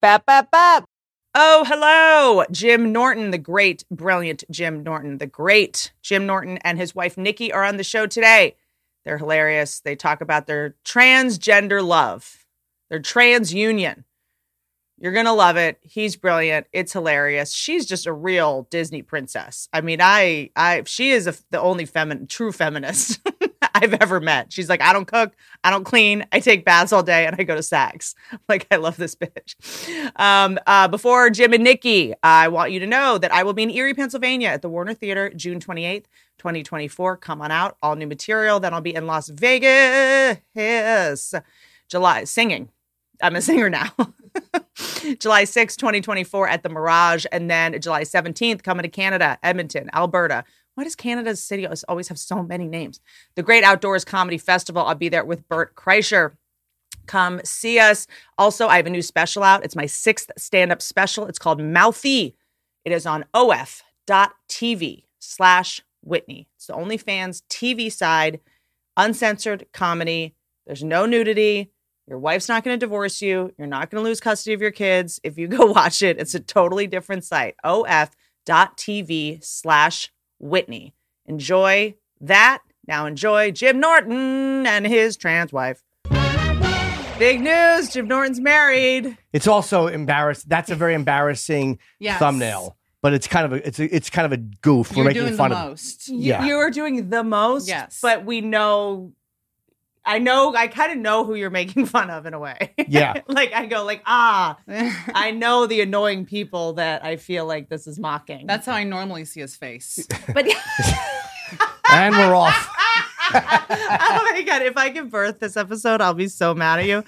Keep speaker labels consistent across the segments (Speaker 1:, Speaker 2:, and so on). Speaker 1: Bap, bap, bap.
Speaker 2: Oh, hello, Jim Norton, the great, brilliant Jim Norton. The great Jim Norton and his wife Nikki are on the show today. They're hilarious. They talk about their transgender love, their trans union. You're going to love it. He's brilliant. It's hilarious. She's just a real Disney princess. I mean, I I she is a, the only feminine true feminist I've ever met. She's like, I don't cook, I don't clean, I take baths all day and I go to Saks. Like I love this bitch. Um uh before Jim and Nikki, I want you to know that I will be in Erie, Pennsylvania at the Warner Theater June 28th. 2024. Come on out. All new material. Then I'll be in Las Vegas. July singing. I'm a singer now. July 6, 2024 at the Mirage. And then July 17th, coming to Canada, Edmonton, Alberta. Why does Canada's city always have so many names? The Great Outdoors Comedy Festival. I'll be there with Bert Kreischer. Come see us. Also, I have a new special out. It's my sixth stand up special. It's called Mouthy. It is on of.tv slash Whitney. It's the OnlyFans TV side, uncensored comedy. There's no nudity. Your wife's not going to divorce you. You're not going to lose custody of your kids if you go watch it. It's a totally different site. of.tv slash Whitney. Enjoy that. Now enjoy Jim Norton and his trans wife. Big news Jim Norton's married.
Speaker 3: It's also embarrassed. That's a very embarrassing
Speaker 4: Yes.
Speaker 3: thumbnail, but it's kind of a it's a, it's kind of a goof. We're
Speaker 4: You're
Speaker 3: making
Speaker 4: doing the
Speaker 3: fun of.
Speaker 4: most.
Speaker 2: You,
Speaker 3: Yeah.
Speaker 2: you are doing the most.
Speaker 4: Yes.
Speaker 2: But we know, I know, I kind of know who you're making fun of in a way.
Speaker 3: Yeah.
Speaker 2: like I go like, ah, I know the annoying people that I feel like this is mocking.
Speaker 4: That's how I normally see his face.
Speaker 2: but
Speaker 3: And we're off.
Speaker 2: oh my god! If I give birth this episode, I'll be so mad at you.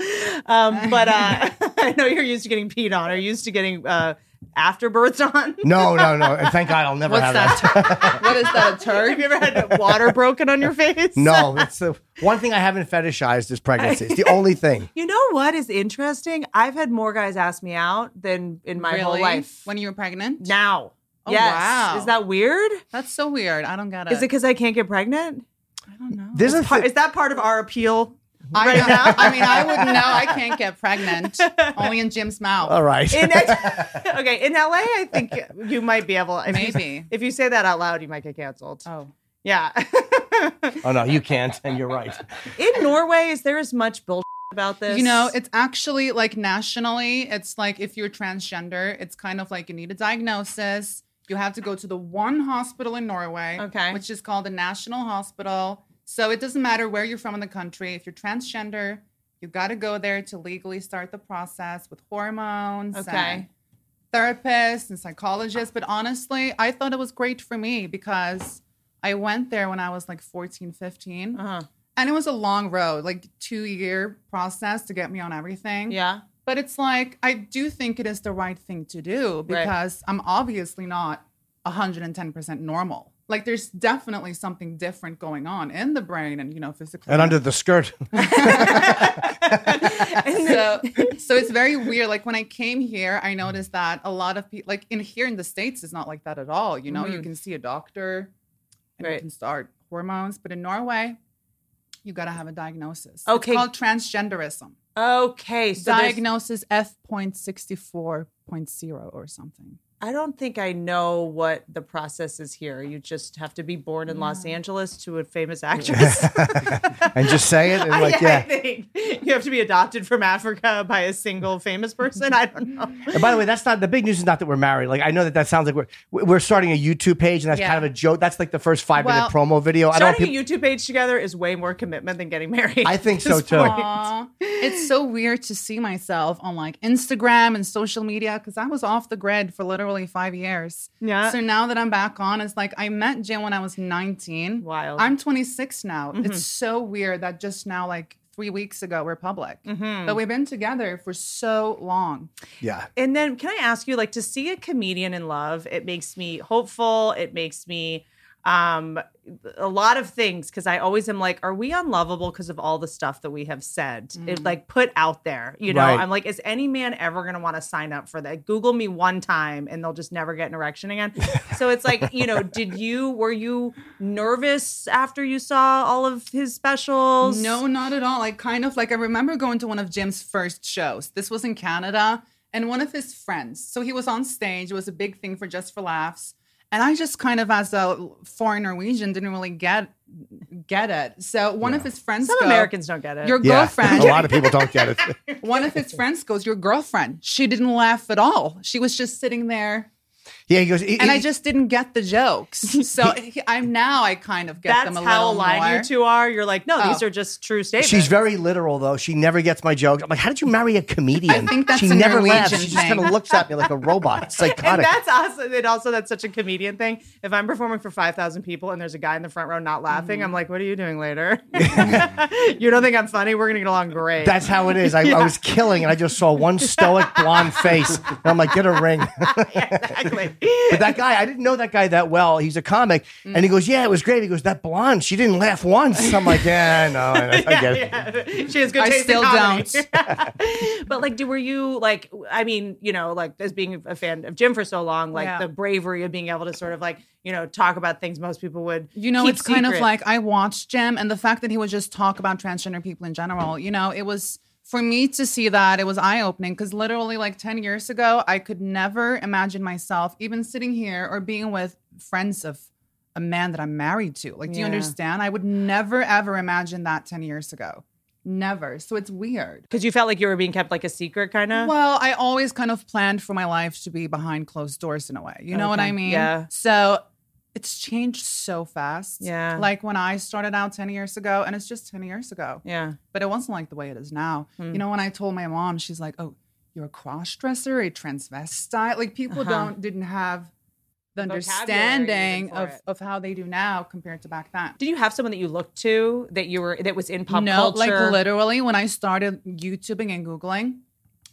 Speaker 2: Um, but uh, I know you're used to getting peed on, or used to getting uh, afterbirths on.
Speaker 3: No, no, no. And thank God I'll never
Speaker 4: What's
Speaker 3: have
Speaker 4: that?
Speaker 3: that.
Speaker 4: what is that, a
Speaker 2: Have
Speaker 4: turd?
Speaker 2: you ever had water broken on your face?
Speaker 3: No, it's the one thing I haven't fetishized is pregnancy. It's the only thing.
Speaker 2: You know what is interesting? I've had more guys ask me out than in my whole
Speaker 4: Really?
Speaker 2: life.
Speaker 4: When you were pregnant?
Speaker 2: now.
Speaker 4: Oh,
Speaker 2: yes.
Speaker 4: wow.
Speaker 2: Is that weird?
Speaker 4: That's so weird. I don't get it.
Speaker 2: Is it because I can't get pregnant?
Speaker 4: I don't know.
Speaker 3: There's a
Speaker 2: Part-
Speaker 3: thi-
Speaker 2: Is that part of our appeal?
Speaker 4: I,
Speaker 2: right
Speaker 4: don't-
Speaker 2: now?
Speaker 4: I mean, I wouldn't know. I can't get pregnant. Only in Jim's mouth.
Speaker 3: all right.
Speaker 2: In okay, in LA, I think you might be able. If you,
Speaker 4: Maybe.
Speaker 2: if you say that out loud, you might get canceled.
Speaker 4: Oh.
Speaker 2: Yeah.
Speaker 3: oh no, you can't, and you're right.
Speaker 2: in Norway, is there as much bullshit about this?
Speaker 4: You know, it's actually like nationally, it's like if you're transgender, it's kind of like you need a diagnosis. You have to go to the one hospital in Norway,
Speaker 2: Okay.
Speaker 4: which is called the National Hospital. So it doesn't matter where you're from in the country. If you're transgender, you got to go there to legally start the process with hormones,
Speaker 2: Okay.
Speaker 4: and therapists and psychologists. But honestly, I thought it was great for me because I went there when I was like 14, 15
Speaker 2: Uh-huh.
Speaker 4: and it was a long road like two year process to get me on everything
Speaker 2: Yeah.
Speaker 4: but it's like i do think it is the right thing to do
Speaker 2: Right.
Speaker 4: because i'm obviously not 110% normal like there's definitely something different going on in the brain and you know physically
Speaker 3: And under the skirt.
Speaker 4: so, so it's very weird. Like when I came here, I noticed that a lot of people, like in here in the states, it's not like that at all. You know, you
Speaker 2: Mhm.
Speaker 4: can see a doctor, and
Speaker 2: Right.
Speaker 4: you can start hormones, but in Norway, you gotta have a diagnosis.
Speaker 2: Okay.
Speaker 4: it's called transgenderism.
Speaker 2: Okay. So there's-
Speaker 4: diagnosis F point sixty four point zero or something.
Speaker 2: I don't think I know what the process is here. You just have to be born in Los Angeles to a famous actress.
Speaker 3: and just say it and
Speaker 2: I-
Speaker 3: like
Speaker 2: I,
Speaker 3: yeah.
Speaker 2: think you have to be adopted from Africa by a single famous person. I don't know.
Speaker 3: And by the way, that's not the big news. Is not that we're married. Like I know that that sounds like we're we're starting a YouTube page, and that's
Speaker 4: Yeah.
Speaker 3: kind of a joke. That's like the first five minute
Speaker 4: Well,
Speaker 3: promo video. I don't.
Speaker 2: Starting
Speaker 3: People,
Speaker 2: a YouTube page together is way more commitment than getting married.
Speaker 3: I think so
Speaker 2: It's
Speaker 3: too.
Speaker 2: boring.
Speaker 4: Aw. it's so weird to see myself on like Instagram and social media because I was off the grid for literally five years.
Speaker 2: Yeah.
Speaker 4: So now that I'm back on, it's like I met Jim when I was 19.
Speaker 2: Wild.
Speaker 4: I'm 26 now. It's so weird that just now, like three weeks ago, we're public.
Speaker 2: Mm-hmm.
Speaker 4: But we've been together for so long.
Speaker 3: yeah.
Speaker 2: And then can I ask you like to see a comedian in love, it makes me hopeful, it makes me um a lot of things because I always am like are we unlovable because of all the stuff that we have said
Speaker 4: Mm.
Speaker 2: it like put out there you know
Speaker 3: Right.
Speaker 2: I'm like is any man ever going to want to sign up for that google me one time and they'll just never get an erection again so it's like you know did you were you nervous after you saw all of his specials
Speaker 4: No, not at all. Like, kind of like I remember going to one of Jim's first shows. This was in Canada, and one of his friends. So he was on stage. It was a big thing for Just for Laughs. And I just kind of, as a foreign Norwegian, didn't really get get it. So one of
Speaker 3: Yeah.
Speaker 4: his friends,
Speaker 2: Some
Speaker 4: go,
Speaker 2: Americans don't get it.
Speaker 4: your
Speaker 3: Yeah.
Speaker 4: girlfriend,
Speaker 3: A lot of people don't get it.
Speaker 4: one of his friends goes, your girlfriend. She didn't laugh at all. She was just sitting there,
Speaker 3: Yeah, he goes. "E, he-
Speaker 4: and I
Speaker 3: he-
Speaker 4: just didn't get the jokes. So he- I'm now I kind of get
Speaker 2: That's
Speaker 4: them a
Speaker 2: how
Speaker 4: little
Speaker 2: aligned
Speaker 4: more.
Speaker 2: you two are. You're like, no, these
Speaker 4: Oh.
Speaker 2: are just true statements.
Speaker 3: She's very literal though. She never gets my jokes. I'm like, how did you marry a comedian?
Speaker 4: I think that's
Speaker 3: she
Speaker 4: a
Speaker 3: never
Speaker 4: Norwegian
Speaker 3: laughs. She just
Speaker 4: thing.
Speaker 3: kind of looks at me like a robot. It's
Speaker 2: and
Speaker 3: psychotic.
Speaker 2: that's awesome. And also, that's such a comedian thing. If I'm performing for 5,000 people and there's a guy in the front row not laughing, I'm like, what are you doing later? you don't think I'm funny? We're going to get along great.
Speaker 3: That's how it is. I, I was killing, and I just saw one stoic blonde face, and I'm like, get a ring.
Speaker 2: Yeah, exactly.
Speaker 3: But that guy, I didn't know that guy that well. He's a comic,
Speaker 4: Mm.
Speaker 3: and he goes, "Yeah, it was great." He goes, "That blonde, she didn't laugh once." I'm like, "Yeah, I know, I, I get it."
Speaker 2: Yeah. She has good
Speaker 4: I
Speaker 2: taste
Speaker 4: still
Speaker 2: in comedy. but like, do were you like? I mean, you know, like as being a fan of Jim for so long, like
Speaker 4: Yeah.
Speaker 2: the bravery of being able to sort of like you know talk about things most people would.
Speaker 4: You know,
Speaker 2: keep
Speaker 4: it's kind of
Speaker 2: secret.
Speaker 4: like I watched Jim and the fact that he would just talk about transgender people in general, you know, it was for me to see that it was eye opening because literally like 10 years ago, I could never imagine myself even sitting here or being with friends of a man that I'm married to. Like, do
Speaker 2: Yeah.
Speaker 4: you understand? I would never ever imagine that 10 years ago. Never. So it's weird.
Speaker 2: because you felt like you were being kept like a secret, kind of.
Speaker 4: Well, I always kind of planned for my life to be behind closed doors in a way. You know what
Speaker 2: Okay.
Speaker 4: I mean?
Speaker 2: Yeah.
Speaker 4: So it's changed so fast.
Speaker 2: Yeah.
Speaker 4: Like when I started out 10 years ago, and it's just 10 years ago,
Speaker 2: Yeah.
Speaker 4: but it wasn't like the way it is now.
Speaker 2: Hmm.
Speaker 4: You know, when I told my mom, she's like, oh, you're a cross dresser, a transvestite. Like people
Speaker 2: Uh-huh.
Speaker 4: don't, didn't have the
Speaker 2: Vocabulary even
Speaker 4: understanding
Speaker 2: for
Speaker 4: of,
Speaker 2: it.
Speaker 4: of how they do now compared to back then.
Speaker 2: Did you have someone that you looked to that you were that was in pop
Speaker 4: no,
Speaker 2: culture?
Speaker 4: like literally when I started YouTubing and Googling,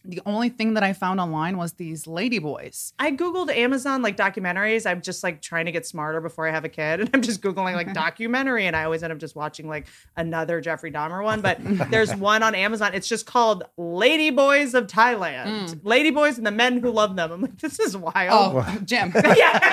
Speaker 4: the only thing that I found online was these lady boys.
Speaker 2: I googled Amazon like documentaries. I'm just like trying to get smarter before I have a kid, and I'm just googling like documentary, and I always end up just watching like another Jeffrey Dahmer one. But there's one on Amazon. It's just called Lady Boys of Thailand, Lady Boys and the Men Who Love Them. I'm like, this is wild.
Speaker 4: Mm. Oh, Jim.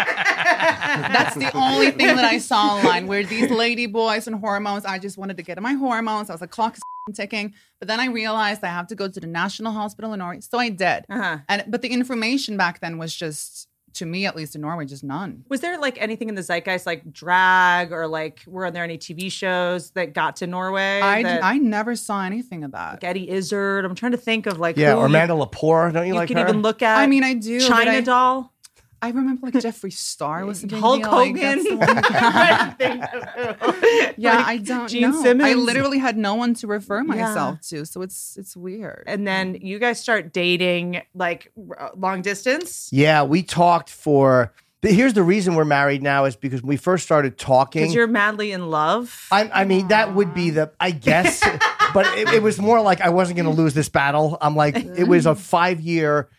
Speaker 2: Yeah,
Speaker 4: That's the only thing that I saw online were these lady boys and hormones. I just wanted to get in my hormones. I was like, clock is ticking. But then I realized I have to go to the National Hospital in Norway. So I did.
Speaker 2: Uh-huh.
Speaker 4: And but the information back then was just, to me at least in Norway, just none.
Speaker 2: Was there like anything in the zeitgeist like drag or like were there any TV shows that got to Norway?
Speaker 4: I,
Speaker 2: that,
Speaker 4: I never saw anything of that.
Speaker 2: like Eddie Izzard. I'm trying to think of like
Speaker 3: Yeah,
Speaker 2: who
Speaker 3: or
Speaker 2: you-
Speaker 3: Amanda Lepore, don't you,
Speaker 2: You
Speaker 3: like
Speaker 2: can
Speaker 3: her?
Speaker 2: even look at.
Speaker 4: I mean, I do. but
Speaker 2: China
Speaker 4: I,
Speaker 2: Doll.
Speaker 4: I remember like Jeffree Star was a big
Speaker 2: Hulk
Speaker 4: deal, like,
Speaker 2: Hogan.
Speaker 4: that's the one-
Speaker 2: I'm trying to think of who.
Speaker 4: Yeah,
Speaker 2: Like,
Speaker 4: I don't
Speaker 2: Gene
Speaker 4: know.
Speaker 2: Simmons.
Speaker 4: I literally had no one to refer myself to, so it's it's weird.
Speaker 2: And then
Speaker 3: Mm.
Speaker 2: you guys start dating like r- uh, long distance.
Speaker 3: Yeah, we talked for. but Here's the reason we're married now is because when we first started talking.
Speaker 2: Because you're madly in love.
Speaker 3: I, I mean, that would be the, I guess, but it, it was more like I wasn't going to lose this battle. I'm like, it was a five year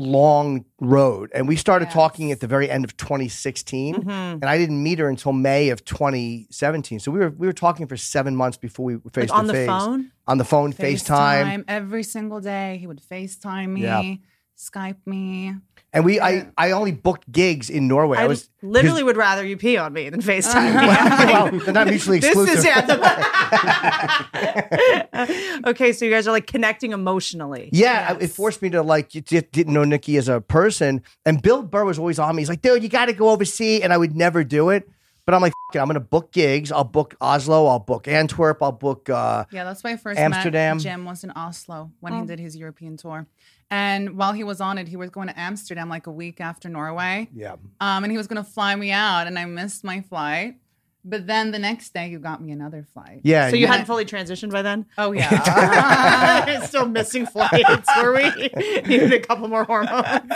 Speaker 3: long road. And we started
Speaker 4: Yes.
Speaker 3: talking at the very end of 2016.
Speaker 2: Mm-hmm.
Speaker 3: And I didn't meet her until May of 2017. So we were, we were talking for seven months before we were face
Speaker 2: like on
Speaker 3: to
Speaker 2: the
Speaker 3: face.
Speaker 2: phone.
Speaker 3: On the phone, FaceTime.
Speaker 4: every single day. He would FaceTime me,
Speaker 3: Yeah.
Speaker 4: Skype me.
Speaker 3: And we, I, I only booked gigs in Norway. I,
Speaker 2: I
Speaker 3: was,
Speaker 2: literally would rather you pee on me than FaceTime. me.
Speaker 3: well, they're not mutually
Speaker 2: This
Speaker 3: exclusive.
Speaker 2: is yeah. the- okay, so you guys are like connecting emotionally.
Speaker 3: Yeah, I- it
Speaker 4: Yes.
Speaker 3: forced me to like you di- didn't know Nikki as a person. And Bill Burr was always on me. He's like, dude, you got to go overseas, and I would never do it. But I'm like, F- it, I'm gonna book gigs. I'll book Oslo. I'll book Antwerp. I'll book. uh
Speaker 4: Yeah, that's why I first
Speaker 3: Amsterdam.
Speaker 4: met Jim was in Oslo when he did his European tour. And while he was on it, he was going to Amsterdam like a week after Norway.
Speaker 3: Yeah,
Speaker 4: Um, and he was going to fly me out, and I missed my flight. But then the next day, you got me another flight.
Speaker 3: yeah.
Speaker 2: So you
Speaker 3: yeah.
Speaker 2: hadn't fully transitioned by then?
Speaker 4: Oh yeah.
Speaker 2: still missing flights were we needed a couple more hormones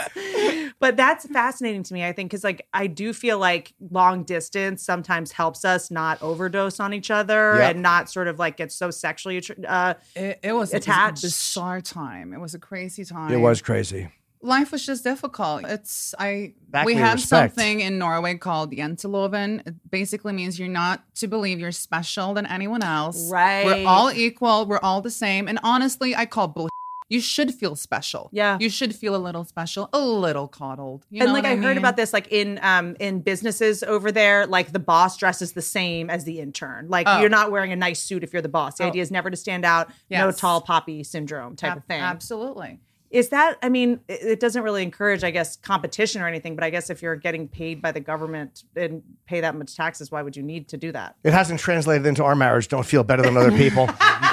Speaker 2: but that's fascinating to me i think because like i do feel like long distance sometimes helps us not overdose on each other
Speaker 3: Yeah.
Speaker 2: and not sort of like get so sexually attr- uh
Speaker 4: it, it was
Speaker 2: Attached.
Speaker 4: a bizarre time. It was a crazy time.
Speaker 3: It was crazy.
Speaker 4: life was just difficult. It's I
Speaker 3: Back
Speaker 4: we
Speaker 3: me
Speaker 4: have
Speaker 3: respect.
Speaker 4: something in Norway called Jenteloven. It basically means you're not to believe you're special than anyone else.
Speaker 2: Right.
Speaker 4: We're all equal. We're all the same. And honestly, I call bull. You should feel special.
Speaker 2: Yeah.
Speaker 4: You should feel a little special, a little coddled. You
Speaker 2: and
Speaker 4: know
Speaker 2: like
Speaker 4: what
Speaker 2: I,
Speaker 4: I,
Speaker 2: heard
Speaker 4: mean?
Speaker 2: about this, like in um in businesses over there, like the boss dresses the same as the intern. Like
Speaker 4: Oh.
Speaker 2: you're not wearing a nice suit if you're the boss. The
Speaker 4: Oh.
Speaker 2: idea is never to stand out. No
Speaker 4: Yes.
Speaker 2: tall poppy syndrome type
Speaker 4: Ab-
Speaker 2: of thing.
Speaker 4: Absolutely.
Speaker 2: Is that, I mean, it it doesn't really encourage, I guess, competition or anything, but I guess if you're getting paid by the government and pay that much taxes, why would you need to do that?
Speaker 3: It hasn't translated into our marriage. Don't feel better than other people.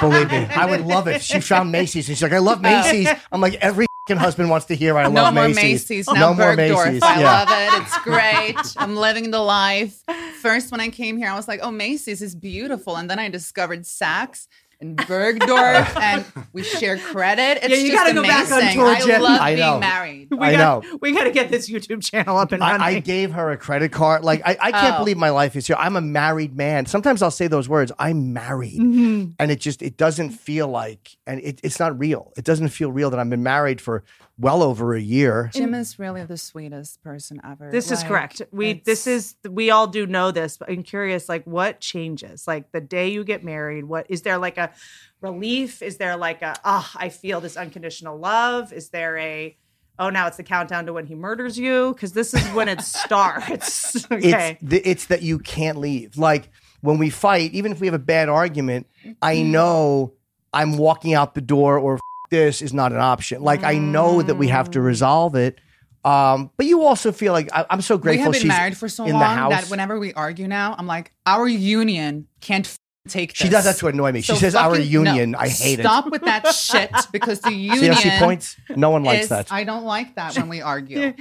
Speaker 3: Believe me. I would love it. She found Macy's and she's like, I love Macy's. I'm like, every fing husband wants to hear I love
Speaker 4: No more
Speaker 3: Macy's.
Speaker 4: Macy's,
Speaker 3: no
Speaker 4: now
Speaker 3: more
Speaker 4: Bergdorf.
Speaker 3: Macy's.
Speaker 4: I
Speaker 3: yeah.
Speaker 4: love it. It's great. I'm living the life. First, when I came here, I was like, oh, Macy's is beautiful. And then I discovered Saks and Bergdorf, and we share credit. It's
Speaker 2: Yeah, you
Speaker 4: got
Speaker 2: gotta
Speaker 4: to
Speaker 2: go back on
Speaker 4: amazing.
Speaker 2: tour,
Speaker 4: I
Speaker 3: Jen.
Speaker 4: love
Speaker 3: I know.
Speaker 4: being married.
Speaker 2: We
Speaker 3: I
Speaker 2: got,
Speaker 3: know.
Speaker 2: We got to get this YouTube channel up and running.
Speaker 3: I, I gave her a credit card. Like I, I can't
Speaker 4: Oh.
Speaker 3: believe my life is here. I'm a married man. Sometimes I'll say those words. I'm married,
Speaker 4: Mm-hmm.
Speaker 3: and it just it doesn't feel like, and it, it's not real. It doesn't feel real that I've been married for well over a year.
Speaker 4: Jim is really the sweetest person ever.
Speaker 2: This is
Speaker 4: Like,
Speaker 2: correct. We
Speaker 4: it's-
Speaker 2: this is we all do know this, but I'm curious, like what changes? Like the day you get married, what is there like a relief? Is there like a ah, I feel this unconditional love? Is there a oh now it's the countdown to when he murders you? Because this is when it starts. okay.
Speaker 3: It's th- it's that you can't leave. Like when we fight, even if we have a bad argument, I
Speaker 4: Mm-hmm.
Speaker 3: know I'm walking out the door or "F- this is not an option. Like I know that we have
Speaker 4: Mm.
Speaker 3: to resolve it. Um, but you also feel like I, am so
Speaker 4: We
Speaker 3: grateful
Speaker 4: have been
Speaker 3: she's
Speaker 4: married for so
Speaker 3: in the
Speaker 4: long that
Speaker 3: house.
Speaker 4: whenever we argue now, I'm like, our union can't f- take this.
Speaker 3: She does that to annoy me. She
Speaker 4: So
Speaker 3: says our
Speaker 4: fucking-
Speaker 3: union.
Speaker 4: no.
Speaker 3: I hate it.
Speaker 4: Stop with that shit because the union.
Speaker 3: See how she points? No one likes
Speaker 4: is-
Speaker 3: that.
Speaker 4: I don't like that when we argue.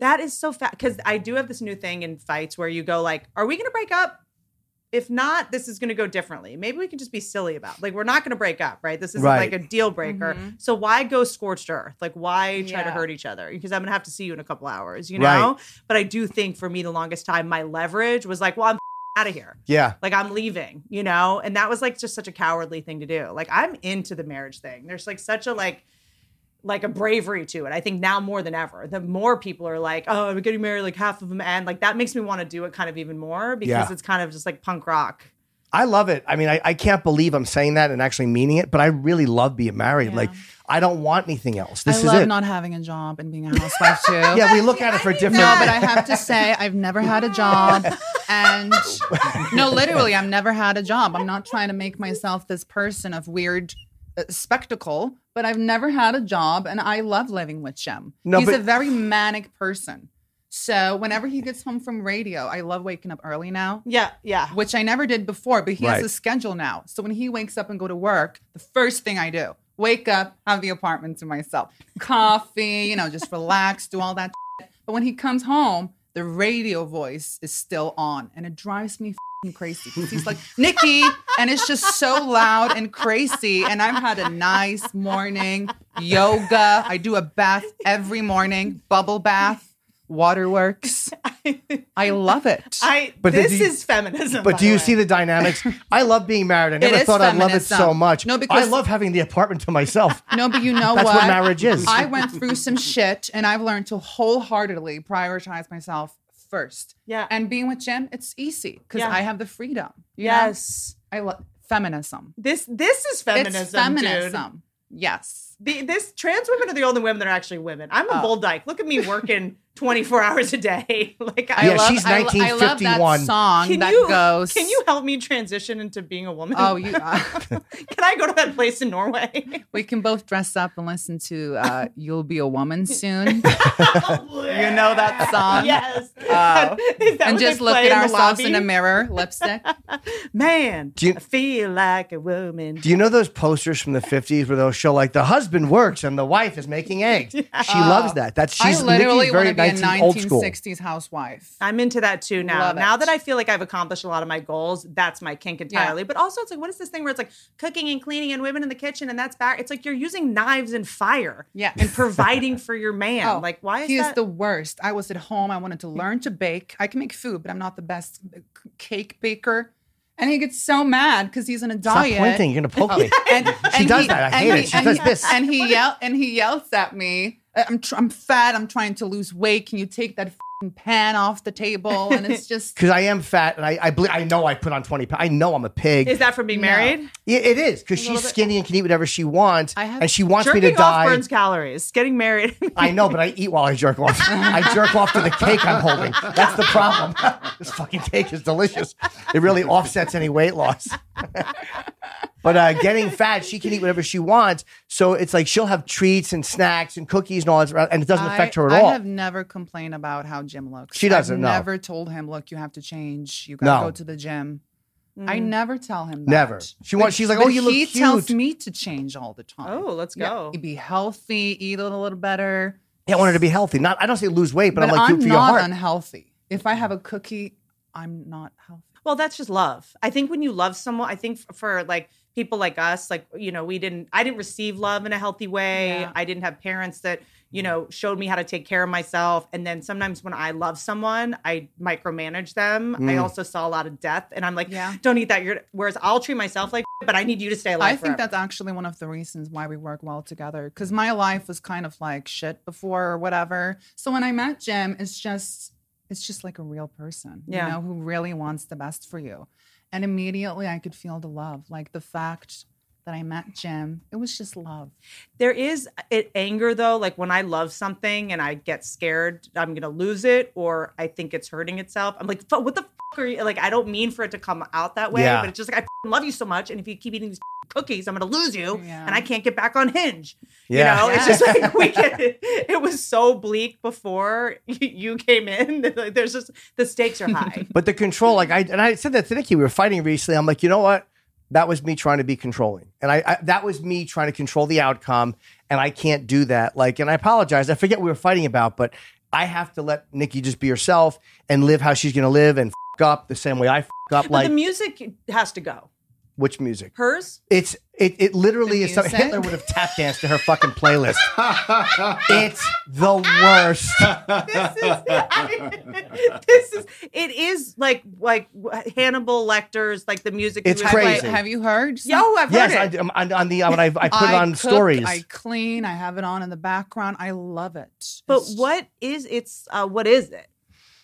Speaker 2: That is so fat because I do have this new thing in fights where you go like, "Are we going to break up? If not, this is going to go differently. Maybe we can just be silly about like we're not going to break up, right? This isn't
Speaker 3: Right.
Speaker 2: like a deal breaker. So why go scorched earth? Like why try to
Speaker 4: Yeah.
Speaker 2: hurt each other? Because I'm going to have to see you in a couple hours, you
Speaker 3: Right.
Speaker 2: know. But I do think for me the longest time my leverage was like, "Well, I'm out of here."
Speaker 3: yeah.
Speaker 2: Like I'm leaving, you know? And that was like just such a cowardly thing to do. Like I'm into the marriage thing. There's like such a like like a bravery to it. I think now more than ever, the more people are like, "Oh, I'm getting married." Like half of them end. Like that makes me want to do it kind of even more because
Speaker 3: Yeah.
Speaker 2: it's kind of just like punk rock.
Speaker 3: I love it. I mean, I, I can't believe I'm saying that and actually meaning it, but I really love being married. Like, I don't want anything else. This
Speaker 4: I
Speaker 3: is
Speaker 4: love
Speaker 3: it.
Speaker 4: not having a job and being a housewife too.
Speaker 3: yeah, we look at it for different.
Speaker 4: No, but I have to say I've never had a job and no, literally I've never had a job. I'm not trying to make myself this person of weird uh, spectacle, but I've never had a job and I love living with Jim.
Speaker 3: No,
Speaker 4: He's
Speaker 3: but-
Speaker 4: a very manic person. So whenever he gets home from radio, I love waking up early now.
Speaker 2: Yeah, yeah.
Speaker 4: which I never did before, but he
Speaker 3: Right.
Speaker 4: has a schedule now. So when he wakes up and go to work, the first thing I do, wake up, have the apartment to myself, coffee, you know, just relax, do all that. shit. But when he comes home, the radio voice is still on and it drives me fing crazy 'Cause he's like, Nikki, and it's just so loud and crazy. And I've had a nice morning, yoga. I do a bath every morning, bubble bath, waterworks. I love it.
Speaker 2: I
Speaker 3: But
Speaker 2: this
Speaker 3: do you-
Speaker 2: is feminism.
Speaker 3: But
Speaker 2: by
Speaker 3: do you
Speaker 2: way.
Speaker 3: see the dynamics? I love being married. I never
Speaker 4: is
Speaker 3: thought I'd love it so
Speaker 4: feminism.
Speaker 3: much.
Speaker 4: No, because-
Speaker 3: I love having the apartment to myself.
Speaker 4: No, but you know
Speaker 3: That's
Speaker 4: what?
Speaker 3: what marriage is.
Speaker 4: I went through some shit and I've learned to wholeheartedly prioritize myself first.
Speaker 2: Yeah.
Speaker 4: And being with Jim, it's easy because
Speaker 2: Yeah.
Speaker 4: I have the freedom. you know?
Speaker 2: Yes.
Speaker 4: I love feminism.
Speaker 2: This this is feminism,
Speaker 4: It's feminism. Yes.
Speaker 2: dude. The, this trans women are the only women that are actually women. I'm a
Speaker 4: Oh.
Speaker 2: bull dyke. Look at me working 24 hours a day. Like I
Speaker 3: Yeah,
Speaker 2: love
Speaker 3: she's
Speaker 4: I, I love
Speaker 3: 1951.
Speaker 4: that song that goes.
Speaker 2: Can you help me transition into being a woman?
Speaker 4: Oh, you. Uh,
Speaker 2: can I go to that place in Norway?
Speaker 4: we can both dress up and listen to uh, "You'll Be a Woman Soon."
Speaker 2: you
Speaker 4: know that song?
Speaker 2: Yes.
Speaker 4: Oh.
Speaker 2: Is that
Speaker 4: and
Speaker 2: what
Speaker 4: just
Speaker 2: they
Speaker 4: look
Speaker 2: play
Speaker 4: at
Speaker 2: in the
Speaker 4: ourselves in a
Speaker 2: lobby?
Speaker 4: mirror, lipstick.
Speaker 2: Man,
Speaker 3: Do you-
Speaker 2: I feel like a woman.
Speaker 3: Do you know those posters from the 50s where they'll show like the husband works and the wife is making eggs? She loves that. That's she's
Speaker 4: I literally
Speaker 3: Nikki's
Speaker 4: want
Speaker 3: very
Speaker 4: to be a
Speaker 3: 19, old school.
Speaker 4: 1960s housewife.
Speaker 2: I'm into that too now.
Speaker 4: Love
Speaker 2: now
Speaker 4: it.
Speaker 2: that I feel like I've accomplished a lot of my goals, that's my kink entirely. But also, it's like, what is this thing where it's like cooking and cleaning and women in the kitchen and that's back? It's like you're using knives and fire
Speaker 4: Yes.
Speaker 2: and providing for your man.
Speaker 4: Oh,
Speaker 2: like, why is
Speaker 4: he
Speaker 2: that?
Speaker 4: is the worst. I was at home. I wanted to learn to bake. I can make food, but I'm not the best uh, c- cake baker. And he gets so mad because he's on a
Speaker 3: Stop
Speaker 4: diet.
Speaker 3: pointing. You're going to poke me.
Speaker 4: And,
Speaker 3: She does that. I hate it. She
Speaker 4: and
Speaker 3: does this.
Speaker 4: And he yell and he yells at me. "I- I'm tr- I'm fat. I'm trying to lose weight. Can you take that fing pan off the table? And it's just
Speaker 3: Because I am fat and I I, ble- I know I put on 20 pounds. I know I'm a pig.
Speaker 2: is that from being married?
Speaker 3: Yeah, it is because she's skinny and can eat whatever she wants,
Speaker 4: I have-
Speaker 3: and she wants me
Speaker 2: Jerking
Speaker 3: to
Speaker 2: off
Speaker 3: die.
Speaker 2: burns calories. Getting married.
Speaker 4: Uh-huh.
Speaker 3: I know, but I eat while I jerk off. I jerk off to the cake I'm holding. That's the problem. this fucking cake is delicious. It really offsets any weight loss. but But uh, getting fat, she can eat whatever she wants. So it's like she'll have treats and snacks and cookies and all that, and it doesn't affect her at
Speaker 4: I,
Speaker 3: all.
Speaker 4: I have never complained about how Jim looks.
Speaker 3: She doesn't,
Speaker 4: I've
Speaker 3: no.
Speaker 4: never told him, look, you have to change. You gotta
Speaker 3: No.
Speaker 4: go to the gym. I
Speaker 2: Mm-hmm.
Speaker 4: never tell him that.
Speaker 3: Never. She wants- she's like,
Speaker 4: but
Speaker 3: "Oh, you look
Speaker 4: he tells
Speaker 3: cute."
Speaker 4: me to change all the time.
Speaker 2: Oh, let's
Speaker 4: Yeah,
Speaker 2: go.
Speaker 4: be healthy, eat a little, little better.
Speaker 3: Yeah, I want her to be healthy. Not I don't say lose weight, but,
Speaker 4: But,
Speaker 3: I'm like
Speaker 4: I'm
Speaker 3: good for your
Speaker 4: not
Speaker 3: heart.
Speaker 4: unhealthy. If I have a cookie, I'm not healthy.
Speaker 2: Well, that's just love. I think when you love someone, I think f- for like people like us, like you know, we didn't. I didn't receive love in a healthy way.
Speaker 4: Yeah. Mm-hmm.
Speaker 2: I didn't have parents that you know showed me how to take care of myself. And then sometimes when I love someone, I micromanage them. I
Speaker 3: Mm.
Speaker 2: also saw a lot of death, and I'm like,
Speaker 4: Yeah.
Speaker 2: don't eat that. You're whereas I'll treat myself like, but I need you to stay alive.
Speaker 4: I think
Speaker 2: forever.
Speaker 4: that's actually one of the reasons why we work well together. Because my life was kind of like shit before or whatever. So when I met Jim, it's just it's just like a real person,
Speaker 2: Yeah.
Speaker 4: you know, who really wants the best for you. And immediately I could feel the love, like the fact that I met Jim. It was just love.
Speaker 2: There is it anger though, like when I love something and I get scared I'm gonna lose it or I think it's hurting itself. I'm like, "Fuck, what the fuck are you like? I don't mean for it to come out that way,
Speaker 3: Yeah.
Speaker 2: but it's just like I f***ing love you so much, and if you keep eating these f***ing cookies, I'm gonna lose you,
Speaker 4: Yeah.
Speaker 2: and I can't get back on hinge. You
Speaker 3: Yeah.
Speaker 2: know, it's
Speaker 4: Yeah.
Speaker 2: just like we get it. It was so bleak before you came in. Like, There's just the stakes are high.
Speaker 3: But the control, like I and I said that to Nikki, we were fighting recently. I'm like, you know what? That was me trying to be controlling, and I, I that was me trying to control the outcome, and I can't do that. Like, and I apologize. I forget what we were fighting about, but I have to let Nikki just be herself and live how she's gonna live and f- up the same way I f- up.
Speaker 2: but
Speaker 3: Like
Speaker 2: the music has to go.
Speaker 3: which music?
Speaker 2: Hers?
Speaker 3: It's it it literally
Speaker 4: The
Speaker 3: is something
Speaker 4: music?
Speaker 3: Hitler would have tap danced to her fucking playlist. it's the worst.
Speaker 2: this is this is it is like like Hannibal Lecter's like the music.
Speaker 3: It's
Speaker 2: he was-
Speaker 3: Crazy.
Speaker 4: Wait, have you heard?
Speaker 2: Yo, I've heard
Speaker 3: yes, I,
Speaker 2: it.
Speaker 3: do. I'm- on, on the uh, when I, I put it on
Speaker 4: cook,
Speaker 3: stories.
Speaker 4: I clean. I have it on in the background. I love it.
Speaker 2: but
Speaker 4: It's-
Speaker 2: what is it's uh, what is it?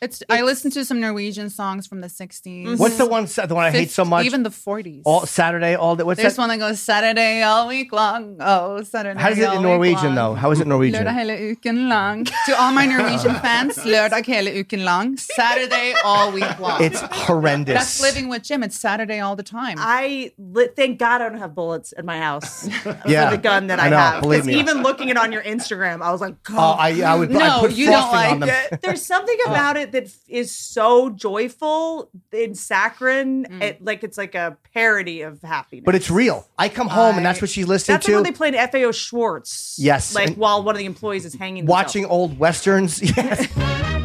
Speaker 4: It's, I listened to some Norwegian songs from the 60s.
Speaker 2: Mhm.
Speaker 3: What's the one the one I hate so
Speaker 4: 50s,
Speaker 3: much?
Speaker 4: Even the 40s.
Speaker 3: all Saturday, all day. What's
Speaker 4: There's
Speaker 3: that?
Speaker 4: one that goes Saturday all week long. Oh, Saturday.
Speaker 3: How is it
Speaker 4: all
Speaker 3: in
Speaker 4: week
Speaker 3: Norwegian
Speaker 4: long.
Speaker 3: though? How is it Norwegian?
Speaker 4: Lørdag hele uken lang. To all my Norwegian fans, lørdag hele uken lang. Saturday all week long.
Speaker 3: It's horrendous.
Speaker 4: That's living with Jim. It's Saturday all the time.
Speaker 2: I li- thank God I don't have bullets in my house
Speaker 3: Yeah,
Speaker 2: for the gun that I,
Speaker 3: I know,
Speaker 2: have.
Speaker 3: believe
Speaker 2: 'Cause
Speaker 3: me.
Speaker 2: even looking it on your Instagram, I was like,
Speaker 3: Oh,
Speaker 2: God.
Speaker 3: I, I would. I
Speaker 4: No,
Speaker 3: put
Speaker 4: you don't
Speaker 3: frosting on
Speaker 4: like
Speaker 3: them. Oh.
Speaker 2: there's something about it that f- is so joyful and saccharine. It, like it's like a parody of happiness.
Speaker 3: But it's real. I come home and that's
Speaker 4: I-
Speaker 3: what she's listening
Speaker 2: That's like when
Speaker 3: to.
Speaker 2: they played FAO Schwartz.
Speaker 3: Yes,
Speaker 2: Like
Speaker 3: and-
Speaker 2: while one of the employees is hanging. themselves.
Speaker 3: Watching old westerns. Yes.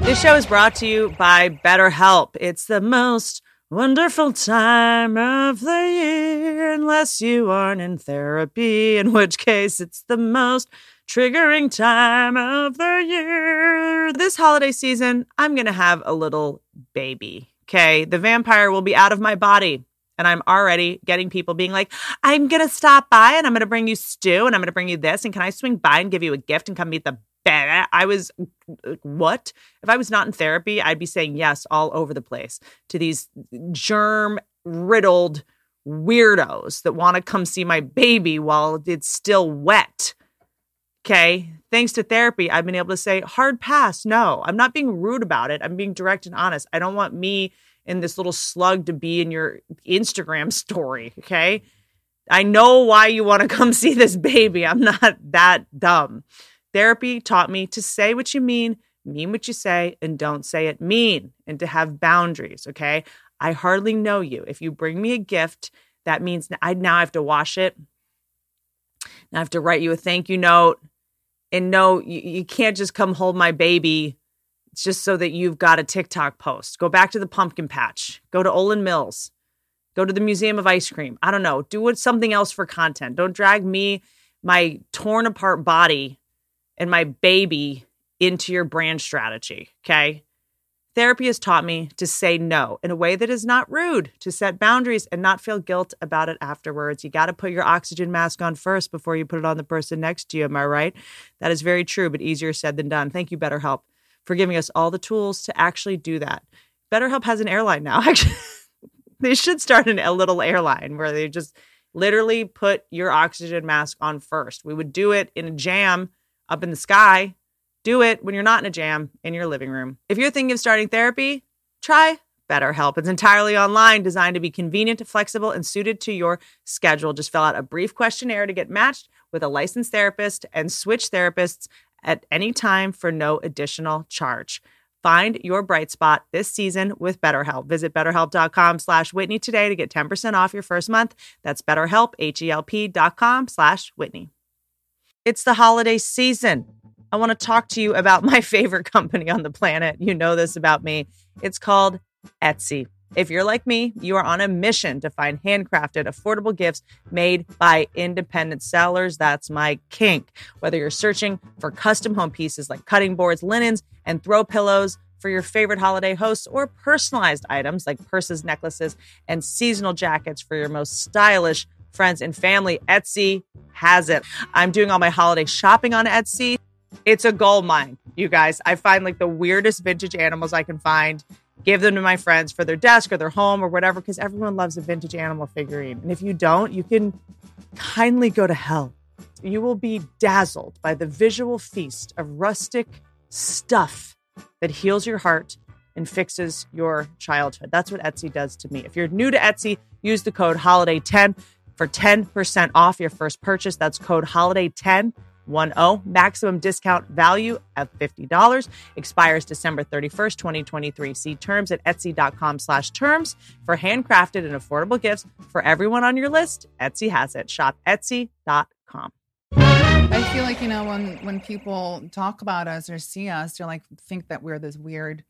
Speaker 2: This show is brought to you by BetterHelp. It's the most wonderful time of the year, unless you aren't in therapy, in which case it's the most triggering time of the year. This holiday season, I'm going to have a little baby. Okay. The vampire will be out of my body. And I'm already getting people being like, I'm going to stop by and I'm going to bring you stew and I'm going to bring you this. And can I swing by and give you a gift and come meet the bed? I was, like, uh, what? If I was not in therapy, I'd be saying yes all over the place to these germ riddled weirdos that want to come see my baby while it's still wet. Okay. Thanks to therapy, I've been able to say hard pass. No, I'm not being rude about it. I'm being direct and honest. I don't want me and this little slug to be in your Instagram story. Okay. I know why you want to come see this baby. I'm not that dumb. Therapy taught me to say what you mean, mean what you say, and don't say it mean, and to have boundaries. Okay. I hardly know you. If you bring me a gift, that means I now have to wash it. Now I have to write you a thank you note. And no, you, you can't just come hold my baby just so that you've got a TikTok post. Go back to the pumpkin patch. Go to Olin Mills. Go to the Museum of Ice Cream. I don't know. Do what, something else for content. Don't drag me, my torn apart body, and my baby into your brand strategy. Okay. Therapy has taught me to say no in a way that is not rude, to set boundaries and not feel guilt about it afterwards. You got to put your oxygen mask on first before you put it on the person next to you. Am I right? That is very true, but easier said than done. Thank you, BetterHelp, for giving us all the tools to actually do that. BetterHelp has an airline now. Actually, they should start an, a little airline where they just literally put your oxygen mask on first. We would do it in a jam up in the sky. Do it when you're not in a jam in your living room. If you're thinking of starting therapy, try BetterHelp. It's entirely online, designed to be convenient, flexible, and suited to your schedule. Just fill out a brief questionnaire to get matched with a licensed therapist and switch therapists at any time for no additional charge. Find your bright spot this season with BetterHelp. Visit betterhelp.com slash Whitney today to get 10% off your first month. That's betterhelp, H-E-L-P dot com slash Whitney. It's the holiday season. I want to talk to you about my favorite company on the planet. You know this about me. It's called Etsy. If you're like me, you are on a mission to find handcrafted, affordable gifts made by independent sellers. That's my kink. Whether you're searching for custom home pieces like cutting boards, linens, and throw pillows for your favorite holiday hosts, or personalized items like purses, necklaces, and seasonal jackets for your most stylish friends and family, Etsy has it. I'm doing all my holiday shopping on Etsy. It's a gold mine, you guys. I find like the weirdest vintage animals I can find give them to my friends for their desk or their home or whatever, because everyone loves a vintage animal figurine. And if you don't, you can kindly go to hell. You will be dazzled by the visual feast of rustic stuff that heals your heart and fixes your childhood. That's what Etsy does to me. If you're new to Etsy, use the code HOLIDAY10 for 10% off your first purchase. That's code HOLIDAY10 one zero Maximum discount value of $50. Expires December 31st, 2023. See terms at etsy.com slash terms for handcrafted and affordable gifts for everyone on your list. Etsy has it. Shop etsy.com.
Speaker 4: I feel like you know when when people talk about us or see us, they're like think that we're this weird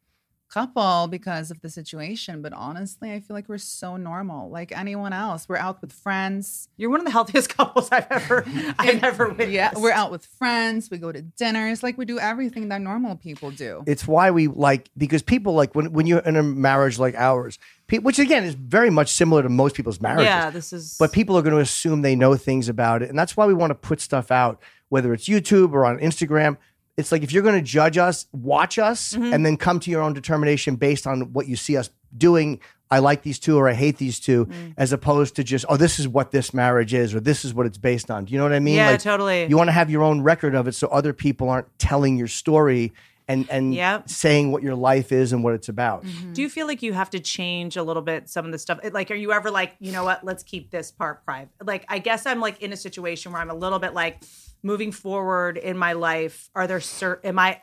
Speaker 4: couple because of the situation. But honestly, I feel like we're so normal, like anyone else. We're out with friends.
Speaker 2: You're one of the healthiest couples I've ever, I've ever witnessed.
Speaker 4: Yeah, we're out with friends. We go to dinners. Like we do everything that normal people do.
Speaker 3: It's why we like because people like when when you're in a marriage like ours, pe- which again is very much similar to most people's marriages.
Speaker 2: Yeah, this is.
Speaker 3: But people are going to assume they know things about it, and that's why we want to put stuff out, whether it's YouTube or on Instagram. It's like if you're going to judge us, watch us,
Speaker 2: Mm-hmm.
Speaker 3: and then come to your own determination based on what you see us doing. I like these two, or I hate these two,
Speaker 2: Mm.
Speaker 3: as opposed to just oh, this is what this marriage is, or this is what it's based on. Do you know what I mean?
Speaker 2: Yeah,
Speaker 3: Like,
Speaker 2: totally.
Speaker 3: You want to have your own record of it, so other people aren't telling your story and and
Speaker 2: Yep. Mm-hmm.
Speaker 3: saying what your life is and what it's about.
Speaker 2: Do you feel like you have to change a little bit some of the stuff? It- Like, are you ever like, you know what? Let's keep this part private. Like, I guess I'm like in a situation where I'm a little bit like moving forward in my life. Are there certain? Am I?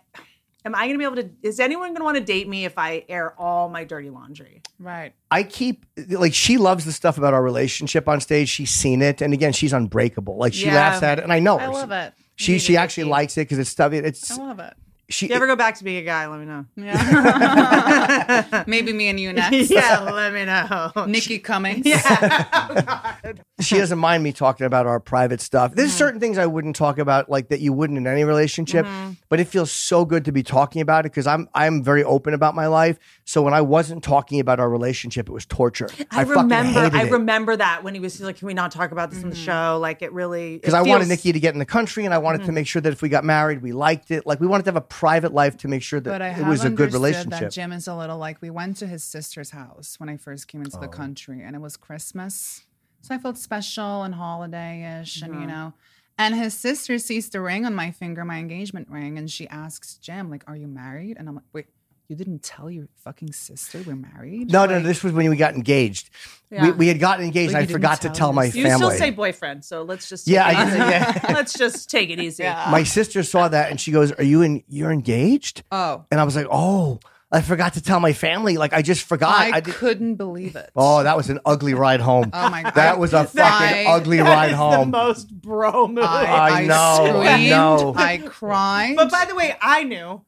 Speaker 2: Am I going to be able to? Is anyone going to want to date me if I air all my dirty laundry?
Speaker 4: Right.
Speaker 3: I keep like she loves the stuff about our relationship on stage. She's seen it, and again, she's unbreakable. Like she
Speaker 2: Yeah.
Speaker 3: laughs at it, and I know
Speaker 4: I
Speaker 3: her.
Speaker 4: love it.
Speaker 3: She she actually
Speaker 2: Nikki.
Speaker 3: likes it because it's stuff.
Speaker 4: I
Speaker 3: It's
Speaker 4: love it.
Speaker 3: she.
Speaker 2: If you ever go back to being a guy, let me know.
Speaker 4: Yeah. Maybe me and you next.
Speaker 2: yeah, let me know.
Speaker 4: Nikki Cummings.
Speaker 3: she doesn't mind me talking about our private stuff. There's certain things I wouldn't talk about, like that you wouldn't in any relationship. But it feels so good to be talking about it because I'm I'm very open about my life. So when I wasn't talking about our relationship, it was torture.
Speaker 2: I,
Speaker 3: fucking
Speaker 2: remember.
Speaker 3: hated
Speaker 2: I
Speaker 3: it.
Speaker 2: remember that when he was like, "Can we not talk about this on the show?" Like, it really
Speaker 3: because I wanted Nikki to get in the country, and I wanted
Speaker 4: Mm.
Speaker 3: to make sure that if we got married, we liked it. Like we wanted to have a private life to make sure that
Speaker 4: But I
Speaker 3: it
Speaker 4: have
Speaker 3: was a good
Speaker 4: understood
Speaker 3: relationship.
Speaker 4: That Jim is a little like we went to his sister's house when I first came
Speaker 3: Oh.
Speaker 4: into the country, and it was Christmas, so I felt special and holiday-ish, and you know. And his sister sees the ring on my finger, my engagement ring, and she asks Jim, like, "Are you married?" And I'm like, "Wait, you didn't tell your fucking sister we're married?"
Speaker 3: no,
Speaker 4: like,
Speaker 3: no, this was when we got engaged.
Speaker 2: Yeah.
Speaker 3: We, we had gotten engaged, and
Speaker 4: But
Speaker 3: I
Speaker 4: you didn't
Speaker 3: forgot to
Speaker 4: tell
Speaker 3: tell my
Speaker 4: us.
Speaker 2: You
Speaker 3: family.
Speaker 2: still say boyfriend, so let's just
Speaker 3: Yeah,
Speaker 2: take it
Speaker 3: I-
Speaker 2: easy.
Speaker 3: yeah.
Speaker 2: let's just take it easy.
Speaker 4: Yeah.
Speaker 3: my sister saw that, and she goes, "Are you in? You're engaged?"
Speaker 4: Oh,
Speaker 3: And I was like, "Oh, I forgot to tell my family. Like I just forgot."
Speaker 4: I,
Speaker 3: I did-
Speaker 4: couldn't believe it.
Speaker 3: oh, that was an ugly ride home.
Speaker 4: Oh my god,
Speaker 3: that was a
Speaker 4: I-
Speaker 3: fucking ugly
Speaker 2: That
Speaker 3: ride
Speaker 2: is
Speaker 3: home.
Speaker 2: The most bro move.
Speaker 3: I
Speaker 4: I, I,
Speaker 3: know, I
Speaker 4: screamed,
Speaker 3: know.
Speaker 4: I cried.
Speaker 2: but by the way, I knew.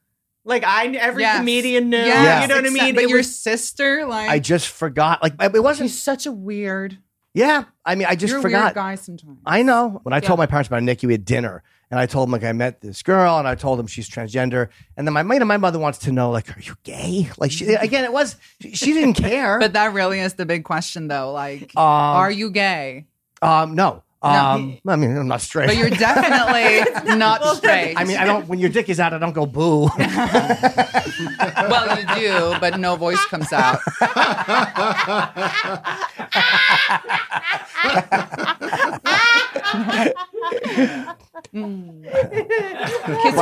Speaker 2: Like I knew every
Speaker 4: Yes.
Speaker 2: comedian knew.
Speaker 4: Yes,
Speaker 2: You know what I
Speaker 4: exact-
Speaker 2: mean?
Speaker 4: But
Speaker 2: It
Speaker 4: your
Speaker 2: was-
Speaker 4: sister, like,
Speaker 3: I just forgot. Like it wasn't.
Speaker 4: she's such a weird.
Speaker 3: Yeah, I mean, I just
Speaker 4: you're a
Speaker 3: forgot.
Speaker 4: weird guy sometimes.
Speaker 3: I know. When I
Speaker 2: Yeah.
Speaker 3: told my parents about Nikki, we had dinner, and I told them like I met this girl, and I told them she's transgender, and then my mate and my mother wants to know like, are you gay? Like she again, it was she didn't care.
Speaker 4: but that really is the big question, though. Like,
Speaker 3: um,
Speaker 4: are you gay?
Speaker 3: um, no, um, I mean, I'm not straight.
Speaker 4: But you're definitely not straight.
Speaker 3: I mean, I don't. When your dick is out, I don't go boo.
Speaker 4: well, you do, but no voice comes out. Kids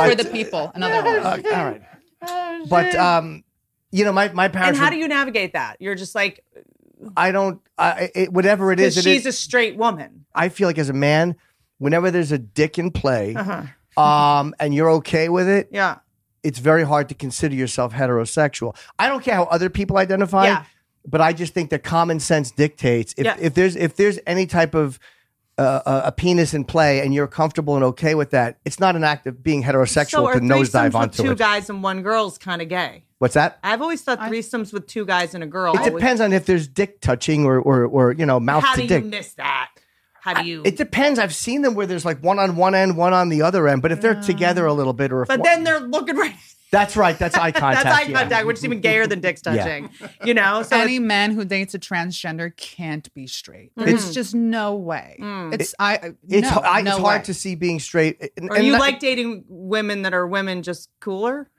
Speaker 4: for the people. Another one.
Speaker 3: Uh, all right. But um, you know, my my
Speaker 2: Oh, And
Speaker 3: parents.
Speaker 2: how
Speaker 3: were-
Speaker 2: do you navigate that? You're just like,
Speaker 3: I don't. I it, whatever it is,
Speaker 2: because
Speaker 3: it
Speaker 2: she's
Speaker 3: is.
Speaker 2: a straight woman.
Speaker 3: I feel like as a man, whenever there's a dick in play,
Speaker 2: Uh-huh.
Speaker 3: um, and you're okay with it,
Speaker 2: Yeah.
Speaker 3: it's very hard to consider yourself heterosexual. I don't care how other people identify,
Speaker 2: Yeah.
Speaker 3: but I just think that common sense dictates if,
Speaker 2: Yeah.
Speaker 3: if there's if there's any type of uh, a- a penis in play and you're comfortable and okay with that, it's not an act of being heterosexual
Speaker 2: are
Speaker 3: to
Speaker 2: threesomes
Speaker 3: nosedive
Speaker 2: with
Speaker 3: onto
Speaker 2: two
Speaker 3: it.
Speaker 2: guys and one girl's kind of gay.
Speaker 3: What's that?
Speaker 2: I've always thought
Speaker 4: I-
Speaker 2: threesomes with two guys and a girl.
Speaker 3: It
Speaker 2: always-
Speaker 3: depends on if there's dick touching or or, or you know mouth
Speaker 2: How
Speaker 3: to
Speaker 2: do
Speaker 3: dick.
Speaker 2: you miss that? How do you?
Speaker 3: It depends. I've seen them where there's like one on one end, one on the other end. But if they're together a little bit, or if
Speaker 2: but
Speaker 3: one-
Speaker 2: then they're looking right.
Speaker 3: that's right. That's eye contact.
Speaker 2: That's eye
Speaker 3: yeah.
Speaker 2: contact, which is even gayer than dicks
Speaker 3: Yeah.
Speaker 2: touching. You know, so
Speaker 4: Any man who dates a transgender can't be straight.
Speaker 2: Mm.
Speaker 4: It's just no way. It's I. I-
Speaker 3: It's,
Speaker 4: no,
Speaker 3: I,
Speaker 4: no
Speaker 3: it's hard
Speaker 4: way.
Speaker 3: to see being straight. And-
Speaker 2: Or
Speaker 3: and
Speaker 2: you
Speaker 3: that-
Speaker 2: like dating women that are women just cooler?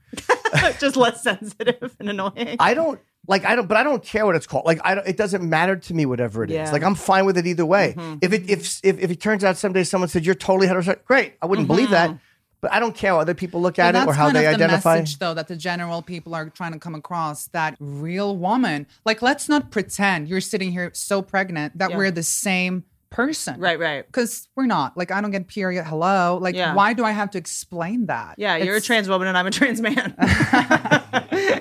Speaker 2: just less sensitive and annoying.
Speaker 3: I don't like. I don't. But I don't care what it's called. Like I don't. It doesn't matter to me. Whatever it is.
Speaker 2: Yeah. Mm-hmm.
Speaker 3: Like I'm fine with it either way. If it if, if if it turns out someday someone said you're totally heterosexual, great. I wouldn't believe that.
Speaker 2: Mm-hmm.
Speaker 3: But I don't care how other people look at
Speaker 4: But
Speaker 3: it or how they
Speaker 4: the
Speaker 3: identify.
Speaker 4: message, though, that the general people are trying to come across that real woman. Like, let's not pretend you're sitting here so pregnant that
Speaker 2: Yeah.
Speaker 4: we're the same person.
Speaker 2: right, right.
Speaker 4: Because we're not. Like, I don't get period. Hello. Like,
Speaker 2: Yeah.
Speaker 4: why do I have to explain that?
Speaker 2: Yeah, you're a
Speaker 4: It's-
Speaker 2: trans woman and I'm a trans man.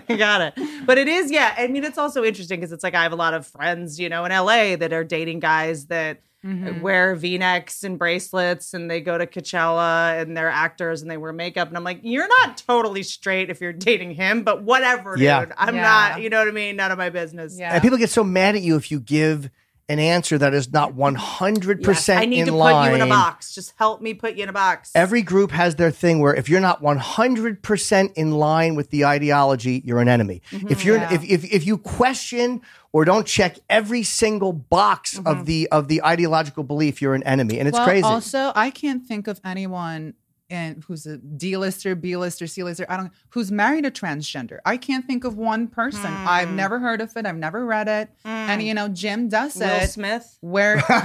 Speaker 2: you got it. But it is, yeah. I mean, it's also interesting because it's like I have a lot of friends, you know, in LA that are dating guys that
Speaker 3: Mm-hmm.
Speaker 2: wear V-necks and bracelets and they go to Coachella and they're actors and they wear makeup. And I'm like, you're not totally straight if you're dating him, but whatever, dude.
Speaker 3: Yeah.
Speaker 2: I'm
Speaker 4: Yeah.
Speaker 2: not, you know what I mean? None of my business.
Speaker 4: Yeah.
Speaker 3: And people get so mad at you if you give an answer that is not 100
Speaker 2: Yes,
Speaker 3: percent
Speaker 2: I need
Speaker 3: in
Speaker 2: to put
Speaker 3: line.
Speaker 2: you in a box. Just help me put you in a box.
Speaker 3: Every group has their thing where if you're not 100% in line with the ideology, you're an enemy. if you're
Speaker 4: Mm-hmm. Yeah.
Speaker 3: if, if if you question or don't check every single box of the of the ideological belief, you're an enemy and it's
Speaker 4: Mm-hmm. well,
Speaker 3: crazy.
Speaker 4: Also, I can't think of anyone and who's a D-lister, B-lister, C-lister. I don't who's married a transgender. I can't think of one person. I've
Speaker 2: Hmm.
Speaker 4: never heard of it. I've never read it. And you know, Jim does
Speaker 2: Will
Speaker 4: it.
Speaker 2: Smith.
Speaker 4: Where
Speaker 2: I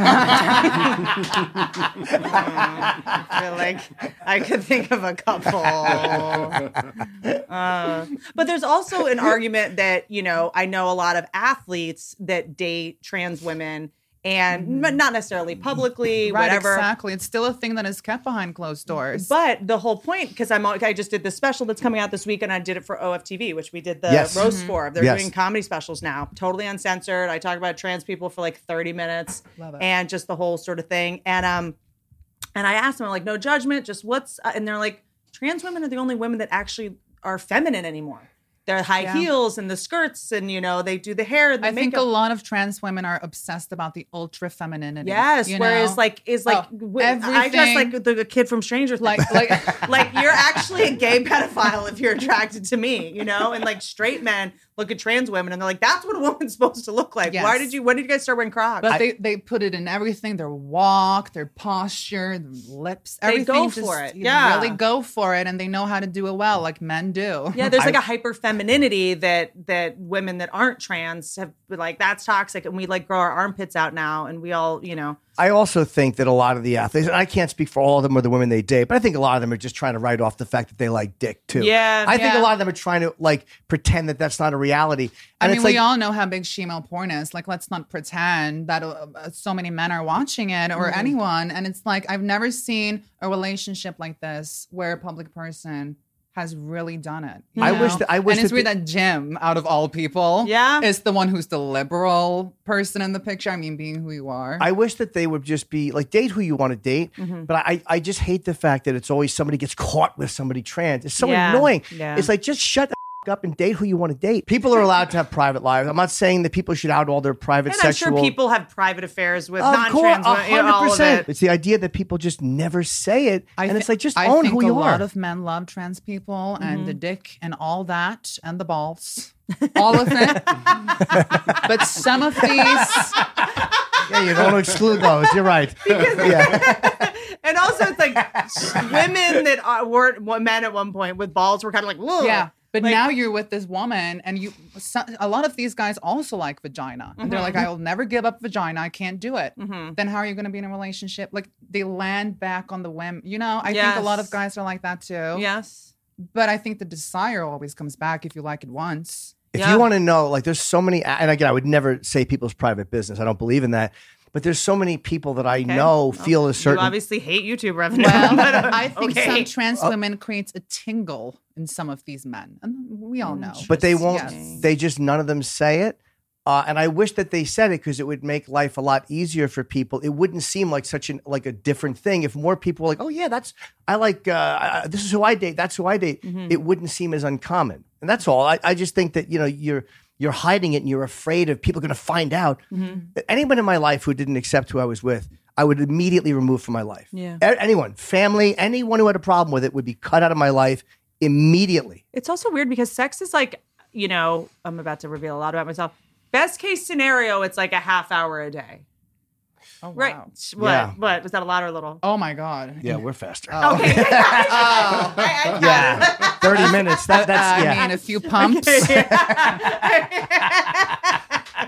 Speaker 2: feel like I could think of a couple. Uh, but there's also an argument that, you know, I know a lot of athletes that date trans women and
Speaker 3: Mm-hmm.
Speaker 2: but not necessarily publicly,
Speaker 4: right
Speaker 2: whatever.
Speaker 4: exactly. It's still a thing that is kept behind closed doors.
Speaker 2: But the whole point, because I'm all- I just did this special that's coming out this week, and I did it for OFTV, which we did the
Speaker 3: Yes.
Speaker 2: roast
Speaker 4: Mm-hmm.
Speaker 2: for. They're
Speaker 3: Yes.
Speaker 2: doing comedy specials now, totally uncensored. I talk about trans people for like 30 minutes,
Speaker 4: Love it.
Speaker 2: and just the whole sort of thing. And um, and I asked them like, no judgment, just what's uh, and they're like, trans women are the only women that actually are feminine anymore. They're high
Speaker 4: Yeah.
Speaker 2: heels and the skirts, and you know they do the hair. The
Speaker 4: I
Speaker 2: makeup.
Speaker 4: think a lot of trans women are obsessed about the ultra femininity.
Speaker 2: Yes.
Speaker 4: you
Speaker 2: Whereas,
Speaker 4: know?
Speaker 2: like, is like,
Speaker 4: Oh,
Speaker 2: w- I just
Speaker 4: everything-
Speaker 2: like the, the kid from Stranger Things.
Speaker 4: like like
Speaker 2: like you're actually a gay pedophile if you're attracted to me, you know? And like straight men look at trans women and they're like, that's what a woman's supposed to look like. Why
Speaker 4: Yes.
Speaker 2: did you when did you guys start wearing Crocs?
Speaker 4: But they, they put it in everything their walk, their posture, their lips,
Speaker 2: They
Speaker 4: everything.
Speaker 2: go
Speaker 4: just-
Speaker 2: for it.
Speaker 4: you
Speaker 2: Yeah.
Speaker 4: Really go for it. And they know how to do it well, like men do.
Speaker 2: yeah, there's like a hyper femininity that that women that aren't trans have been like that's toxic and we like grow our armpits out now and we all, you know.
Speaker 3: I also think that a lot of the athletes, and I can't speak for all of them or the women they date, but I think a lot of them are just trying to write off the fact that they like dick too.
Speaker 2: Yeah,
Speaker 3: I think a
Speaker 4: yeah.
Speaker 3: lot of them are trying to like pretend that that's not a reality.
Speaker 4: I
Speaker 3: And
Speaker 4: mean,
Speaker 3: it's
Speaker 4: we
Speaker 3: like,
Speaker 4: all know how big female porn is. Like, let's not pretend that uh, uh, so many men are watching it or
Speaker 3: Mm-hmm.
Speaker 4: anyone. And it's like, I've never seen a relationship like this where a public person has really done it. you
Speaker 3: I wish
Speaker 4: know?
Speaker 3: that- I wish
Speaker 4: And it's
Speaker 3: that
Speaker 4: weird that Jim, out of all people,
Speaker 2: Yeah.
Speaker 4: is the one who's the liberal person in the picture. I mean, being who you are.
Speaker 3: I wish that they would just be like date who you want to date,
Speaker 2: Mm-hmm.
Speaker 3: but I I just hate the fact that it's always somebody gets caught with somebody trans. It's so
Speaker 2: Yeah.
Speaker 3: annoying.
Speaker 2: Yeah.
Speaker 3: It's like just shut the f- up and date who you want to date. People are allowed to have private lives. I'm not saying that people should out all their private
Speaker 2: and
Speaker 3: sexual.
Speaker 2: I'm sure people have private affairs with
Speaker 3: Of
Speaker 2: non-trans
Speaker 3: course,
Speaker 2: women, you know,
Speaker 3: hundred
Speaker 2: all of
Speaker 3: percent.
Speaker 2: it.
Speaker 3: It's the idea that people just never say it, and
Speaker 4: thi-
Speaker 3: it's like just
Speaker 4: I
Speaker 3: own
Speaker 4: think
Speaker 3: who you
Speaker 4: a lot
Speaker 3: are.
Speaker 4: of men love trans people and the dick and all that and the balls, all of it. but some of these,
Speaker 3: yeah, you don't exclude those. You're right. yeah.
Speaker 2: And also, it's like women that are, weren't men at one point with balls were kind of like, Whoa.
Speaker 4: yeah. But
Speaker 2: Like-
Speaker 4: now you're with this woman, and you. So, a lot of these guys also like vagina, and they're like, "I will never give up vagina. I can't do it."
Speaker 2: Mm-hmm.
Speaker 4: Then how are you going to be in a relationship? Like they land back on the whim. You know, I think a lot
Speaker 2: Yes.
Speaker 4: of
Speaker 2: Oh.
Speaker 4: guys are like that too.
Speaker 2: Yes.
Speaker 4: But I think the desire always comes back if you like it once.
Speaker 3: If
Speaker 2: Yeah.
Speaker 3: you want to know, like, there's so many, and again, I would never say people's private business. I don't believe in that. But there's so many people that I know feel a
Speaker 2: You
Speaker 3: certain.
Speaker 2: obviously hate YouTube revenue.
Speaker 4: Well,
Speaker 2: but, uh,
Speaker 4: I think
Speaker 2: okay.
Speaker 4: some
Speaker 3: Uh,
Speaker 4: trans women creates a tingle in some of these men, and we all know.
Speaker 3: Mm, but they won't.
Speaker 4: Yes.
Speaker 3: They just none of them say it. Uh, and I wish that they said it because it would make life a lot easier for people. It wouldn't seem like such an like a different thing if more people were like, oh yeah, that's I like uh, I, this is who I date. That's who I date.
Speaker 4: Mm-hmm.
Speaker 3: It wouldn't seem as uncommon. And that's all. I, I just think that you know you're you're hiding it and you're afraid of people going to find out.
Speaker 2: Mm-hmm.
Speaker 3: Anyone in my life who didn't accept who I was with, I would immediately remove from my life.
Speaker 2: Yeah.
Speaker 3: A- anyone, family, anyone who had a problem with it would be cut out of my life immediately.
Speaker 2: It's also weird because sex is like, you know, I'm about to reveal a lot about myself. Best case scenario, it's like a half hour a day.
Speaker 4: Oh, wow.
Speaker 2: Right. What?
Speaker 3: Yeah.
Speaker 2: What? Was that a lot or a little?
Speaker 4: Oh my god.
Speaker 3: Yeah, we're faster.
Speaker 4: Oh,
Speaker 2: Okay. I- I got it.
Speaker 3: Yeah, thirty minutes. That,
Speaker 4: I
Speaker 3: that's yeah,
Speaker 4: mean, a few pumps.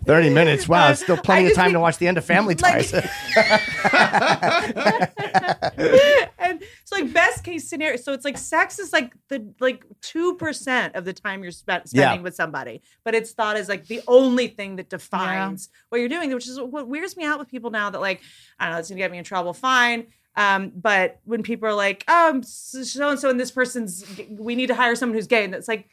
Speaker 3: thirty minutes. Wow, it's still plenty of time to watch the end of Family
Speaker 2: like-
Speaker 3: Ties.
Speaker 2: and it's like best case scenario. So it's like sex is like the like two percent of the time you're spe- spending
Speaker 3: Yeah.
Speaker 2: with somebody, but it's thought as like the only thing that defines what you're doing, which is what weirds me out with people now. That like I don't know, it's gonna get me in trouble. Fine. Um, but when people are like, um, so and so and this person's, g- we need to hire someone who's gay, and it's like,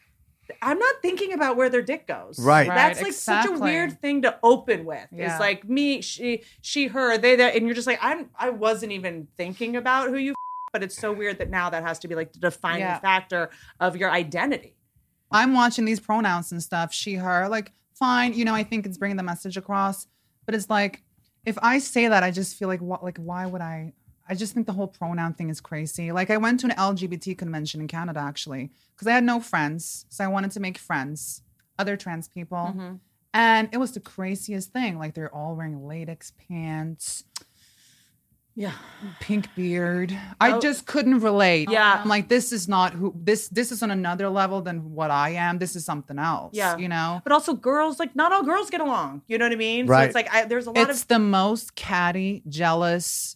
Speaker 2: I'm not thinking about where their dick goes.
Speaker 3: Right.
Speaker 4: Right,
Speaker 2: That's like such a
Speaker 4: exactly.
Speaker 2: weird thing to open with. It's
Speaker 4: Yeah.
Speaker 2: like me, she, she, her, they, that, and you're just like, I'm, I wasn't even thinking about who you. F- but it's so weird that now that has to be like the defining
Speaker 4: Yeah.
Speaker 2: factor of your identity.
Speaker 4: I'm watching these pronouns and stuff, she, her, like, fine, you know, I think it's bringing the message across, but it's like, if I say that, I just feel like, what, like, why would I? I just think the whole pronoun thing is crazy. Like, I went to an LGBT convention in Canada actually, because I had no friends. So I wanted to make friends, other trans people.
Speaker 2: Mm-hmm.
Speaker 4: And it was the craziest thing. Like, they're all wearing latex pants,
Speaker 2: Yeah.
Speaker 4: pink beard. I
Speaker 2: Oh.
Speaker 4: just couldn't relate.
Speaker 2: Yeah.
Speaker 4: I'm like, this is not who this this is on another level than what I am. This is something else.
Speaker 2: Yeah.
Speaker 4: You know?
Speaker 2: But also, girls like not all girls get along. You know what I mean? So
Speaker 3: Right.
Speaker 2: it's like I, there's a lot
Speaker 4: It's
Speaker 2: of
Speaker 4: the most catty, jealous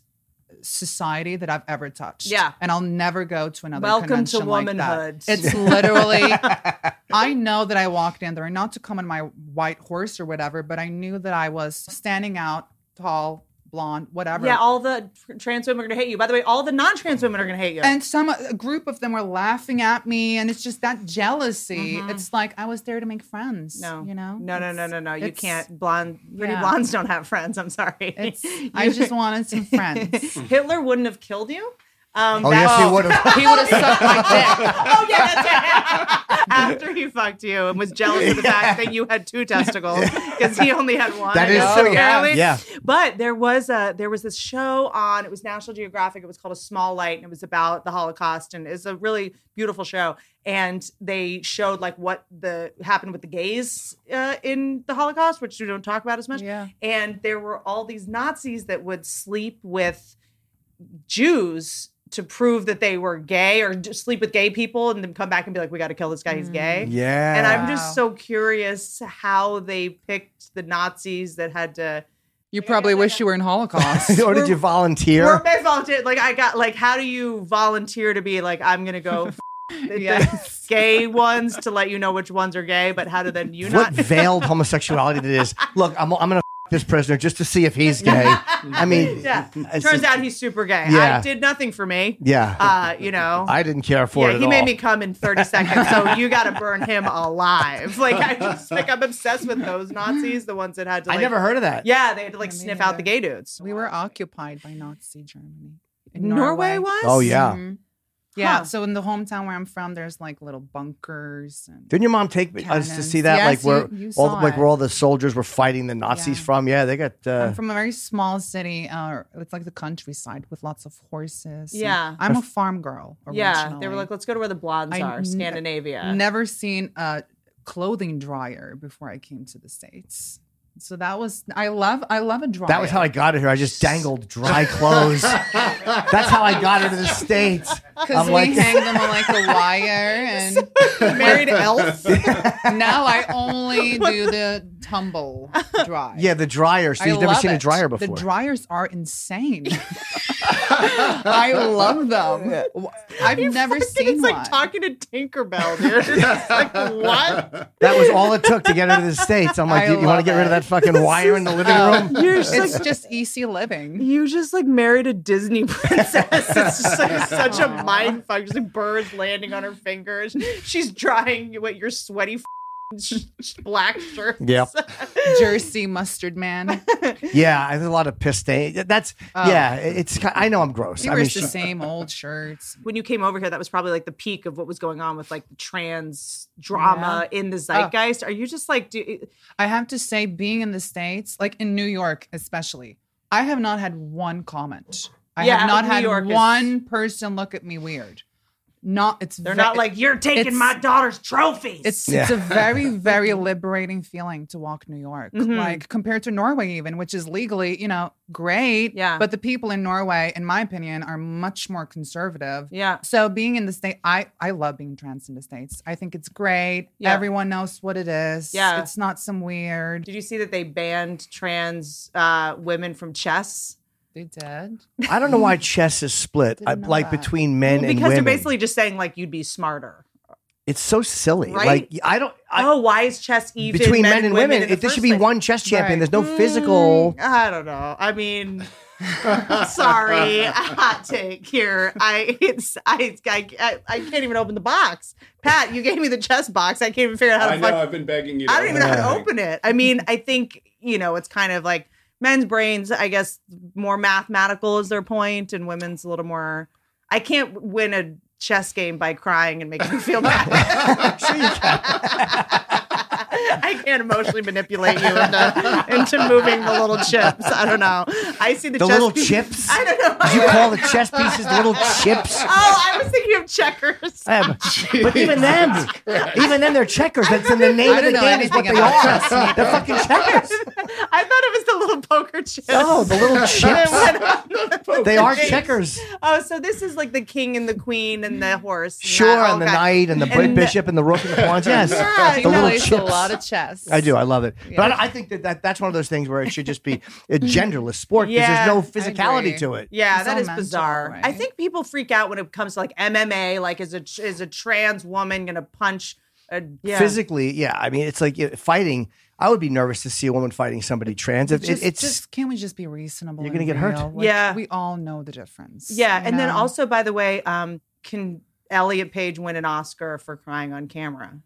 Speaker 4: society that I've ever touched.
Speaker 2: Yeah.
Speaker 4: And I'll never go to another
Speaker 2: welcome to
Speaker 4: convention like that.
Speaker 2: womanhood.
Speaker 4: It's literally I know that I walked in there not to come on my white horse or whatever, but I knew that I was standing out, tall, blonde, whatever.
Speaker 2: yeah. All the tr- trans women are gonna hate you. By the way, all the non-trans women are gonna hate you.
Speaker 4: And some a group of them were laughing at me, and it's just that jealousy. It's like I was there to make friends.
Speaker 2: Mm-hmm. no,
Speaker 4: you know,
Speaker 2: no, no, no,
Speaker 4: It's-
Speaker 2: no, no. You
Speaker 4: it's-
Speaker 2: can't blonde. Pretty
Speaker 4: Yeah.
Speaker 2: blondes don't have friends. I'm sorry.
Speaker 4: It's. I
Speaker 2: You-
Speaker 4: just wanted some friends.
Speaker 2: Hitler wouldn't have killed you. Um,
Speaker 3: Oh
Speaker 2: that-
Speaker 3: yes, he would have.
Speaker 4: he would have sucked my dick.
Speaker 2: oh yeah, that's it. After he fucked you and was jealous of the fact that you had two testicles because he only had one.
Speaker 3: That is
Speaker 4: true.
Speaker 2: apparently.
Speaker 3: Yeah.
Speaker 2: But there was a there was this show on. It was National Geographic. It was called A Small Light, and it was about the Holocaust. And it's a really beautiful show. And they showed like what the happened with the gays uh, in the Holocaust, which we don't talk about as much.
Speaker 4: Yeah.
Speaker 2: And there were all these Nazis that would sleep with. Jews to prove that they were gay or just sleep with gay people and then come back and be like, we got to kill this guy, he's gay.
Speaker 3: Mm. Yeah.
Speaker 2: And I'm just
Speaker 4: Wow.
Speaker 2: so curious how they picked the Nazis that had to.
Speaker 4: You probably wish you were in Holocaust.
Speaker 3: or did you
Speaker 2: Or
Speaker 3: volunteer?
Speaker 2: they volunteer. Like, I got, like, how do you volunteer to be like, I'm going to go f- the- the
Speaker 4: Yes.
Speaker 2: gay ones to let you know which ones are gay, but how do then you
Speaker 3: What
Speaker 2: not?
Speaker 3: veiled homosexuality that is? Look, I'm, I'm gonna f- this prisoner just to see if he's gay. I mean,
Speaker 2: yeah.
Speaker 3: it's-
Speaker 2: Turns out he's super gay. I
Speaker 3: Yeah.
Speaker 2: did nothing for me.
Speaker 3: yeah,
Speaker 2: Uh, you know.
Speaker 3: I didn't care for
Speaker 2: yeah,
Speaker 3: it.
Speaker 2: he
Speaker 3: at
Speaker 2: made
Speaker 3: all.
Speaker 2: me come in 30 seconds, so you got to burn him alive. Like I just like I'm obsessed with those Nazis, the ones that had to. Like,
Speaker 3: I never heard of that.
Speaker 2: Yeah, they had to like
Speaker 4: Yeah, me
Speaker 2: sniff out the gay
Speaker 4: neither.
Speaker 2: dudes.
Speaker 4: we were occupied by Nazi Germany. In
Speaker 2: Norway was.
Speaker 3: Oh yeah.
Speaker 4: Mhm. Yeah.
Speaker 2: Huh.
Speaker 4: So in the hometown where I'm from, there's like little bunkers and
Speaker 3: Didn't your mom take me us to
Speaker 4: Cannons.
Speaker 3: see that?
Speaker 4: Yes,
Speaker 3: like where
Speaker 4: you- you
Speaker 3: all
Speaker 4: saw
Speaker 3: like
Speaker 4: it.
Speaker 3: where all the soldiers were fighting the Nazis
Speaker 4: Yeah.
Speaker 3: from? Yeah, they got. Uh,
Speaker 4: I'm from a very small city. Uh, it's like the countryside with lots of horses. and
Speaker 2: Yeah.
Speaker 4: I'm a farm girl.
Speaker 2: Yeah, they were
Speaker 4: originally.
Speaker 2: like, let's go to where the blondes
Speaker 4: I
Speaker 2: are,
Speaker 4: n-
Speaker 2: Scandinavia.
Speaker 4: never seen a clothing dryer before I came to the states. So that was I love I love a dryer.
Speaker 3: That was how I got it here. I just dangled dry clothes. That's how I got her to the States.
Speaker 4: because
Speaker 3: I'm
Speaker 4: we
Speaker 3: like-
Speaker 4: hang them on like a wire and
Speaker 2: Married elf.
Speaker 4: now I only do the tumble dry.
Speaker 3: Yeah, the dryer. So
Speaker 4: I
Speaker 3: you've never
Speaker 4: love
Speaker 3: seen a
Speaker 4: it.
Speaker 3: dryer before.
Speaker 4: The dryers are insane. I love them. Wh- I've never seen
Speaker 2: it's like
Speaker 4: one.
Speaker 2: talking to Tinkerbell, dude. It's like what?
Speaker 3: that was all it took to get into the states. I'm like,
Speaker 4: I
Speaker 3: you, want to
Speaker 4: love
Speaker 3: get rid of
Speaker 4: it.
Speaker 3: that fucking wire in the living
Speaker 4: Oh.
Speaker 3: room?
Speaker 2: You're just
Speaker 4: it's
Speaker 2: like
Speaker 4: just easy living.
Speaker 2: you just like married a Disney princess. It's just like such a mind fuck. Just like birds landing on her fingers. She's drying what your sweaty f- black shirt.
Speaker 3: Yep.
Speaker 4: Jersey mustard man.
Speaker 3: Yeah, there's a lot of piss stain. That's
Speaker 4: Oh.
Speaker 3: yeah. It's ki- I know I'm gross.
Speaker 4: He
Speaker 3: I mean,
Speaker 4: wears
Speaker 3: she,
Speaker 4: the same old shirts.
Speaker 2: When you came over here, that was probably like the peak of what was going on with like the trans drama in the zeitgeist. Are you just like, do,
Speaker 4: I have to say, being in the States, like in New York especially, I have not had one comment. I
Speaker 2: Yeah,
Speaker 4: have not
Speaker 2: New
Speaker 4: had
Speaker 2: York is-
Speaker 4: one person look at me weird. Not it's
Speaker 2: they're
Speaker 4: ve-
Speaker 2: not like you're taking
Speaker 4: it's-
Speaker 2: my daughter's trophies?
Speaker 4: it's
Speaker 3: Yeah.
Speaker 4: it's a very very liberating feeling to walk New York
Speaker 2: Mhm.
Speaker 4: like compared to Norway even which is legally you know great
Speaker 2: Yeah.
Speaker 4: but the people in Norway in my opinion are much more conservative
Speaker 2: yeah.
Speaker 4: so being in the state I I love being trans in the states I think it's great
Speaker 2: Yeah.
Speaker 4: everyone knows what it is
Speaker 2: Yeah.
Speaker 4: it's not some weird
Speaker 2: Did you see that they banned trans uh, women from chess?
Speaker 4: they did
Speaker 3: I don't know why chess is split
Speaker 4: Didn't
Speaker 3: I,
Speaker 4: know
Speaker 3: like
Speaker 4: that.
Speaker 3: between men
Speaker 2: Well,
Speaker 3: and
Speaker 2: because
Speaker 3: women.
Speaker 2: they're basically just saying like you'd be smarter.
Speaker 3: it's so silly.
Speaker 2: Right?
Speaker 3: Like I don't. I,
Speaker 2: oh, why is chess even
Speaker 3: between
Speaker 2: men, and women? in the
Speaker 3: it, there
Speaker 2: first
Speaker 3: should be
Speaker 2: place?
Speaker 3: one chess champion.
Speaker 4: Right.
Speaker 3: There's no
Speaker 2: Mm,
Speaker 3: physical.
Speaker 2: I don't know. I mean, sorry, hot take here. I it's I, I I I can't even open the box. Pat, you gave me the chess box. I can't even figure out how to.
Speaker 1: I know.
Speaker 2: fuck-
Speaker 1: I've been begging you. To
Speaker 2: I don't even know how to
Speaker 1: everything.
Speaker 2: open it. I mean, I think, you know, it's kind of like men's brains, I guess, more mathematical is their point, and women's a little more. I can't win a chess game by crying and making you feel bad.
Speaker 3: Sure you can.
Speaker 2: I can't emotionally manipulate you into, into moving the little chips. I don't know. I see the,
Speaker 3: The
Speaker 2: chess
Speaker 3: little
Speaker 2: piece-
Speaker 3: chips.
Speaker 2: I don't know.
Speaker 3: Did you call the chess pieces the little chips?
Speaker 2: Oh, I was thinking of checkers.
Speaker 3: I have- but even then, even then, they're checkers. That's in the name
Speaker 4: I
Speaker 3: of the
Speaker 4: don't know
Speaker 3: game. Is what they
Speaker 4: anything about
Speaker 3: are. They're fucking checkers.
Speaker 2: I thought it was the little poker chips.
Speaker 3: No, Oh, the little chips. They are
Speaker 2: Thanks.
Speaker 3: checkers.
Speaker 2: Oh, so this is like the king and the queen and the horse. and
Speaker 3: Mm. Sure,
Speaker 2: that.
Speaker 3: and the
Speaker 2: Okay.
Speaker 3: knight and the
Speaker 2: And the-
Speaker 3: bishop and the rook and the pawns. Yes,
Speaker 2: Yeah,
Speaker 3: the
Speaker 2: you
Speaker 3: little
Speaker 4: plays
Speaker 3: chips.
Speaker 4: a lot of chess.
Speaker 3: I do. I love it. But
Speaker 4: Yeah.
Speaker 3: I, I think that, that that's one of those things where it should just be a genderless sport because
Speaker 2: Yeah,
Speaker 3: there's no physicality
Speaker 4: agree.
Speaker 3: to it.
Speaker 2: Yeah,
Speaker 4: It's
Speaker 2: that
Speaker 4: all
Speaker 2: is
Speaker 4: mental,
Speaker 2: bizarre. I
Speaker 4: right?
Speaker 2: think people freak out when it comes to like MMA. Like, is a is a trans woman gonna punch a yeah.
Speaker 3: Physically, yeah. I mean, it's like yeah, fighting. I would be nervous to see a woman fighting somebody trans. If
Speaker 4: Just,
Speaker 3: it, it's
Speaker 4: just can we just be reasonable?
Speaker 3: You're gonna
Speaker 4: and
Speaker 3: get hurt.
Speaker 4: real?
Speaker 2: Yeah.
Speaker 4: we all know the difference.
Speaker 2: Yeah,
Speaker 4: you
Speaker 2: and then
Speaker 4: know?
Speaker 2: also, by the way, um, can Elliot Page win an Oscar for crying on camera?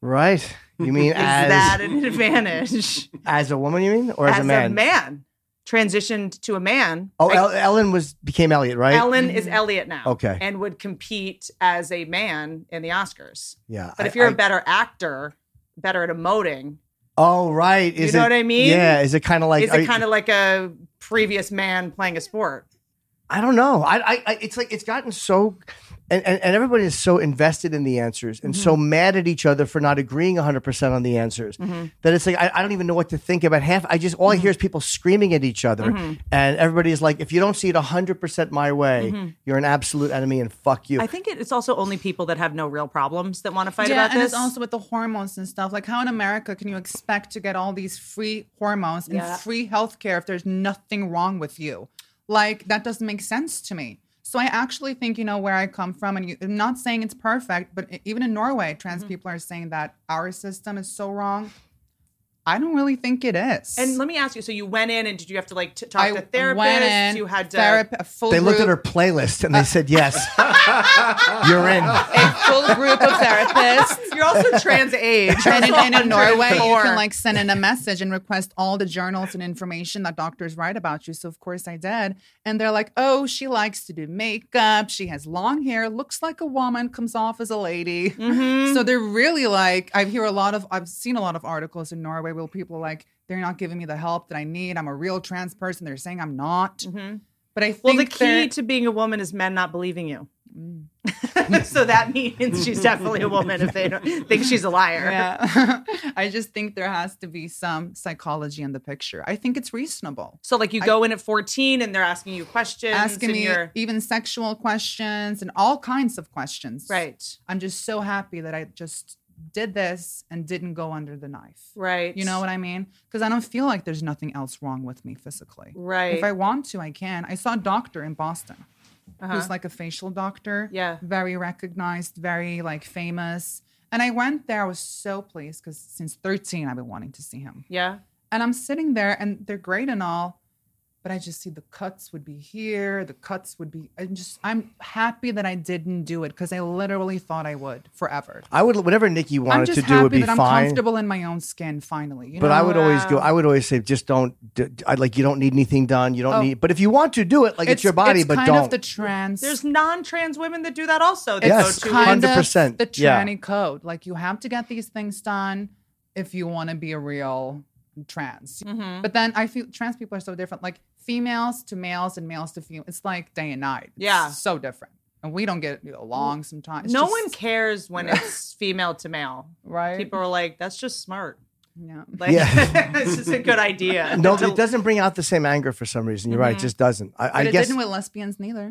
Speaker 3: right. You mean
Speaker 2: Is
Speaker 3: as
Speaker 2: that an advantage
Speaker 3: as a woman? You mean or as,
Speaker 2: as
Speaker 3: a man?
Speaker 2: Transitioned to a man.
Speaker 3: Oh,
Speaker 2: Like,
Speaker 3: El- Ellen was became Elliot, right?
Speaker 2: Ellen is
Speaker 4: Mhm.
Speaker 2: Elliot now.
Speaker 3: Okay.
Speaker 2: and would compete as a man in the Oscars.
Speaker 3: yeah.
Speaker 2: But
Speaker 3: I-
Speaker 2: if you're a
Speaker 3: I-
Speaker 2: better actor, better at emoting,
Speaker 3: oh right, is
Speaker 2: know
Speaker 3: it-
Speaker 2: what I mean?
Speaker 3: Yeah. Is it kind of like
Speaker 2: is
Speaker 3: are
Speaker 2: it
Speaker 3: you-
Speaker 2: kind of like a previous man playing a sport?
Speaker 3: I don't know. I, I, I it's like it's gotten so, and, and, and everybody is so invested in the answers and so
Speaker 2: Mm-hmm.
Speaker 3: mad at each other for not agreeing 100% on the answers
Speaker 4: Mm-hmm.
Speaker 3: that it's like, I, I don't even know what to think about half. I just, all
Speaker 2: Mm-hmm.
Speaker 3: I hear is people screaming at each other. And everybody's like, if you don't see it 100% my way, you're an absolute enemy and fuck you.
Speaker 2: Mm-hmm. I think it- it's also only people that have no real problems that want to fight
Speaker 4: yeah,
Speaker 2: about
Speaker 4: and
Speaker 2: this.
Speaker 4: it's also with the hormones and stuff. Like, how in America can you expect to get all these free hormones and
Speaker 2: Yeah.
Speaker 4: free healthcare if there's nothing wrong with you? Like, that doesn't make sense to me. So I actually think you know where I come from, and you, I'm not saying it's perfect, but e, even in Norway, trans
Speaker 2: Mm-hmm.
Speaker 4: people are saying that our system is so wrong. I don't really think it is.
Speaker 2: and let me ask you: so you went in, and did you have to like t- talk
Speaker 4: I
Speaker 2: to therapists?
Speaker 4: went in,
Speaker 2: you had to.
Speaker 4: therap- a full
Speaker 3: they looked at
Speaker 4: group-
Speaker 3: her playlist and they said, yes, you're in.
Speaker 4: a full group of therapists.
Speaker 2: You're also trans age.
Speaker 4: And in, and in Norway, you
Speaker 2: 104.
Speaker 4: can like send in a message and request all the journals and information that doctors write about you. So of course I did, and they're like, "Oh, she likes to do makeup. She has long hair, looks like a woman, comes off as a lady."
Speaker 2: Mm-hmm.
Speaker 4: So they're really like, I hear a lot of, I've seen a lot of articles in Norway where people are like, "They're not giving me the help that I need. I'm a real trans person. They're saying I'm not." But I think
Speaker 2: Mm-hmm. well, the key
Speaker 4: they're-
Speaker 2: to being a woman is men not believing you.
Speaker 4: Mm.
Speaker 2: so that means she's definitely a woman if they don't think she's a liar.
Speaker 4: Yeah. I just think there has to be some psychology in the picture. I think it's reasonable.
Speaker 2: So like you go in at 14 and they're asking you questions.
Speaker 4: Asking
Speaker 2: and
Speaker 4: me
Speaker 2: you're-
Speaker 4: even sexual questions and all kinds of questions.
Speaker 2: Right.
Speaker 4: I'm just so happy that I just did this and didn't go under the knife.
Speaker 2: Right.
Speaker 4: You know what I mean? Because I don't feel like there's nothing else wrong with me physically.
Speaker 2: Right.
Speaker 4: If I want to, I can. I saw a doctor in Boston
Speaker 2: Uh-huh.
Speaker 4: who's like a facial doctor.
Speaker 2: Yeah.
Speaker 4: Very recognized, very like famous. And I went there. I was so pleased because since 13, I've been wanting to see him.
Speaker 2: yeah.
Speaker 4: And I'm sitting there and they're great and all, but I just see the cuts would be here, the cuts would be. I'm just, I'm happy that I didn't do it because I literally thought I would forever.
Speaker 3: I would whatever Nikki
Speaker 4: I'm
Speaker 3: wanted
Speaker 4: just
Speaker 3: to do would be
Speaker 4: happy that I'm
Speaker 3: fine.
Speaker 4: comfortable in my own skin finally. You
Speaker 3: But
Speaker 4: know? uh,
Speaker 3: I would always go.
Speaker 2: Wow.
Speaker 3: I would always say, just don't. d- d- I like you don't need anything done. You don't
Speaker 4: Oh.
Speaker 3: need. But if you want to do it, like it's, your body,
Speaker 4: it's
Speaker 3: but
Speaker 4: kind
Speaker 3: don't.
Speaker 4: of the trans.
Speaker 2: There's non-trans women that do that also. They
Speaker 3: Yes,
Speaker 2: go to
Speaker 3: kind
Speaker 4: kind of
Speaker 3: 100%,
Speaker 4: the
Speaker 3: yeah.
Speaker 4: tranny code. Like you have to get these things done if you want to be a real trans.
Speaker 2: Mhm.
Speaker 4: But then I feel trans people are so different. Like females to males and males to females. It's like day and night. It's
Speaker 2: Yeah.
Speaker 4: so different. And we don't get along sometimes. It's
Speaker 2: no
Speaker 4: just-
Speaker 2: one cares when it's female to male.
Speaker 4: right?
Speaker 2: People are like, that's just smart.
Speaker 4: yeah.
Speaker 2: Like,
Speaker 3: Yeah.
Speaker 2: it's just a good idea.
Speaker 3: no,
Speaker 2: To-
Speaker 3: it doesn't bring out the same anger for some reason. You're right. It
Speaker 2: Mhm.
Speaker 3: just doesn't. I,
Speaker 4: Mm-hmm. But
Speaker 3: I
Speaker 4: it
Speaker 3: guess
Speaker 4: didn't with lesbians neither.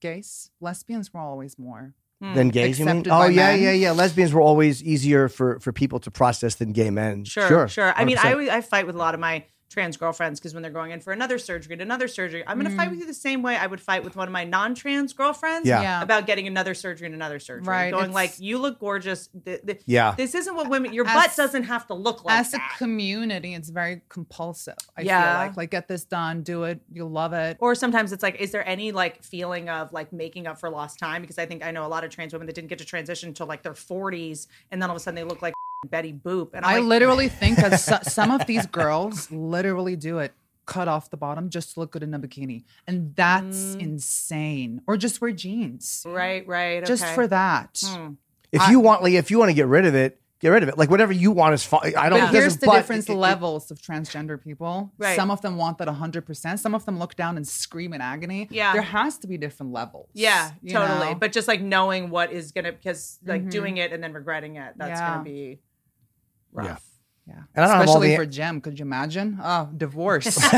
Speaker 4: Gays, lesbians were always more.
Speaker 2: Hmm.
Speaker 3: than gays. You mean?
Speaker 4: accepted
Speaker 3: Oh
Speaker 4: by
Speaker 3: yeah,
Speaker 4: men.
Speaker 3: yeah, yeah. Lesbians were always easier for for people to process than gay men.
Speaker 2: Sure,
Speaker 3: sure.
Speaker 2: sure. I mean, I,
Speaker 3: 100%.
Speaker 2: always- I fight with a lot of my trans girlfriends because when they're going in for another surgery and another surgery, I'm going to fight with you the same way I would fight with one of my non-trans girlfriends
Speaker 3: Mm. Yeah.
Speaker 4: Yeah.
Speaker 2: about getting another surgery and another surgery.
Speaker 4: Right,
Speaker 2: Going
Speaker 4: it's-
Speaker 2: like, you look gorgeous. Th- th-
Speaker 3: Yeah.
Speaker 2: This isn't what women, your
Speaker 4: As-
Speaker 2: butt doesn't have to look like
Speaker 4: As a
Speaker 2: that.
Speaker 4: community, it's very compulsive. I
Speaker 2: Yeah.
Speaker 4: feel like like get this done, do it, you'll love it.
Speaker 2: or sometimes it's like, is there any like feeling of like making up for lost time? Because I think I know a lot of trans women that didn't get to transition until like their 40s, and then all of a sudden they look like Betty Boop. And I'm
Speaker 4: I
Speaker 2: like,
Speaker 4: literally think that so, some of these girls literally do it. Cut off the bottom just to look good in a bikini. And
Speaker 2: Mm.
Speaker 4: that's insane. Or just wear jeans.
Speaker 2: right, right,
Speaker 4: Just
Speaker 2: okay.
Speaker 4: for that.
Speaker 2: Hmm.
Speaker 3: If you want, like, if you want to get rid of it, get rid of it. Like whatever you want is fine. I don't.
Speaker 4: But
Speaker 3: it
Speaker 4: here's
Speaker 3: doesn't-
Speaker 4: the
Speaker 3: but
Speaker 4: difference
Speaker 3: it- it-
Speaker 4: levels of transgender people.
Speaker 2: Right.
Speaker 4: Some of them want that 100%. Some of them look down and scream in agony.
Speaker 2: Yeah.
Speaker 4: There has to be different levels.
Speaker 2: Yeah, Mm-hmm.
Speaker 4: you
Speaker 2: totally.
Speaker 4: know?
Speaker 2: But just like knowing what is gonna because like
Speaker 4: Mhm.
Speaker 2: doing it and then regretting it, that's
Speaker 4: Yeah.
Speaker 2: gonna be rough.
Speaker 4: yeah.
Speaker 3: And I don't have all
Speaker 4: Especially
Speaker 3: the-
Speaker 4: for Jem. Could you imagine? Oh, divorce.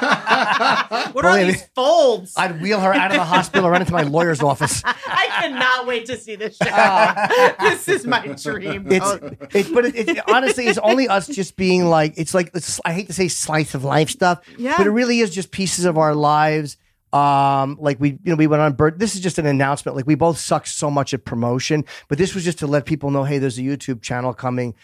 Speaker 2: What are
Speaker 3: Believe
Speaker 2: these folds? I,
Speaker 3: I'd wheel her out of the hospital or into my lawyer's office.
Speaker 2: cannot wait to see this show. this is my dream.
Speaker 3: It's,
Speaker 2: Oh,
Speaker 3: it, but it, it, honestly, it's only us just being like, it's like, it's, I hate to say slice of life stuff,
Speaker 2: Yeah.
Speaker 3: but it really is just pieces of our lives. Um, like we, you know, we went on bird. This is just an announcement. Like we both suck so much at promotion, but this was just to let people know, hey, there's a YouTube channel coming.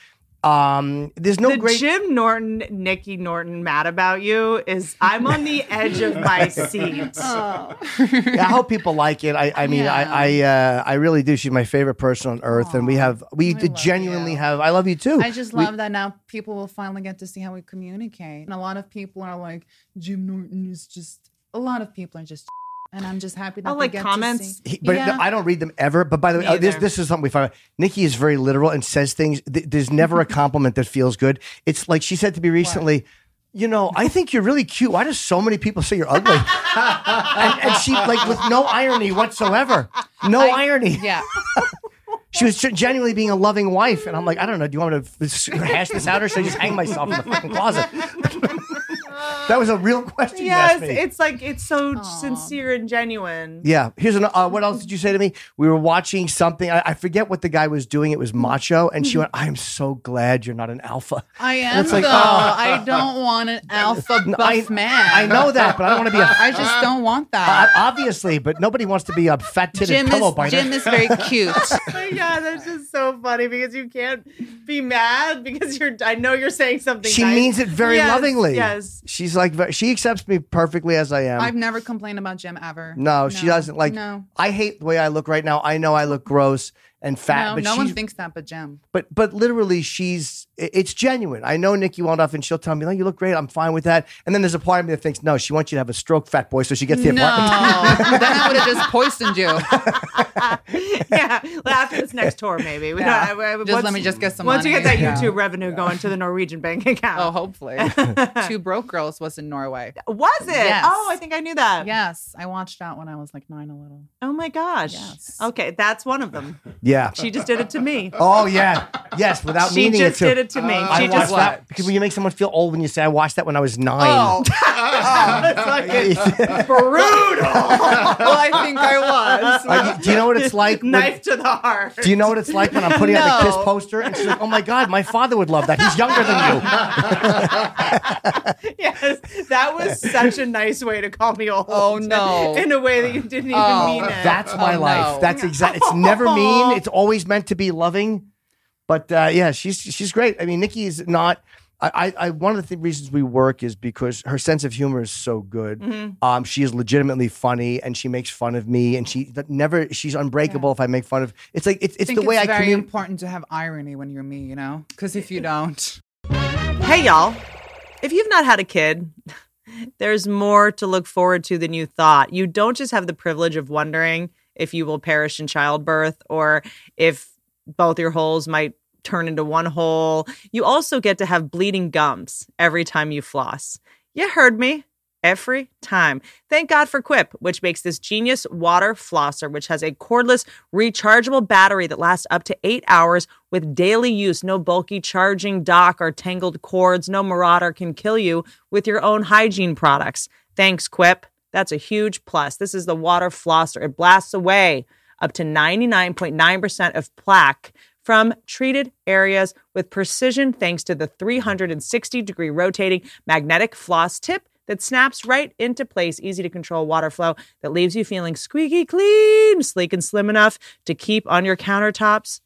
Speaker 3: Um, there's no
Speaker 2: the
Speaker 3: great.
Speaker 2: Jim Norton, Nikki Norton, mad about you is I'm on the edge of my seat.
Speaker 4: Oh.
Speaker 3: I hope people like it. I, I mean, I, I, uh, I really do. She's my favorite person on earth, and we have, we
Speaker 4: love
Speaker 3: genuinely
Speaker 4: you.
Speaker 3: have. I love you too.
Speaker 4: I just love that now people will finally get to see how we communicate. And a lot of people are like, Jim Norton is just, a lot of people are just, and I'm just happy that
Speaker 2: Oh,
Speaker 4: they
Speaker 2: like
Speaker 4: get to
Speaker 2: comments?
Speaker 4: see-
Speaker 3: He, but
Speaker 4: Yeah.
Speaker 3: I don't read them ever. But by the way, uh, this
Speaker 2: either.
Speaker 3: this is something we found out. Nikki is very literal and says things. Th- there's never a compliment that feels good. It's like she said to me recently. You know, I think you're really cute. Why do so many people say you're ugly? and, and she like with no irony whatsoever. No irony.
Speaker 4: yeah.
Speaker 3: She was gen- genuinely being a loving wife, and I'm like, I don't know. Do you want me to f- hash this out, or should I just hang myself in the fucking closet? that was a real question.
Speaker 2: Yes,
Speaker 3: you asked me.
Speaker 2: it's like it's so sincere and genuine.
Speaker 3: Yeah. Here's an. Uh, what else did you say to me? We were watching something. I, I forget what the guy was doing. It was macho, and
Speaker 4: Mm-hmm.
Speaker 3: she went, "I am so glad you're not an alpha."
Speaker 4: I am,
Speaker 3: like, oh.
Speaker 4: though. I don't want an alpha buff
Speaker 3: I-
Speaker 4: man.
Speaker 3: I know that, but I don't want to be a.
Speaker 4: I just don't want
Speaker 3: uh,
Speaker 4: that.
Speaker 3: obviously, but nobody wants to be a fat titted
Speaker 4: Jim
Speaker 3: pillow
Speaker 4: is,
Speaker 3: biter.
Speaker 4: Jim is very cute.
Speaker 2: my god, that's just so funny because you can't be mad because you're. I know you're saying something.
Speaker 3: she
Speaker 2: nice.
Speaker 3: means it very
Speaker 2: Yes,
Speaker 3: lovingly.
Speaker 2: Yes.
Speaker 3: She's like ve- she accepts me perfectly as I am.
Speaker 4: I've never complained about Jim ever.
Speaker 3: no, she doesn't like.
Speaker 4: No.
Speaker 3: I hate the way I look right now. I know I look gross and fat,
Speaker 4: No,
Speaker 3: but
Speaker 4: no
Speaker 3: she's
Speaker 4: one thinks that but Jim.
Speaker 3: but but literally she's it- it's genuine i know nikki well enough and she'll tell me no you look great i'm fine with that and then there's a part of me that thinks no she wants you to have a stroke fat boy so she gets the
Speaker 4: No. then
Speaker 3: apartment
Speaker 4: I would have just poisoned you.
Speaker 2: Uh, yeah. Well, after this next tour, maybe. We
Speaker 4: Yeah.
Speaker 2: don't, I- I-
Speaker 4: Just
Speaker 2: once-
Speaker 4: let me just get some
Speaker 2: Once you get that
Speaker 4: money. Yeah.
Speaker 2: YouTube revenue going to the Norwegian bank
Speaker 4: Oh,
Speaker 2: account.
Speaker 4: hopefully. Two Broke Girls was in Norway.
Speaker 2: Was it?
Speaker 4: Yes.
Speaker 2: Oh, I think I knew that.
Speaker 4: Yes, I watched that when I was like nine, a little.
Speaker 2: Oh my gosh.
Speaker 4: Yes.
Speaker 2: Okay, that's one of them.
Speaker 3: yeah
Speaker 2: She just did it to me.
Speaker 3: oh yeah Yes, without
Speaker 2: She
Speaker 3: meaning
Speaker 2: just
Speaker 3: it to.
Speaker 2: did it to me.
Speaker 1: Uh,
Speaker 2: she
Speaker 3: I
Speaker 2: just
Speaker 3: watched that because when you make someone feel old when you say I watched that when I was nine.
Speaker 1: Oh, oh.
Speaker 4: well, I think I was.
Speaker 3: Are you- do you know what it's like? when-
Speaker 2: knife to the heart.
Speaker 3: do you know what it's like when I'm putting up a
Speaker 4: No.
Speaker 3: kiss poster and she's like, "Oh my god, my father would love that. He's younger than you."
Speaker 2: yes, that was such a nice way to call me old.
Speaker 4: Oh, no.
Speaker 2: in a way that you didn't even
Speaker 4: Oh,
Speaker 2: mean it.
Speaker 3: That's my
Speaker 4: Oh,
Speaker 3: life.
Speaker 4: no.
Speaker 3: That's exact. It's never mean. It's always meant to be loving. But uh, yeah, she's she's great. I mean, Nikki is not. I, I, I one of the th- reasons we work is because her sense of humor is so good.
Speaker 4: Mm-hmm.
Speaker 3: Um, she is legitimately funny, and she makes fun of me, and she that never. She's unbreakable. If I make fun of, it's like it's
Speaker 4: I
Speaker 3: it's
Speaker 4: think
Speaker 3: the way
Speaker 4: it's
Speaker 3: I
Speaker 4: very
Speaker 3: communicate.
Speaker 4: important to have irony when you're me, you know? Because if you don't,
Speaker 2: Hey, y'all. If you've not had a kid, there's more to look forward to than you thought. You don't just have the privilege of wondering if you will perish in childbirth or if both your holes might turn into one hole. You also get to have bleeding gums every time you floss. You heard me. Every time. Thank God for Quip, which makes this genius water flosser, which has a cordless, rechargeable battery that lasts up to eight hours with daily use. No bulky charging dock or tangled cords. No marauder can kill you with your own hygiene products. Thanks, Quip. That's a huge plus. This is the water flosser. It blasts away up to 99.9% of plaque from treated areas with precision thanks to the 360 degree rotating magnetic floss tip that snaps right into place, easy to control water flow that leaves you feeling squeaky clean, sleek and slim enough to keep on your countertops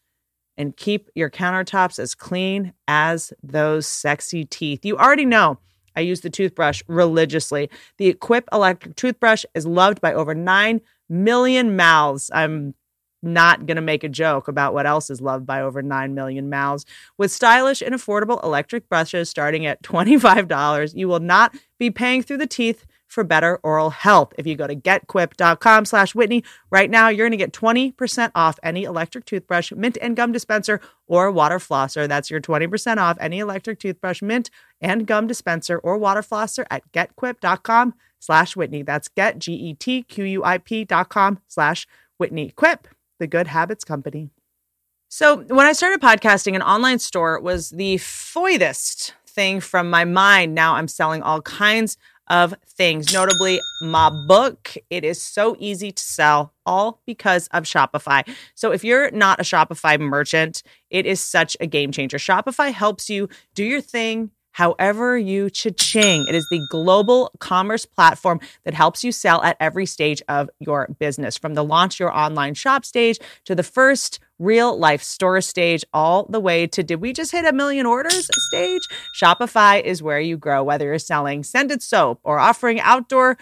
Speaker 2: and keep your countertops as clean as those sexy teeth. You already know I use the toothbrush religiously. The Equip electric toothbrush is loved by over 9 million mouths. I'm not going to make a joke about what else is loved by over 9 million mouths. With stylish and affordable electric brushes starting at $25, you will not be paying through the teeth for better oral health. If you go to getquip.com slash Whitney right now, you're going to get 20% off any electric toothbrush, mint and gum dispenser, or water flosser. That's your 20% off any electric toothbrush, mint and gum dispenser, or water flosser at getquip.com slash Whitney. That's get, E G-E-T-Q-U-I-P dot com slash Whitney. Quip, the good habits company. So when I started podcasting, an online store was the foidest thing from my mind. Now I'm selling all kinds of things, notably my book. It is so easy to sell, all because of Shopify. So if you're not a Shopify merchant, it is such a game changer. Shopify helps you do your thing. However, you cha-ching. It is the global commerce platform that helps you sell at every stage of your business, from the launch your online shop stage to the first real life store stage, all the way to did we just hit a million orders stage? Shopify is where you grow, whether you're selling scented soap or offering outdoor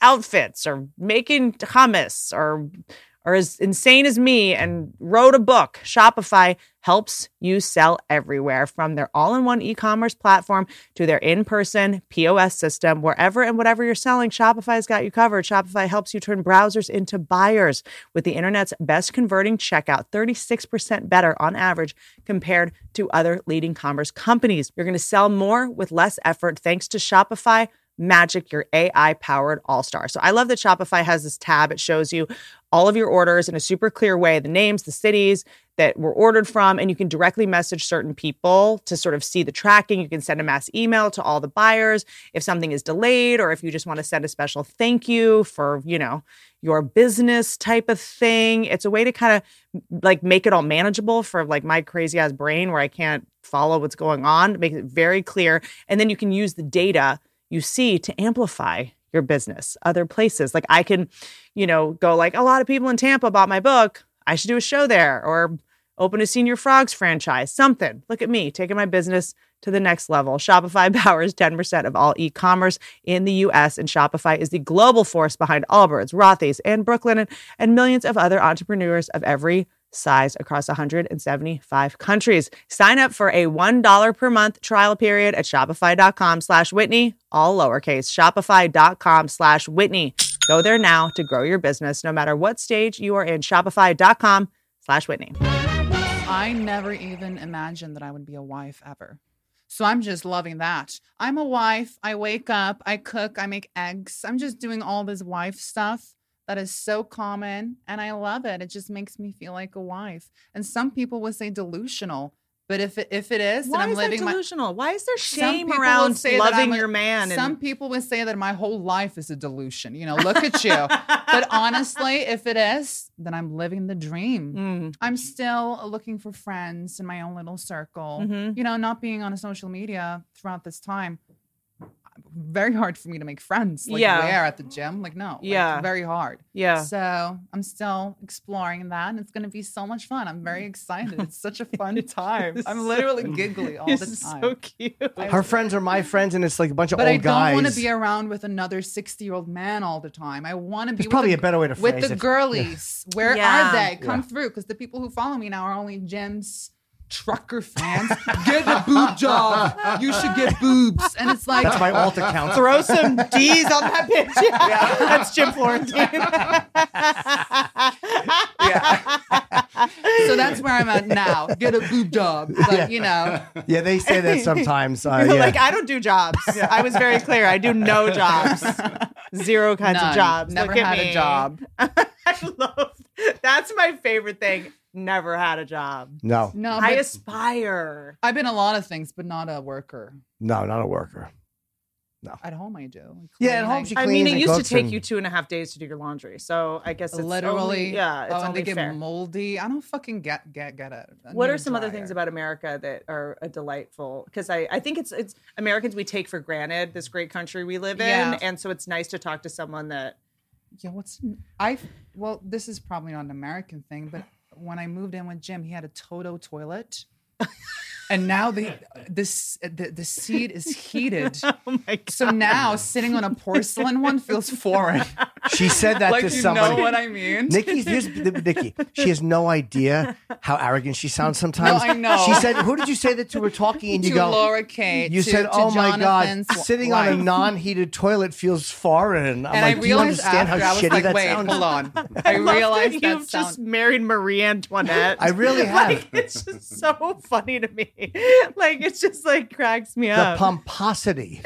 Speaker 2: outfits or making hummus or or as insane as me and wrote a book, Shopify helps you sell everywhere from their all in one e commerce platform to their in person POS system. Wherever and whatever you're selling, Shopify's got you covered. Shopify helps you turn browsers into buyers with the internet's best converting checkout, 36% better on average compared to other leading commerce companies. You're going to sell more with less effort thanks to Shopify. Magic, your AI powered all star. So I love that Shopify has this tab. It shows you all of your orders in a super clear way the names, the cities that were ordered from, and you can directly message certain people to sort of see the tracking. You can send a mass email to all the buyers if something is delayed or if you just want to send a special thank you for, you know, your business type of thing. It's a way to kind of like make it all manageable for like my crazy ass brain where I can't follow what's going on, make it very clear. And then you can use the data you see to amplify your business other places like i can you know go like a lot of people in tampa bought my book i should do a show there or open a senior frogs franchise something look at me taking my business to the next level shopify powers 10% of all e-commerce in the us and shopify is the global force behind allbirds rothy's and brooklyn and millions of other entrepreneurs of every size across 175 countries. Sign up for a $1 per month trial period at Shopify.com slash Whitney, all lowercase, Shopify.com slash Whitney. Go there now to grow your business no matter what stage you are in. Shopify.com slash Whitney.
Speaker 4: I never even imagined that I would be a wife ever. So I'm just loving that. I'm a wife. I wake up, I cook, I make eggs. I'm just doing all this wife stuff that is so common and I love it. It just makes me feel like a wife. And some people would say delusional, But if it, if it is, then
Speaker 2: Why
Speaker 4: I'm
Speaker 2: is that
Speaker 4: living my.
Speaker 2: delusional? Why is there
Speaker 4: Some
Speaker 2: shame
Speaker 4: people would
Speaker 2: around
Speaker 4: say that
Speaker 2: loving
Speaker 4: I'm a-
Speaker 2: your man? and-
Speaker 4: Some people would say that my whole life is a delusion. You know, look at you. but honestly, if it is, then I'm living the dream.
Speaker 2: Mm.
Speaker 4: I'm still looking for friends in my own little circle.
Speaker 2: Mhm.
Speaker 4: You know, not being on a social media throughout this time, very hard for me to make friends. Like
Speaker 2: Yeah.
Speaker 4: where at the gym? Like no. like,
Speaker 2: Yeah.
Speaker 4: very hard.
Speaker 2: Yeah.
Speaker 4: So I'm still exploring that, and it's going to be so much fun. I'm very excited. It's such a fun time. I'm literally giggly all the
Speaker 2: This is
Speaker 4: time.
Speaker 2: so cute.
Speaker 3: Her friends are my friends, and it's like a bunch of
Speaker 4: but
Speaker 3: old
Speaker 4: I don't
Speaker 3: guys.
Speaker 4: want to be around with another 60 year old man all the time. I want to be
Speaker 3: There's
Speaker 4: with
Speaker 3: probably
Speaker 4: the-
Speaker 3: a better way to
Speaker 4: with
Speaker 3: phrase
Speaker 4: the
Speaker 3: it.
Speaker 4: girlies. Where
Speaker 2: Yeah.
Speaker 4: are they? Come through, because the people who follow me now are only Jim's trucker fans. get a boob job. You should get boobs. And it's like
Speaker 3: That's my alt account.
Speaker 2: Throw some D's on that bitch. That's Jim Florentine.
Speaker 4: so that's where I'm at now. Get a boob job. But, You know,
Speaker 3: Yeah, they say that sometimes. Uh, yeah.
Speaker 2: Like I don't do jobs. I was very clear. I do no jobs. Zero kinds
Speaker 4: none.
Speaker 2: of jobs.
Speaker 4: Never
Speaker 2: Look at
Speaker 4: had
Speaker 2: me.
Speaker 4: a job.
Speaker 2: I love. That's my favorite thing. Never had a job.
Speaker 3: no,
Speaker 4: No,
Speaker 2: I
Speaker 4: Um, but
Speaker 2: aspire.
Speaker 4: I've been a lot of things, but not a worker.
Speaker 3: no, not a worker.
Speaker 4: At home, I do. Like
Speaker 3: Yeah, at
Speaker 4: cleaning,
Speaker 3: home
Speaker 4: like,
Speaker 3: she
Speaker 2: I mean,
Speaker 3: cleans
Speaker 2: it
Speaker 3: and
Speaker 2: used to
Speaker 3: cooks
Speaker 2: take
Speaker 3: and-
Speaker 2: you two and a half days to do your laundry. So I guess it's
Speaker 4: literally.
Speaker 2: only- yeah, it's
Speaker 4: oh, and
Speaker 2: only
Speaker 4: they get
Speaker 2: fair.
Speaker 4: moldy. I don't fucking get get get it. I
Speaker 2: What
Speaker 4: need
Speaker 2: are
Speaker 4: a
Speaker 2: some other things
Speaker 4: dryer.
Speaker 2: about America that are a delightful? Because I, I think it's it's Americans we take for granted this great country we live in,
Speaker 4: Yeah.
Speaker 2: and so it's nice to talk to someone that
Speaker 4: Yeah, what's I? Well, this is probably not an American thing, but when I moved in with Jim, he had a Toto toilet, and now the this the, the seat is heated.
Speaker 2: oh my god,
Speaker 4: So now sitting on a porcelain one feels foreign.
Speaker 3: She said that
Speaker 4: like
Speaker 3: to
Speaker 4: you
Speaker 3: somebody.
Speaker 4: know what I mean?
Speaker 3: Nikki's here's the, Nikki. She has no idea how arrogant she sounds sometimes.
Speaker 4: I know.
Speaker 3: She said, "Who did you say that to?" We're talking, and
Speaker 4: to
Speaker 3: you go,
Speaker 4: Laura Kate.
Speaker 3: "You
Speaker 4: to-
Speaker 3: said,
Speaker 4: to
Speaker 3: oh my
Speaker 4: Jonathan's
Speaker 3: god,
Speaker 4: w-
Speaker 3: sitting on
Speaker 4: wife.
Speaker 3: a non-heated toilet feels foreign." I'm like,
Speaker 4: And I
Speaker 3: "Do you
Speaker 4: realized
Speaker 3: understand
Speaker 4: after
Speaker 3: how
Speaker 4: I was
Speaker 3: shitty
Speaker 4: like,
Speaker 3: that
Speaker 4: wait,
Speaker 3: sounds?"
Speaker 4: hold on.
Speaker 2: I,
Speaker 4: I,
Speaker 2: love
Speaker 4: realized
Speaker 2: that
Speaker 4: that
Speaker 2: you've
Speaker 4: sound-
Speaker 2: just married Marie Antoinette.
Speaker 3: I really have
Speaker 2: like it's just so funny to me. Like it's just like cracks me
Speaker 3: the
Speaker 2: up.
Speaker 3: pomposity.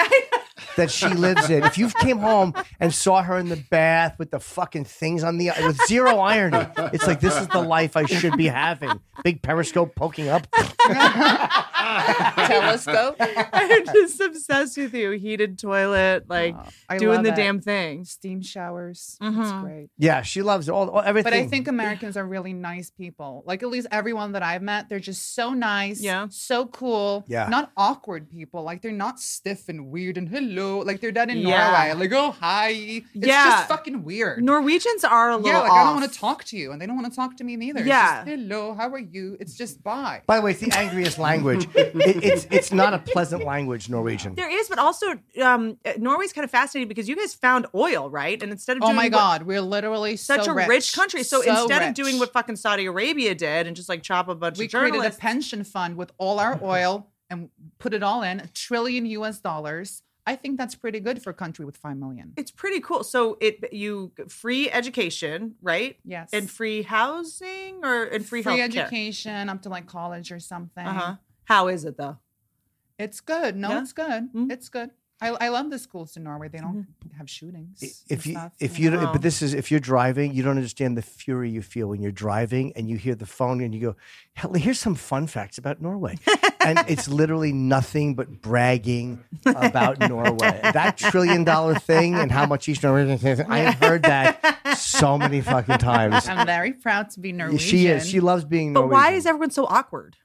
Speaker 3: That she lives in. If you came home and saw her in the bath with the fucking things on the with zero irony, it's like this is the life I should be having. Big periscope poking up.
Speaker 4: telescope.
Speaker 2: I'm just obsessed with you. Heated toilet, like
Speaker 4: Oh, I
Speaker 2: doing
Speaker 4: love
Speaker 2: the
Speaker 4: it.
Speaker 2: damn thing.
Speaker 4: steam showers. It's
Speaker 3: Mm-hmm.
Speaker 2: Mhm.
Speaker 4: great.
Speaker 3: Yeah, she loves all, all everything.
Speaker 4: But I think Americans are really nice people. Like at least everyone that I've met, they're just so nice.
Speaker 2: Yeah.
Speaker 4: So cool.
Speaker 3: Yeah.
Speaker 4: Not awkward people. Like they're not stiff and weird and hello. Like they're dead in
Speaker 2: Yeah.
Speaker 4: Norway. Like, oh hi. It's
Speaker 2: Yeah.
Speaker 4: just fucking weird.
Speaker 2: Norwegians are a little.
Speaker 4: yeah, like I don't want
Speaker 2: off.
Speaker 4: to talk to you and they don't want to talk to me neither. It's
Speaker 2: Yeah.
Speaker 4: just, hello, how are you? It's just bye.
Speaker 3: By the way, it's the angriest language. It, it's it's not a pleasant language, Norwegian.
Speaker 2: There is, but also um, Norway's kind of fascinating because you guys found oil, right? And instead of
Speaker 4: Oh
Speaker 2: doing
Speaker 4: my
Speaker 2: what-
Speaker 4: God, we're literally
Speaker 2: such
Speaker 4: so
Speaker 2: a rich, country. So, instead of doing
Speaker 4: rich.
Speaker 2: what fucking Saudi Arabia did and just like chop a bunch
Speaker 4: we
Speaker 2: of
Speaker 4: created a
Speaker 2: journalists,
Speaker 4: pension fund with all our oil and put it all in a trillion US dollars. I think that's pretty good for a country with 5 million.
Speaker 2: it's pretty cool. So it you free education, right?
Speaker 4: Yes.
Speaker 2: And free housing or and free,
Speaker 4: free
Speaker 2: healthcare?
Speaker 4: education up to like college or something.
Speaker 2: Uh-huh. How is it though?
Speaker 4: It's good. No,
Speaker 2: Yeah.
Speaker 4: it's good.
Speaker 2: Mm.
Speaker 4: It's good. I, I love the schools in Norway. They don't
Speaker 2: Mm-hmm.
Speaker 4: have shootings. and
Speaker 3: If you
Speaker 4: stuff,
Speaker 3: if you
Speaker 4: know.
Speaker 3: don't, but this is if you're driving, you don't understand the fury you feel when you're driving and you hear the phone and you go, Hell, "Here's some fun facts about Norway," and it's literally nothing but bragging about Norway. That trillion dollar thing and how much each Norwegian. I've heard that so many fucking times.
Speaker 4: I'm very proud to be Norwegian.
Speaker 3: She is. She loves being
Speaker 2: But
Speaker 3: Norwegian.
Speaker 2: why is everyone so awkward?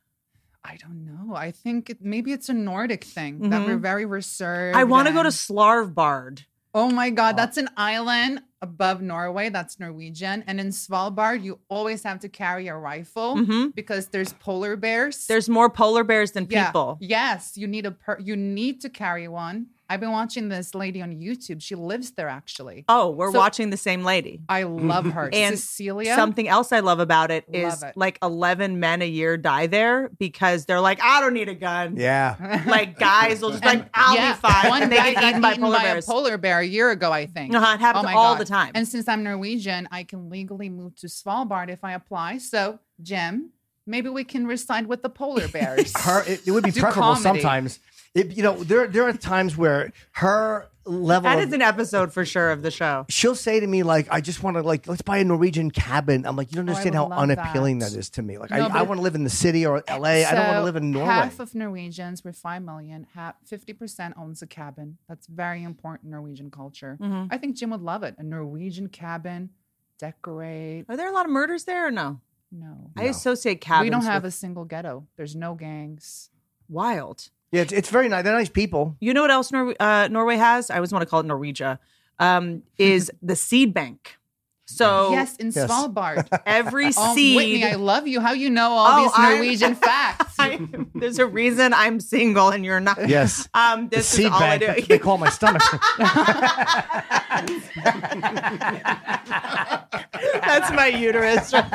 Speaker 4: I don't know. I think it, maybe it's a Nordic thing that we're very reserved.
Speaker 2: Mm-hmm. I want to go to
Speaker 4: and-
Speaker 2: Slarvbard.
Speaker 4: Oh my God, that's an island above Norway. That's Norwegian. And in Svalbard, you always have to carry a rifle
Speaker 2: Mhm.
Speaker 4: because there's polar bears.
Speaker 2: There's more polar bears than
Speaker 4: Yeah.
Speaker 2: people.
Speaker 4: Yes, you need a per- you need to carry one. I've been watching this lady on YouTube. She lives there actually.
Speaker 2: Oh, we're
Speaker 4: So-
Speaker 2: watching the same lady.
Speaker 4: I love her.
Speaker 2: And
Speaker 4: Cecilia.
Speaker 2: Something else I love about it is
Speaker 4: Love it.
Speaker 2: like 11 men a year die there because they're like, I don't need a gun.
Speaker 3: Yeah.
Speaker 2: Like guys will just like, I'll
Speaker 4: yeah,
Speaker 2: be fine.
Speaker 4: One
Speaker 2: and they
Speaker 4: guy
Speaker 2: get
Speaker 4: got
Speaker 2: eaten by polar bears.
Speaker 4: a polar bear a year ago, I think.
Speaker 2: Uh-huh, it happens
Speaker 4: Oh my
Speaker 2: all
Speaker 4: God.
Speaker 2: the time.
Speaker 4: And since I'm Norwegian, I can legally move to Svalbard if I apply. So, Jim, maybe we can reside with the polar bears.
Speaker 3: her it, it would be
Speaker 4: Do
Speaker 3: preferable
Speaker 4: comedy.
Speaker 3: sometimes it, you know there there are times where her level.
Speaker 2: That
Speaker 3: of-
Speaker 2: is an episode for sure of the show.
Speaker 3: she'll say to me like, "I just want to like let's buy a Norwegian cabin." I'm like, "You don't
Speaker 4: Oh, I
Speaker 3: understand
Speaker 4: would
Speaker 3: how
Speaker 4: love
Speaker 3: unappealing
Speaker 4: that.
Speaker 3: that is to me. Like,
Speaker 4: No,
Speaker 3: I, I
Speaker 4: but-
Speaker 3: want to live in the city or L.A. I don't want to
Speaker 4: So,
Speaker 3: live in Norway."
Speaker 4: Half of Norwegians, we're five million. Half, fifty percent owns a cabin. That's very important in Norwegian culture.
Speaker 2: Mm. Mm-hmm.
Speaker 4: I think Jim would love it. A Norwegian cabin, decorate.
Speaker 2: Are there a lot of murders there or no?
Speaker 4: No,
Speaker 2: I associate cabins.
Speaker 4: we don't have
Speaker 2: with
Speaker 4: a single ghetto. There's no gangs.
Speaker 2: wild.
Speaker 3: yeah, it's, it's very nice. They're nice people.
Speaker 2: You know what else Nor- uh, Norway has? I always want to call it Norwegia. Um, is the seed bank. So
Speaker 4: yes, in
Speaker 3: Yes.
Speaker 4: Svalbard.
Speaker 2: every
Speaker 4: Oh,
Speaker 2: Oh, seed.
Speaker 4: Whitney, I love you. How you know all
Speaker 2: Oh,
Speaker 4: these
Speaker 2: I'm-
Speaker 4: Norwegian facts?
Speaker 2: I- there's a reason I'm single and you're not.
Speaker 3: Yes.
Speaker 2: Um,
Speaker 3: The
Speaker 2: this
Speaker 3: seed
Speaker 2: is all
Speaker 3: bank.
Speaker 2: I
Speaker 3: that's what
Speaker 2: do.
Speaker 3: they call my stomach.
Speaker 2: That's my uterus. oh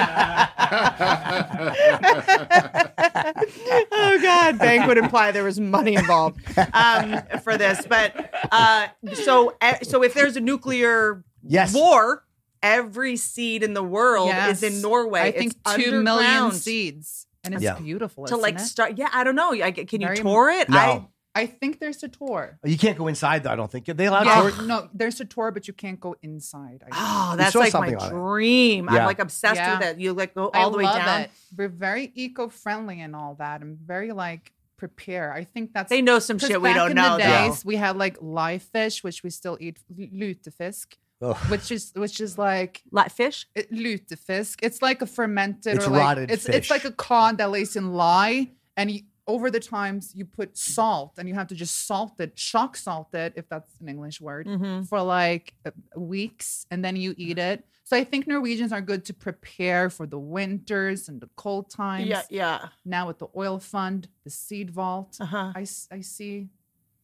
Speaker 2: God, bank would imply there was money involved um, for this. But uh, so eh, so if there's a nuclear
Speaker 3: Yes.
Speaker 2: war, every seed in the world
Speaker 4: Yes.
Speaker 2: is in Norway.
Speaker 4: I think
Speaker 2: it's
Speaker 4: two million
Speaker 2: underground
Speaker 4: seeds, and it's
Speaker 3: Yeah.
Speaker 4: beautiful.
Speaker 2: to
Speaker 4: isn't
Speaker 2: like
Speaker 4: it?
Speaker 2: start. Yeah, I don't know. I, can you
Speaker 4: Very-
Speaker 2: tour it?
Speaker 3: No.
Speaker 2: I,
Speaker 4: I think there's a tour.
Speaker 3: you can't go inside though. I don't think they allow.
Speaker 4: Yeah,
Speaker 3: tour-
Speaker 4: no, there's a tour, but you can't go inside. I think.
Speaker 2: oh, that's
Speaker 3: saw
Speaker 2: like my
Speaker 3: something on it.
Speaker 2: dream. I'm
Speaker 3: Yeah.
Speaker 2: like obsessed
Speaker 4: Yeah.
Speaker 2: with it. You like go
Speaker 4: I
Speaker 2: all the way
Speaker 4: love
Speaker 2: down.
Speaker 4: it. We're very eco-friendly and all that, and very like prepare. I think that's
Speaker 2: They know some
Speaker 4: 'cause
Speaker 2: shit we
Speaker 4: back
Speaker 2: don't
Speaker 4: in
Speaker 2: know.
Speaker 4: The
Speaker 2: though.
Speaker 4: days, we had like live fish, which we still eat l- lutefisk,
Speaker 3: Ugh.
Speaker 4: which is which is like
Speaker 2: Like fish.
Speaker 4: it- lutefisk. It's like a fermented
Speaker 3: It's
Speaker 4: or like
Speaker 3: rotted
Speaker 4: it's
Speaker 3: fish.
Speaker 4: it's like a cod that lays in lye, and you, over the times you put salt, and you have to just salt it, shock salt it, if that's an English word,
Speaker 2: Mm-hmm.
Speaker 4: for like uh, weeks, and then you eat it. So I think Norwegians are good to prepare for the winters and the cold times.
Speaker 2: Yeah, yeah.
Speaker 4: Now with the oil fund, the seed vault,
Speaker 2: Uh huh.
Speaker 4: I, s- I see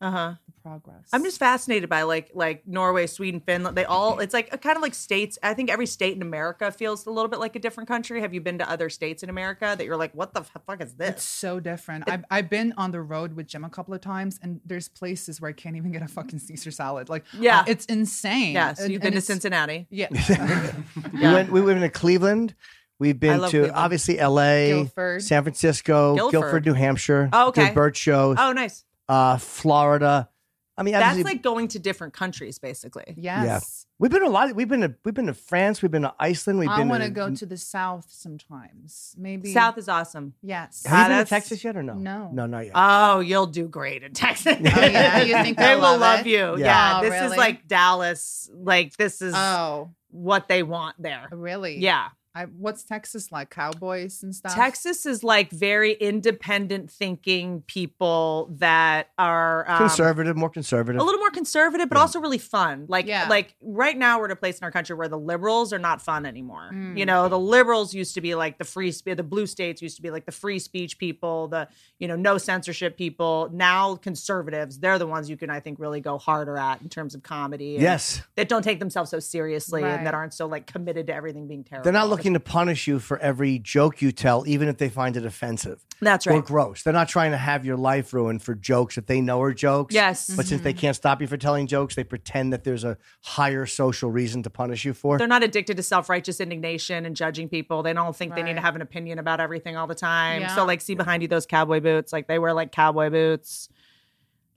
Speaker 2: Uh huh.
Speaker 4: the progress.
Speaker 2: I'm just fascinated by like like Norway, Sweden, Finland. They all it's like kind of like states. I think every state in America feels a little bit like a different country. Have you been to other states in America that you're like, what the f- fuck is
Speaker 4: It's
Speaker 2: this?
Speaker 4: so different. I've, I've been on the road with Jim a couple of times, and there's places where I can't even get a fucking Caesar salad. Like,
Speaker 2: Yeah.
Speaker 4: uh, it's insane.
Speaker 2: Yes,
Speaker 4: And-
Speaker 2: you've been
Speaker 4: and
Speaker 2: to
Speaker 4: it's-
Speaker 2: Cincinnati.
Speaker 4: Yeah,
Speaker 3: We went. We went to Cleveland. We've been to
Speaker 2: love Cleveland.
Speaker 3: obviously L.A.,
Speaker 4: Guilford.
Speaker 3: San Francisco,
Speaker 2: Guilford.
Speaker 3: Guilford, New Hampshire.
Speaker 2: Oh, okay.
Speaker 3: Did bird shows.
Speaker 2: Oh, nice.
Speaker 3: Uh, Florida. I mean,
Speaker 2: That's
Speaker 3: obviously-
Speaker 2: like going to different countries, basically.
Speaker 4: yes.
Speaker 3: We've been to a lot. We've been to we've been to France. We've been to Iceland. We've
Speaker 4: I
Speaker 3: been.
Speaker 4: want to go to the south sometimes. Maybe
Speaker 2: South is awesome.
Speaker 4: Yes.
Speaker 3: Have you been
Speaker 2: that's-
Speaker 3: to Texas yet or no?
Speaker 4: No.
Speaker 3: no, not yet.
Speaker 2: Oh, you'll do great in Texas.
Speaker 4: yeah? You think
Speaker 2: they
Speaker 4: they'll
Speaker 2: will
Speaker 4: love
Speaker 2: love
Speaker 4: it?
Speaker 2: you? Yeah,
Speaker 3: Yeah.
Speaker 4: Oh,
Speaker 2: this is
Speaker 4: really?
Speaker 2: like Dallas. Like this is
Speaker 4: oh,
Speaker 2: what they want there.
Speaker 4: really?
Speaker 2: Yeah.
Speaker 4: I, what's Texas like? Cowboys and stuff.
Speaker 2: Texas is like very independent thinking people that are um,
Speaker 3: conservative, more conservative.
Speaker 2: a little more conservative, but also really fun. Like,
Speaker 4: Yeah.
Speaker 2: like right now we're at a place in our country where the liberals are not fun anymore.
Speaker 4: Mm.
Speaker 2: You know, the liberals used to be like the free speech, the blue states used to be like the free speech people, the you know no censorship people. Now conservatives, they're the ones you can I think really go harder at in terms of comedy. and
Speaker 3: yes,
Speaker 2: that don't take themselves so seriously
Speaker 4: Right.
Speaker 2: and that aren't so like committed to everything being terrible.
Speaker 3: they're not looking to punish you for every joke you tell, even if they find it offensive
Speaker 2: That's right.
Speaker 3: or gross. They're not trying to have your life ruined for jokes that they know are jokes.
Speaker 2: Yes.
Speaker 3: But since
Speaker 4: Mm-hmm.
Speaker 3: they can't stop you for telling jokes, they pretend that there's a higher social reason to punish you for.
Speaker 2: they're not addicted to self-righteous indignation and judging people. They don't think they need to
Speaker 4: Right.
Speaker 2: have an opinion about everything all the time.
Speaker 4: Yeah.
Speaker 2: So like see behind you those cowboy boots, like they wear like cowboy boots.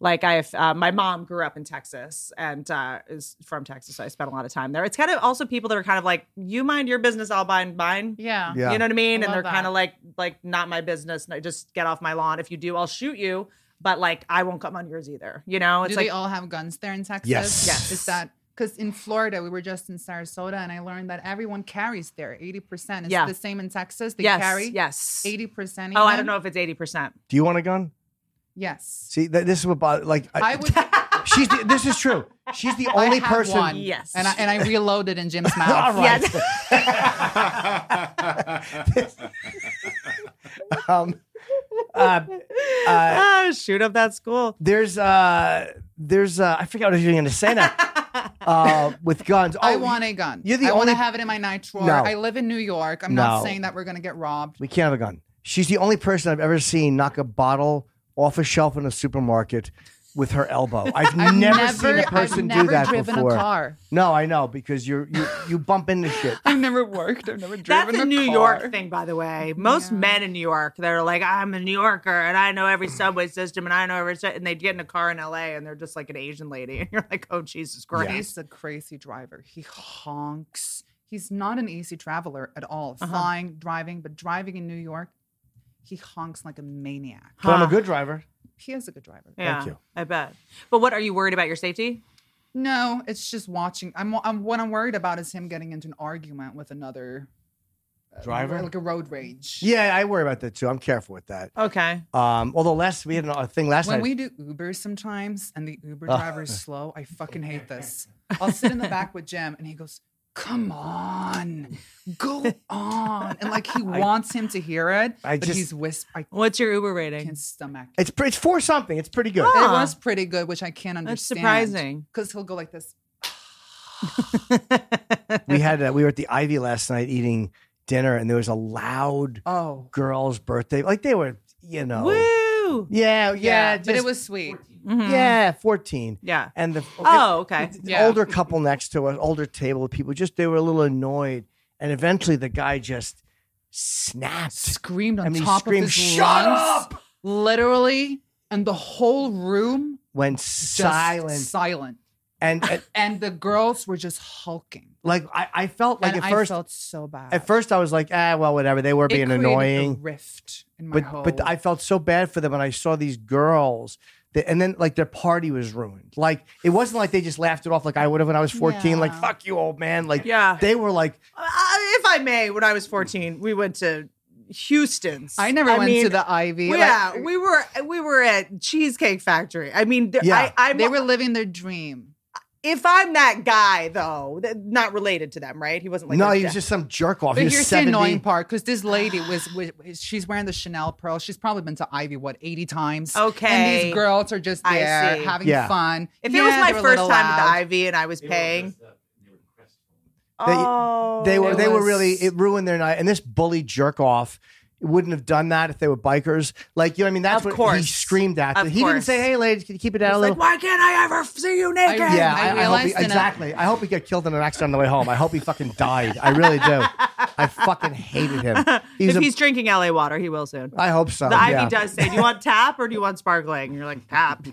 Speaker 2: Like I uh, my mom grew up in Texas and uh, is from Texas, so I spent a lot of time there. It's kind of also people that are kind of like you mind your business, I'll mind mine.
Speaker 4: Yeah.
Speaker 3: Yeah.
Speaker 2: You know what I mean? and
Speaker 4: I love
Speaker 2: they're
Speaker 4: that.
Speaker 2: kind of like like not my business. No, just get off my lawn. If you do, I'll shoot you. But like I won't come on yours either. You know, Oh, it's
Speaker 4: Do
Speaker 2: like
Speaker 4: they all have guns there in Texas?
Speaker 3: Yes.
Speaker 2: Yes.
Speaker 4: Is that because in Florida we were just in Sarasota and I learned that everyone carries there. Eighty percent. It's
Speaker 2: Yeah.
Speaker 4: the same in Texas. They
Speaker 2: yes,
Speaker 4: carry
Speaker 2: yes.
Speaker 4: eighty percent.
Speaker 2: oh, I don't know if it's eighty percent.
Speaker 3: Do you want a gun?
Speaker 4: Yes.
Speaker 3: See, th- this is what bo- like I,
Speaker 4: I would
Speaker 3: she's. The, this is true. She's the
Speaker 4: I
Speaker 3: only
Speaker 4: have
Speaker 3: person.
Speaker 4: one,
Speaker 2: Yes.
Speaker 4: And I and I reloaded in Jim's
Speaker 3: All
Speaker 4: mouth.
Speaker 3: right.
Speaker 2: Yes.
Speaker 3: Um, uh,
Speaker 2: Ah, shoot up that school.
Speaker 3: there's uh there's uh I forgot what I was even gonna say now. uh with guns. Oh,
Speaker 4: I want a gun.
Speaker 3: You're the
Speaker 4: I want
Speaker 3: only-
Speaker 4: to have it in my night drawer.
Speaker 3: No.
Speaker 4: I live in New York. I'm not
Speaker 3: No.
Speaker 4: saying that we're gonna get robbed.
Speaker 3: we can't have a gun. She's the only person I've ever seen knock a bottle off a shelf in a supermarket with her elbow. I've, never, seen a person
Speaker 4: I've never
Speaker 3: do that
Speaker 4: driven
Speaker 3: before.
Speaker 4: a car.
Speaker 3: No, I know because you're you you bump into shit.
Speaker 4: I've never worked. I've never driven
Speaker 2: That's a
Speaker 4: a
Speaker 2: New
Speaker 4: car.
Speaker 2: York thing, by the way.
Speaker 4: Mm,
Speaker 2: Most men in New York, they're like, I'm a New Yorker and I know every subway system and I know every, and they get in a car in LA and they're just like an Asian lady. And you're like, oh, Jesus Christ.
Speaker 4: He's a crazy driver. He honks. He's not an easy traveler at all.
Speaker 2: Uh-huh.
Speaker 4: Flying, driving, but driving in New York, he honks like a maniac.
Speaker 3: But I'm a good driver.
Speaker 4: He is a good driver.
Speaker 2: Yeah,
Speaker 3: you.
Speaker 2: I bet. But what are you worried about your safety?
Speaker 4: No, it's just watching. I'm, I'm what I'm worried about is him getting into an argument with another uh,
Speaker 3: Driver?
Speaker 4: like a road rage.
Speaker 3: Yeah, I worry about that too. I'm careful with that.
Speaker 2: Okay.
Speaker 3: Um, although last we had a thing last
Speaker 4: When
Speaker 3: night.
Speaker 4: we do Uber sometimes and the Uber
Speaker 3: Ah.
Speaker 4: driver is slow, I fucking hate this. I'll sit in the back with Jim and he goes, Come on, go on. And like he wants him to hear it,
Speaker 3: I
Speaker 4: but
Speaker 3: just-
Speaker 4: he's whisp I
Speaker 2: What's your Uber rating?
Speaker 4: can't stomach. It
Speaker 3: it's ah. pre- it's for something. It's pretty good.
Speaker 2: Huh.
Speaker 4: was pretty good, which I can't understand.
Speaker 2: surprising.
Speaker 4: Because he'll go like this.
Speaker 3: we had uh, we were at the Ivy last night eating dinner, and there was a loud
Speaker 4: Oh.
Speaker 3: girl's birthday. Like they were, you know.
Speaker 2: Woo.
Speaker 3: Yeah, yeah,
Speaker 4: Yeah, but
Speaker 3: just-
Speaker 4: it was sweet.
Speaker 3: yeah, fourteen.
Speaker 2: Mm-hmm. Yeah.
Speaker 3: and the
Speaker 2: Oh, okay.
Speaker 3: the
Speaker 4: Yeah.
Speaker 3: older couple next to us, older table of people, just they were a little annoyed, and eventually the guy just snapped.
Speaker 4: Screamed on
Speaker 3: I mean, he
Speaker 4: top
Speaker 3: screamed,
Speaker 4: of his
Speaker 3: "Shut
Speaker 4: lungs, Literally, and the whole room
Speaker 3: Went
Speaker 4: just
Speaker 3: silent,
Speaker 4: Silent.
Speaker 3: and, and,
Speaker 4: And the girls were just hulking.
Speaker 3: like I, I felt like
Speaker 4: and
Speaker 3: at first,
Speaker 4: I felt so bad.
Speaker 3: at first I was like, ah, well, whatever. They were
Speaker 4: It
Speaker 3: being
Speaker 4: created a
Speaker 3: annoying,
Speaker 4: rift in my
Speaker 3: but
Speaker 4: whole.
Speaker 3: but I felt so bad for them when I saw these girls. that- And then, like their party was ruined. Like it wasn't like they just laughed it off, like I would have when I was fourteen. Like
Speaker 4: Yeah.
Speaker 3: fuck you, old man. Like
Speaker 2: Yeah.
Speaker 3: they were like,
Speaker 2: I- if I may, when I was 14, we went to Houston's.
Speaker 4: I never went
Speaker 2: mean,
Speaker 4: to the Ivy. like,
Speaker 2: Yeah,
Speaker 3: uh,
Speaker 2: we were we were at Cheesecake Factory. I mean, there,
Speaker 3: Yeah.
Speaker 2: I, I'm,
Speaker 4: they were living their dream.
Speaker 2: if I'm that guy though, that, not related to them, right? He wasn't like
Speaker 3: no,
Speaker 2: their
Speaker 3: he was
Speaker 2: dad.
Speaker 3: just some jerk off. Oh,
Speaker 4: But
Speaker 3: He was
Speaker 4: here's
Speaker 3: seventy.
Speaker 4: the annoying part because this lady was, was, she's wearing the Chanel pearl. She's probably been to Ivy what eighty times. and
Speaker 2: Okay.
Speaker 4: these girls are just
Speaker 2: I
Speaker 4: there
Speaker 2: see.
Speaker 4: having
Speaker 3: Yeah.
Speaker 4: fun.
Speaker 2: If
Speaker 4: Yeah,
Speaker 2: it was my
Speaker 4: they were a
Speaker 2: first
Speaker 4: little
Speaker 2: time at the
Speaker 4: loud.
Speaker 2: Ivy and I was paying,
Speaker 3: They-
Speaker 2: oh,
Speaker 3: They were
Speaker 4: it
Speaker 3: they were
Speaker 4: was-
Speaker 3: really it ruined their night. And this bully jerk off wouldn't have done that if they were bikers. Like you know, what I mean, that's
Speaker 2: Of
Speaker 3: what he
Speaker 2: course.
Speaker 3: screamed at.
Speaker 2: Of
Speaker 3: them. He didn't
Speaker 2: course.
Speaker 3: say, "Hey, ladies, can you keep it down a
Speaker 2: It's
Speaker 3: little?"
Speaker 2: like, why can't I ever see you naked?
Speaker 4: I-
Speaker 3: yeah,
Speaker 4: I
Speaker 3: I, I hope
Speaker 4: realized
Speaker 3: he,
Speaker 4: in a-
Speaker 3: exactly. I hope he got killed in an accident on the way home. I hope he fucking died. I really do. I fucking hated him. He's
Speaker 2: if
Speaker 3: a,
Speaker 2: he's drinking LA water, he will soon.
Speaker 3: I hope so.
Speaker 2: The Ivy
Speaker 3: yeah.
Speaker 2: does say, "Do you want tap or do you want sparkling?" And you're like, "Tap."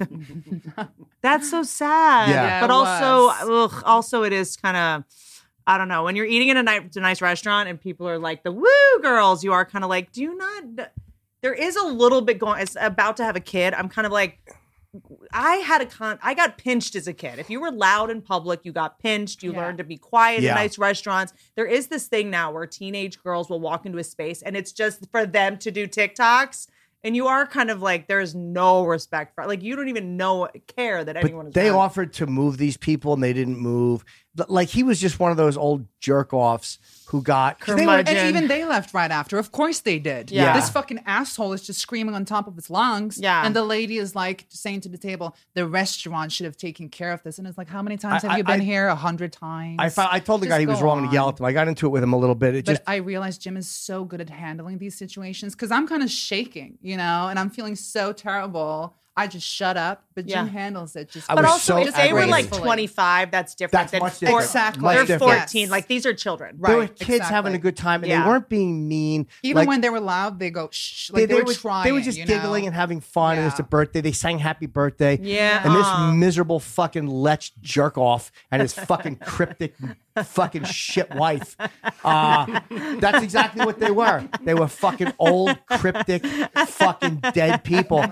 Speaker 2: That's so sad.
Speaker 3: Yeah. Yeah,
Speaker 2: but
Speaker 4: it
Speaker 2: also, ugh, also, it is kind of. I don't know. When you're eating in a nice, nice restaurant and people are like the woo girls, you are kind of like, do you not? There is a little bit going. It's about to have a kid. I'm kind of like, I had a con. I got pinched as a kid. If you were loud in public, you got pinched. You
Speaker 4: Yeah.
Speaker 2: learned to be quiet
Speaker 3: Yeah.
Speaker 2: in nice restaurants. There is this thing now where teenage girls will walk into a space and it's just for them to do TikToks. And you are kind of like, there's no respect for like you don't even know care that anyone is.
Speaker 3: They
Speaker 2: around.
Speaker 3: offered to move these people and they didn't move. But, Like he was just one of those old jerk offs who got 'cause they were-
Speaker 2: Curmudgeon.
Speaker 4: And even they left right after. Of course they did.
Speaker 2: Yeah.
Speaker 4: This fucking asshole is just screaming on top of his lungs.
Speaker 2: Yeah.
Speaker 4: And the lady is like saying to the table, the restaurant should have taken care of this. And it's like, how many times
Speaker 3: I-
Speaker 4: have you
Speaker 3: I-
Speaker 4: been here? A hundred times.
Speaker 3: I found, I told the
Speaker 4: Just
Speaker 3: guy he was
Speaker 4: go
Speaker 3: wrong and
Speaker 4: on.
Speaker 3: he yelled at him. I got into it with him a little bit. It
Speaker 4: But
Speaker 3: just
Speaker 4: I realized Jim is so good at handling these situations because I'm kind of shaking, you know, and I'm feeling so terrible. I just shut up, but Jim
Speaker 2: Yeah.
Speaker 4: handles it just.
Speaker 3: I
Speaker 2: But
Speaker 3: was
Speaker 2: also,
Speaker 3: so
Speaker 2: if they were like
Speaker 3: outraged.
Speaker 2: 25, that's different
Speaker 3: That's
Speaker 2: than
Speaker 3: much
Speaker 2: four-
Speaker 3: different.
Speaker 4: Exactly.
Speaker 3: Much
Speaker 2: They're
Speaker 3: different.
Speaker 2: 14. Like these are children.
Speaker 4: Right.
Speaker 3: There were kids having
Speaker 4: exactly.
Speaker 3: a good time, and
Speaker 2: Yeah.
Speaker 3: they weren't being mean.
Speaker 4: even
Speaker 3: Like,
Speaker 4: when they were loud, they go shh. Like they, were, trying.
Speaker 3: they were just
Speaker 4: you know?
Speaker 3: giggling and having fun. And it's a
Speaker 4: Yeah.
Speaker 3: birthday. They sang "Happy Birthday."
Speaker 2: Yeah.
Speaker 3: And
Speaker 2: Aw.
Speaker 3: this miserable fucking lech jerk off and his fucking cryptic fucking shit wife. Uh, that's exactly what they were. They were fucking old cryptic fucking dead people.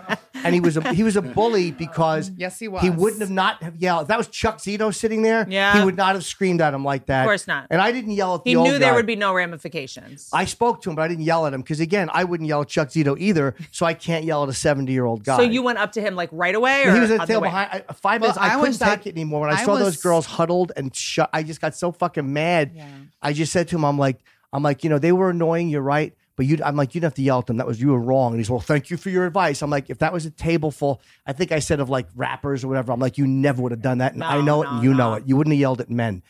Speaker 3: And he was a, he was a bully because
Speaker 4: Yes, he
Speaker 3: He
Speaker 4: was.
Speaker 3: wouldn't have not have yelled. If that was Chuck Zito sitting there.
Speaker 2: Yeah.
Speaker 3: he would not have screamed at him like that. Of
Speaker 2: course not.
Speaker 3: And I didn't yell at
Speaker 2: He
Speaker 3: the old
Speaker 2: knew there
Speaker 3: guy.
Speaker 2: would be no ramifications.
Speaker 3: I spoke to him, but I didn't yell at him because again, I wouldn't yell at Chuck Zito either, so I can't yell at a seventy-year-old guy.
Speaker 2: so you went up to him like right away, or
Speaker 3: he was
Speaker 2: on
Speaker 3: at
Speaker 2: the
Speaker 3: the tail
Speaker 2: way?
Speaker 3: behind. I, five
Speaker 4: Well,
Speaker 3: minutes, I,
Speaker 4: I
Speaker 3: couldn't
Speaker 4: was
Speaker 3: take
Speaker 4: at-
Speaker 3: it anymore. When I,
Speaker 4: I
Speaker 3: saw those
Speaker 4: was-
Speaker 3: girls huddled and shut, I just got so fucking mad. I just said to him, "I'm like, I'm like, you know, they were annoying. You're right." But you, I'm like, you didn't have to yell at them. That was you were wrong. And he's, well, thank you for your advice. I'm like, if that was a table full, I think I said of like rappers or whatever. I'm like, you never would have done that. And I know it, and
Speaker 2: no,
Speaker 3: you
Speaker 2: no.
Speaker 3: know it. You wouldn't have yelled at men.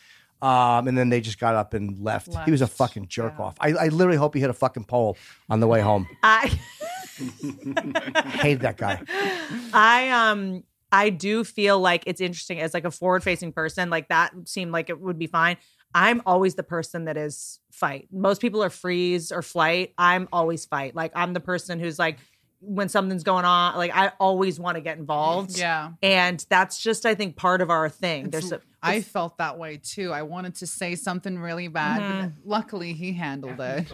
Speaker 3: Um, and then they just got up and left. He was a
Speaker 4: Left.
Speaker 3: fucking jerk off. I, I literally hope he hit a fucking pole on the way home.
Speaker 2: I,
Speaker 3: I hated that guy.
Speaker 2: I um I do feel like it's interesting as like a forward facing person, like that seemed like it would be fine. I'm always the person that is fight. Most people are freeze or flight. I'm always fight. Like I'm the person who's like when something's going on, like I always want to get involved.
Speaker 4: Yeah.
Speaker 2: And that's just I think part of our thing.
Speaker 4: It's-
Speaker 2: There's a,
Speaker 4: I felt that way too. I wanted to say something really bad,
Speaker 3: Mm-hmm.
Speaker 4: but luckily he handled it.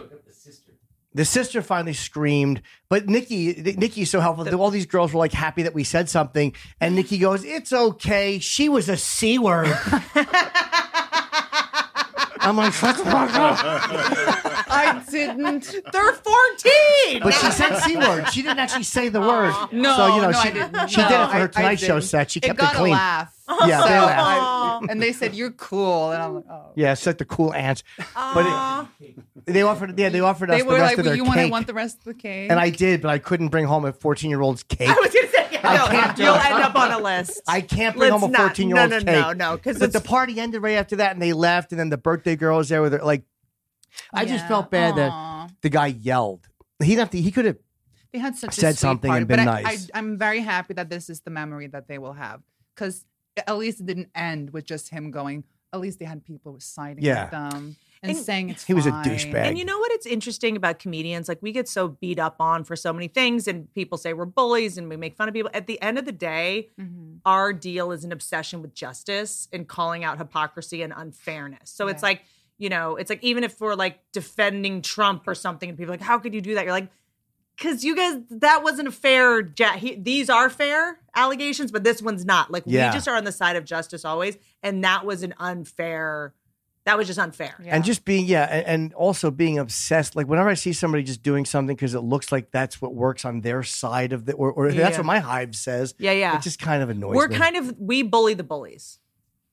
Speaker 3: The sister finally screamed, but Nikki, Nikki's so helpful. All these girls were like happy that we said something, and Nikki goes, "It's okay." She was a c word. I'm like, shut the fuck up.
Speaker 4: I didn't.
Speaker 2: they're 14.
Speaker 3: But she said c word. She didn't actually say the word.
Speaker 4: No,
Speaker 3: so you know
Speaker 4: no,
Speaker 3: she
Speaker 4: I didn't.
Speaker 3: she did it
Speaker 4: No,
Speaker 3: for
Speaker 4: I- I
Speaker 3: her Tonight Show
Speaker 4: didn't.
Speaker 3: set. She
Speaker 4: It
Speaker 3: kept it,
Speaker 4: got a
Speaker 3: clean.
Speaker 4: laugh.
Speaker 3: Yeah,
Speaker 4: So
Speaker 3: they laughed.
Speaker 4: I- and they said you're cool, and I'm like, oh.
Speaker 3: Yeah, it's like the cool ants. But it, they offered, yeah, they offered us
Speaker 4: They
Speaker 3: the
Speaker 4: were
Speaker 3: rest
Speaker 4: like,
Speaker 3: of their
Speaker 4: well, you
Speaker 3: cake,
Speaker 4: want to want the rest of the cake?
Speaker 3: and I did, but I couldn't bring home a 14 year old's cake.
Speaker 2: I was gonna say yeah, no,
Speaker 3: can't do
Speaker 2: you'll
Speaker 3: it.
Speaker 2: end up on a list.
Speaker 3: I can't bring
Speaker 2: Let's
Speaker 3: home a
Speaker 2: not-
Speaker 3: 14 year old
Speaker 2: No, no,
Speaker 3: cake.
Speaker 2: no, no, because
Speaker 3: But the party ended right after that, and they left, and then the birthday girl was there with her. Like, I just
Speaker 4: Yeah.
Speaker 3: felt bad
Speaker 4: Aw.
Speaker 3: that the guy yelled. He didn't have to. He could have.
Speaker 4: they had such a
Speaker 3: said
Speaker 4: sweet
Speaker 3: something
Speaker 4: party,
Speaker 3: and been
Speaker 4: but
Speaker 3: nice.
Speaker 4: I, I, I'm very happy that this is the memory that they will have because at least it didn't end with just him going. At least they had people siding
Speaker 3: Yeah.
Speaker 4: with them and,
Speaker 2: And-
Speaker 4: saying it's
Speaker 3: He was a
Speaker 4: fine.
Speaker 3: douchebag.
Speaker 2: And you know what? It's interesting about comedians. Like we get so beat up on for so many things, and people say we're bullies and we make fun of people. At the end of the day, our deal is an obsession with justice and calling out hypocrisy and unfairness. So it's like, you know, it's like even if we're like defending Trump or something, and people are like, how could you do that? You're like, because you guys, that wasn't a fair. Ja- he, these are fair allegations, but this one's not. Like
Speaker 3: Yeah.
Speaker 2: we just are on the side of justice always, and that was an unfair. That was just unfair.
Speaker 3: And just being, yeah, and, and also being obsessed. Like whenever I see somebody just doing something because it looks like that's what works on their side of the, or, or
Speaker 2: Yeah,
Speaker 3: that's
Speaker 2: yeah.
Speaker 3: what my hive says.
Speaker 2: Yeah, yeah.
Speaker 3: It just kind of annoys
Speaker 2: we're
Speaker 3: me.
Speaker 2: kind of we bully the bullies.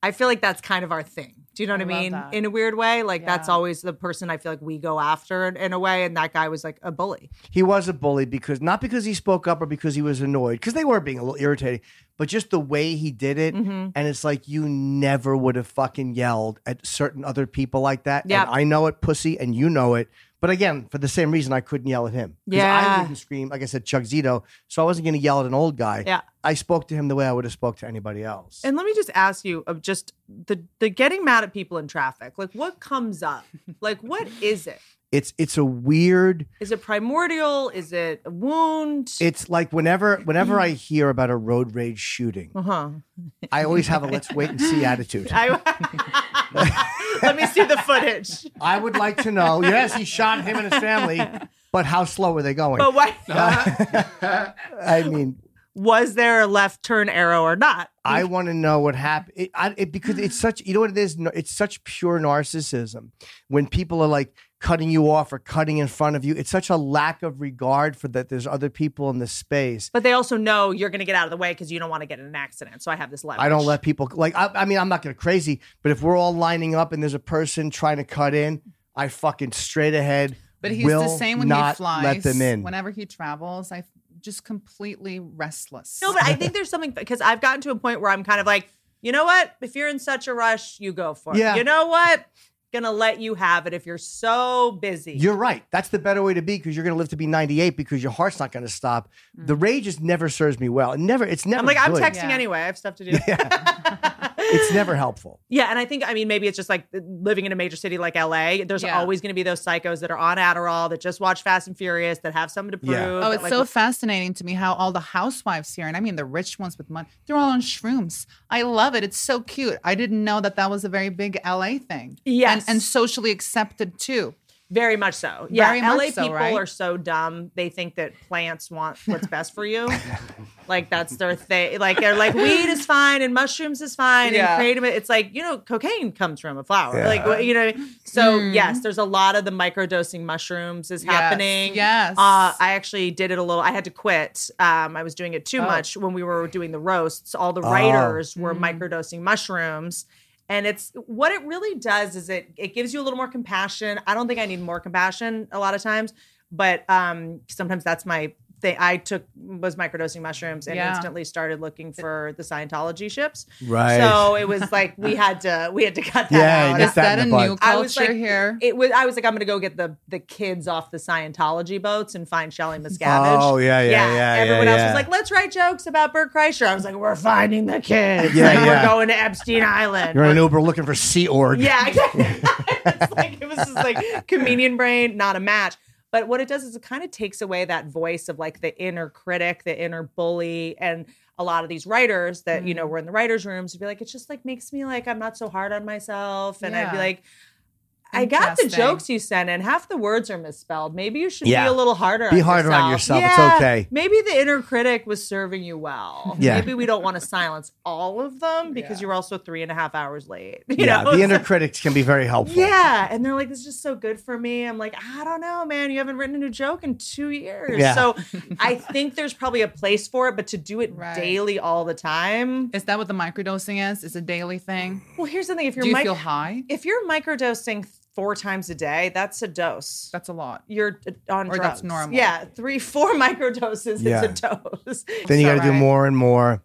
Speaker 2: I feel like that's kind of our thing. Do you know what I,
Speaker 4: love
Speaker 2: mean?
Speaker 4: that.
Speaker 2: In a weird way, like that's
Speaker 4: Yeah.
Speaker 2: always the person I feel like we go after in, in a way. And that guy was like a bully.
Speaker 3: he was a bully because not because he spoke up or because he was annoyed because they were being a little irritating but just the way he did it
Speaker 2: Mm-hmm.
Speaker 3: Mm-hmm. and it's like you never would have fucking yelled at certain other people like that
Speaker 2: Yep.
Speaker 3: and i know it pussy and you know it but again for the same reason i couldn't yell at him 'Cause
Speaker 2: Yeah.
Speaker 3: i wouldn't scream like i said chuck zito so i wasn't going to yell at an old guy
Speaker 2: Yeah.
Speaker 3: i spoke to him the way i would have spoke to anybody else
Speaker 2: And let me just ask you of just the the getting mad at people in traffic. Like what comes up? Like what is it?
Speaker 3: it's it's a weird
Speaker 2: Is it primordial? Is it a wound?
Speaker 3: it's like whenever whenever i hear about a road rage shooting
Speaker 2: huh.
Speaker 3: i always have a let's wait and see attitude
Speaker 2: I, let me see the footage.
Speaker 3: I would like to know. Yes, he shot him and his family, but how slow were they going?
Speaker 2: But why
Speaker 3: I mean,
Speaker 2: was there a left turn arrow or not?
Speaker 3: I want to know what happened it, I, it, because it's such. You know what it is? No- It's such pure narcissism when people are like cutting you off or cutting in front of you. It's such a lack of regard for that. There's other people in the space.
Speaker 2: But they also know you're going to get out of the way because you don't want to get in an accident. So I have this leverage.
Speaker 3: I don't let people like. I, I mean, I'm not gonna crazy, but if we're all lining up and there's a person trying to cut in, I fucking straight ahead.
Speaker 4: But he's
Speaker 3: will
Speaker 4: the same when
Speaker 3: not
Speaker 4: he flies.
Speaker 3: Let them in.
Speaker 4: Whenever he travels, I just completely restless.
Speaker 2: No, but I think there's something because I've gotten to a point where I'm kind of like, you know what? If you're in such a rush, you go for it.
Speaker 3: Yeah.
Speaker 2: You know what? Gonna let you have it if you're so busy.
Speaker 3: You're right. That's the better way to be because you're going to live to be 98 because your heart's not going to stop.
Speaker 4: Mm.
Speaker 3: The rage just never serves me well. It never. It's never.
Speaker 2: I'm like, I'm
Speaker 3: good.
Speaker 2: texting
Speaker 4: Yeah.
Speaker 2: anyway. I have stuff to do.
Speaker 3: It's never helpful.
Speaker 2: Yeah, and I think I mean maybe it's just like living in a major city like LA. There's
Speaker 4: Yeah.
Speaker 2: always going to be those psychos that are on Adderall that just watch Fast and Furious that have something to prove.
Speaker 3: Yeah.
Speaker 4: Oh,
Speaker 2: that,
Speaker 4: it's
Speaker 2: like,
Speaker 4: so fascinating to me how all the housewives here, and I mean the rich ones with money, they're all on shrooms. I love it. It's so cute. I didn't know that that was a very big LA thing.
Speaker 2: Yes.
Speaker 4: And, and socially accepted too.
Speaker 2: Very much so. Yeah,
Speaker 4: Very
Speaker 2: LA
Speaker 4: much so,
Speaker 2: people
Speaker 4: right?
Speaker 2: are so dumb. They think that plants want what's best for you. like that's their thing. Like they're like weed is fine and mushrooms is fine
Speaker 4: Yeah.
Speaker 2: and kratom. It's like you know cocaine comes from a flower. Like you know. So yes, there's a lot of the microdosing mushrooms is
Speaker 4: Hmm. Yes,
Speaker 2: happening.
Speaker 4: yes.
Speaker 2: Uh, I actually did it a little. I had to quit. Um, I was doing it too
Speaker 4: Oh.
Speaker 2: much when we were doing the roasts. All the writers were
Speaker 4: Hmm.
Speaker 2: microdosing mushrooms. And it's what it really does is it it gives you a little more compassion. I don't think I need more compassion a lot of times, but um sometimes that's my thing. I took was microdosing mushrooms and
Speaker 4: Yeah.
Speaker 2: instantly started looking for the Scientology ships.
Speaker 3: Right.
Speaker 2: So it was like we had to we had to cut that
Speaker 3: Yeah,
Speaker 2: out.
Speaker 3: Get
Speaker 4: Is
Speaker 3: that
Speaker 4: that a
Speaker 3: in the
Speaker 4: new
Speaker 3: bud.
Speaker 2: I was
Speaker 4: culture
Speaker 2: like-
Speaker 4: here?
Speaker 2: It was. I was like, I'm going to go get the the kids off the Scientology boats and find Shelley Miscavige.
Speaker 3: Oh, yeah, yeah, yeah,
Speaker 2: Everyone
Speaker 3: yeah,
Speaker 2: else
Speaker 3: yeah.
Speaker 2: was like, let's write jokes about Bert Kreischer. I was like, we're finding the kids.
Speaker 3: Yeah,
Speaker 2: like,
Speaker 3: yeah.
Speaker 2: We're going to Epstein Island.
Speaker 3: You're in an
Speaker 2: We're-
Speaker 3: Uber looking for Sea Org.
Speaker 2: yeah, exactly. it's like it was just like comedian brain, not a match. But what it does is it kind of takes away that voice of like the inner critic, the inner bully, and a lot of these writers that you
Speaker 3: Mm.
Speaker 2: know were in the writers' rooms would be like, it just like makes me like I'm not so hard on myself, and I'd be
Speaker 4: Yeah.
Speaker 2: like. I got the
Speaker 4: Interesting.
Speaker 2: jokes you sent in. Half the words are misspelled. Maybe you should
Speaker 3: Yeah.
Speaker 2: be a little harder.
Speaker 3: Be
Speaker 2: on
Speaker 3: harder on yourself. It's okay.
Speaker 2: Maybe the inner critic was serving you well.
Speaker 3: Yeah.
Speaker 2: Maybe we don't want to silence all of them because you're also three and a half hours late. You
Speaker 3: Yeah,
Speaker 2: know,
Speaker 3: the
Speaker 2: It's
Speaker 3: inner
Speaker 2: like-
Speaker 3: critics can be very helpful.
Speaker 2: yeah. And they're like, this is just so good for me. I'm like, I don't know, man. You haven't written a new joke in two years.
Speaker 3: Yeah.
Speaker 2: So I think there's probably a place for it, but to do it
Speaker 4: Right.
Speaker 2: daily all the time.
Speaker 4: Is that what the microdosing is? Is a daily thing?
Speaker 2: Well, here's the thing if you're,
Speaker 4: Do you
Speaker 2: mic-
Speaker 4: feel high?
Speaker 2: if you're microdosing four times a day, that's a dose.
Speaker 4: That's a lot.
Speaker 2: you're on
Speaker 4: Or
Speaker 2: drugs.
Speaker 4: that's normal.
Speaker 2: Yeah, three, four microdoses
Speaker 3: Yeah.
Speaker 2: is a dose.
Speaker 3: Then you
Speaker 4: So
Speaker 3: got to do
Speaker 4: right.
Speaker 3: more and more.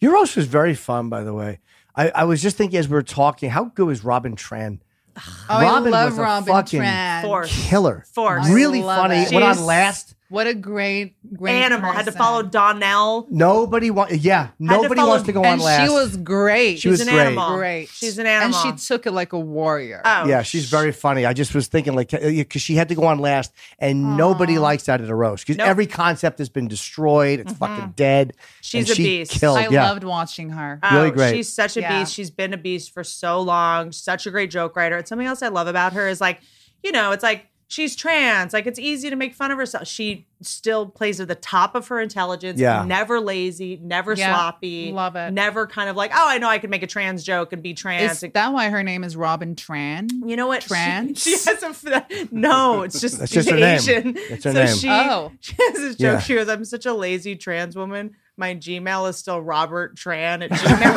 Speaker 3: Your roast was very fun, by the way. I, I was just thinking as we were talking, how good was Robin Tran?
Speaker 4: Oh,
Speaker 3: Robin
Speaker 4: I love
Speaker 3: was a
Speaker 4: Robin
Speaker 3: fucking
Speaker 4: Tran.
Speaker 2: Force.
Speaker 3: Killer.
Speaker 2: Force.
Speaker 3: Really
Speaker 4: I love
Speaker 3: funny.
Speaker 4: it.
Speaker 3: Went on
Speaker 4: She's-
Speaker 3: last.
Speaker 4: What a great, great
Speaker 2: Animal had to
Speaker 4: person.
Speaker 2: follow Donnell.
Speaker 3: Nobody wants. Yeah, nobody
Speaker 2: follow-
Speaker 3: wants to go on
Speaker 4: And
Speaker 3: last.
Speaker 4: she was great.
Speaker 3: She was
Speaker 2: She's an
Speaker 3: great.
Speaker 2: animal.
Speaker 4: great.
Speaker 2: She's an animal.
Speaker 4: And she took it like a warrior.
Speaker 2: Oh,
Speaker 3: yeah, she's very funny. I just was thinking, like, because she had to go on last, and nobody likes that at a roast because
Speaker 2: Nope. Mm-hmm.
Speaker 3: every concept has been destroyed. It's fucking dead.
Speaker 2: She's
Speaker 3: and
Speaker 2: a
Speaker 3: she
Speaker 2: beast.
Speaker 3: Killed.
Speaker 4: I
Speaker 3: yeah.
Speaker 4: loved watching her.
Speaker 3: Really
Speaker 2: Oh,
Speaker 3: great.
Speaker 2: She's such a
Speaker 4: Yeah.
Speaker 2: beast. She's been a beast for so long. Such a great joke writer. And something else I love about her is like, you know, it's like she's trans. Like it's easy to make fun of herself. She still plays at the top of her intelligence.
Speaker 3: Yeah.
Speaker 2: Never lazy. Never
Speaker 4: Yeah.
Speaker 2: sloppy.
Speaker 4: Love it.
Speaker 2: Never kind of like, oh, I know I can make a trans joke and be trans.
Speaker 4: Is that why her name is Robin Tran?
Speaker 2: You know what? She-
Speaker 4: Trans?
Speaker 2: She, has a f- no. It's just
Speaker 3: That's just her name.
Speaker 2: Asian.
Speaker 3: That's her
Speaker 2: so
Speaker 3: name.
Speaker 2: She,
Speaker 4: Oh.
Speaker 2: she has this joke.
Speaker 3: Yeah.
Speaker 2: She goes, "I'm such a lazy trans woman. My Gmail is still Robert Tran at Gmail."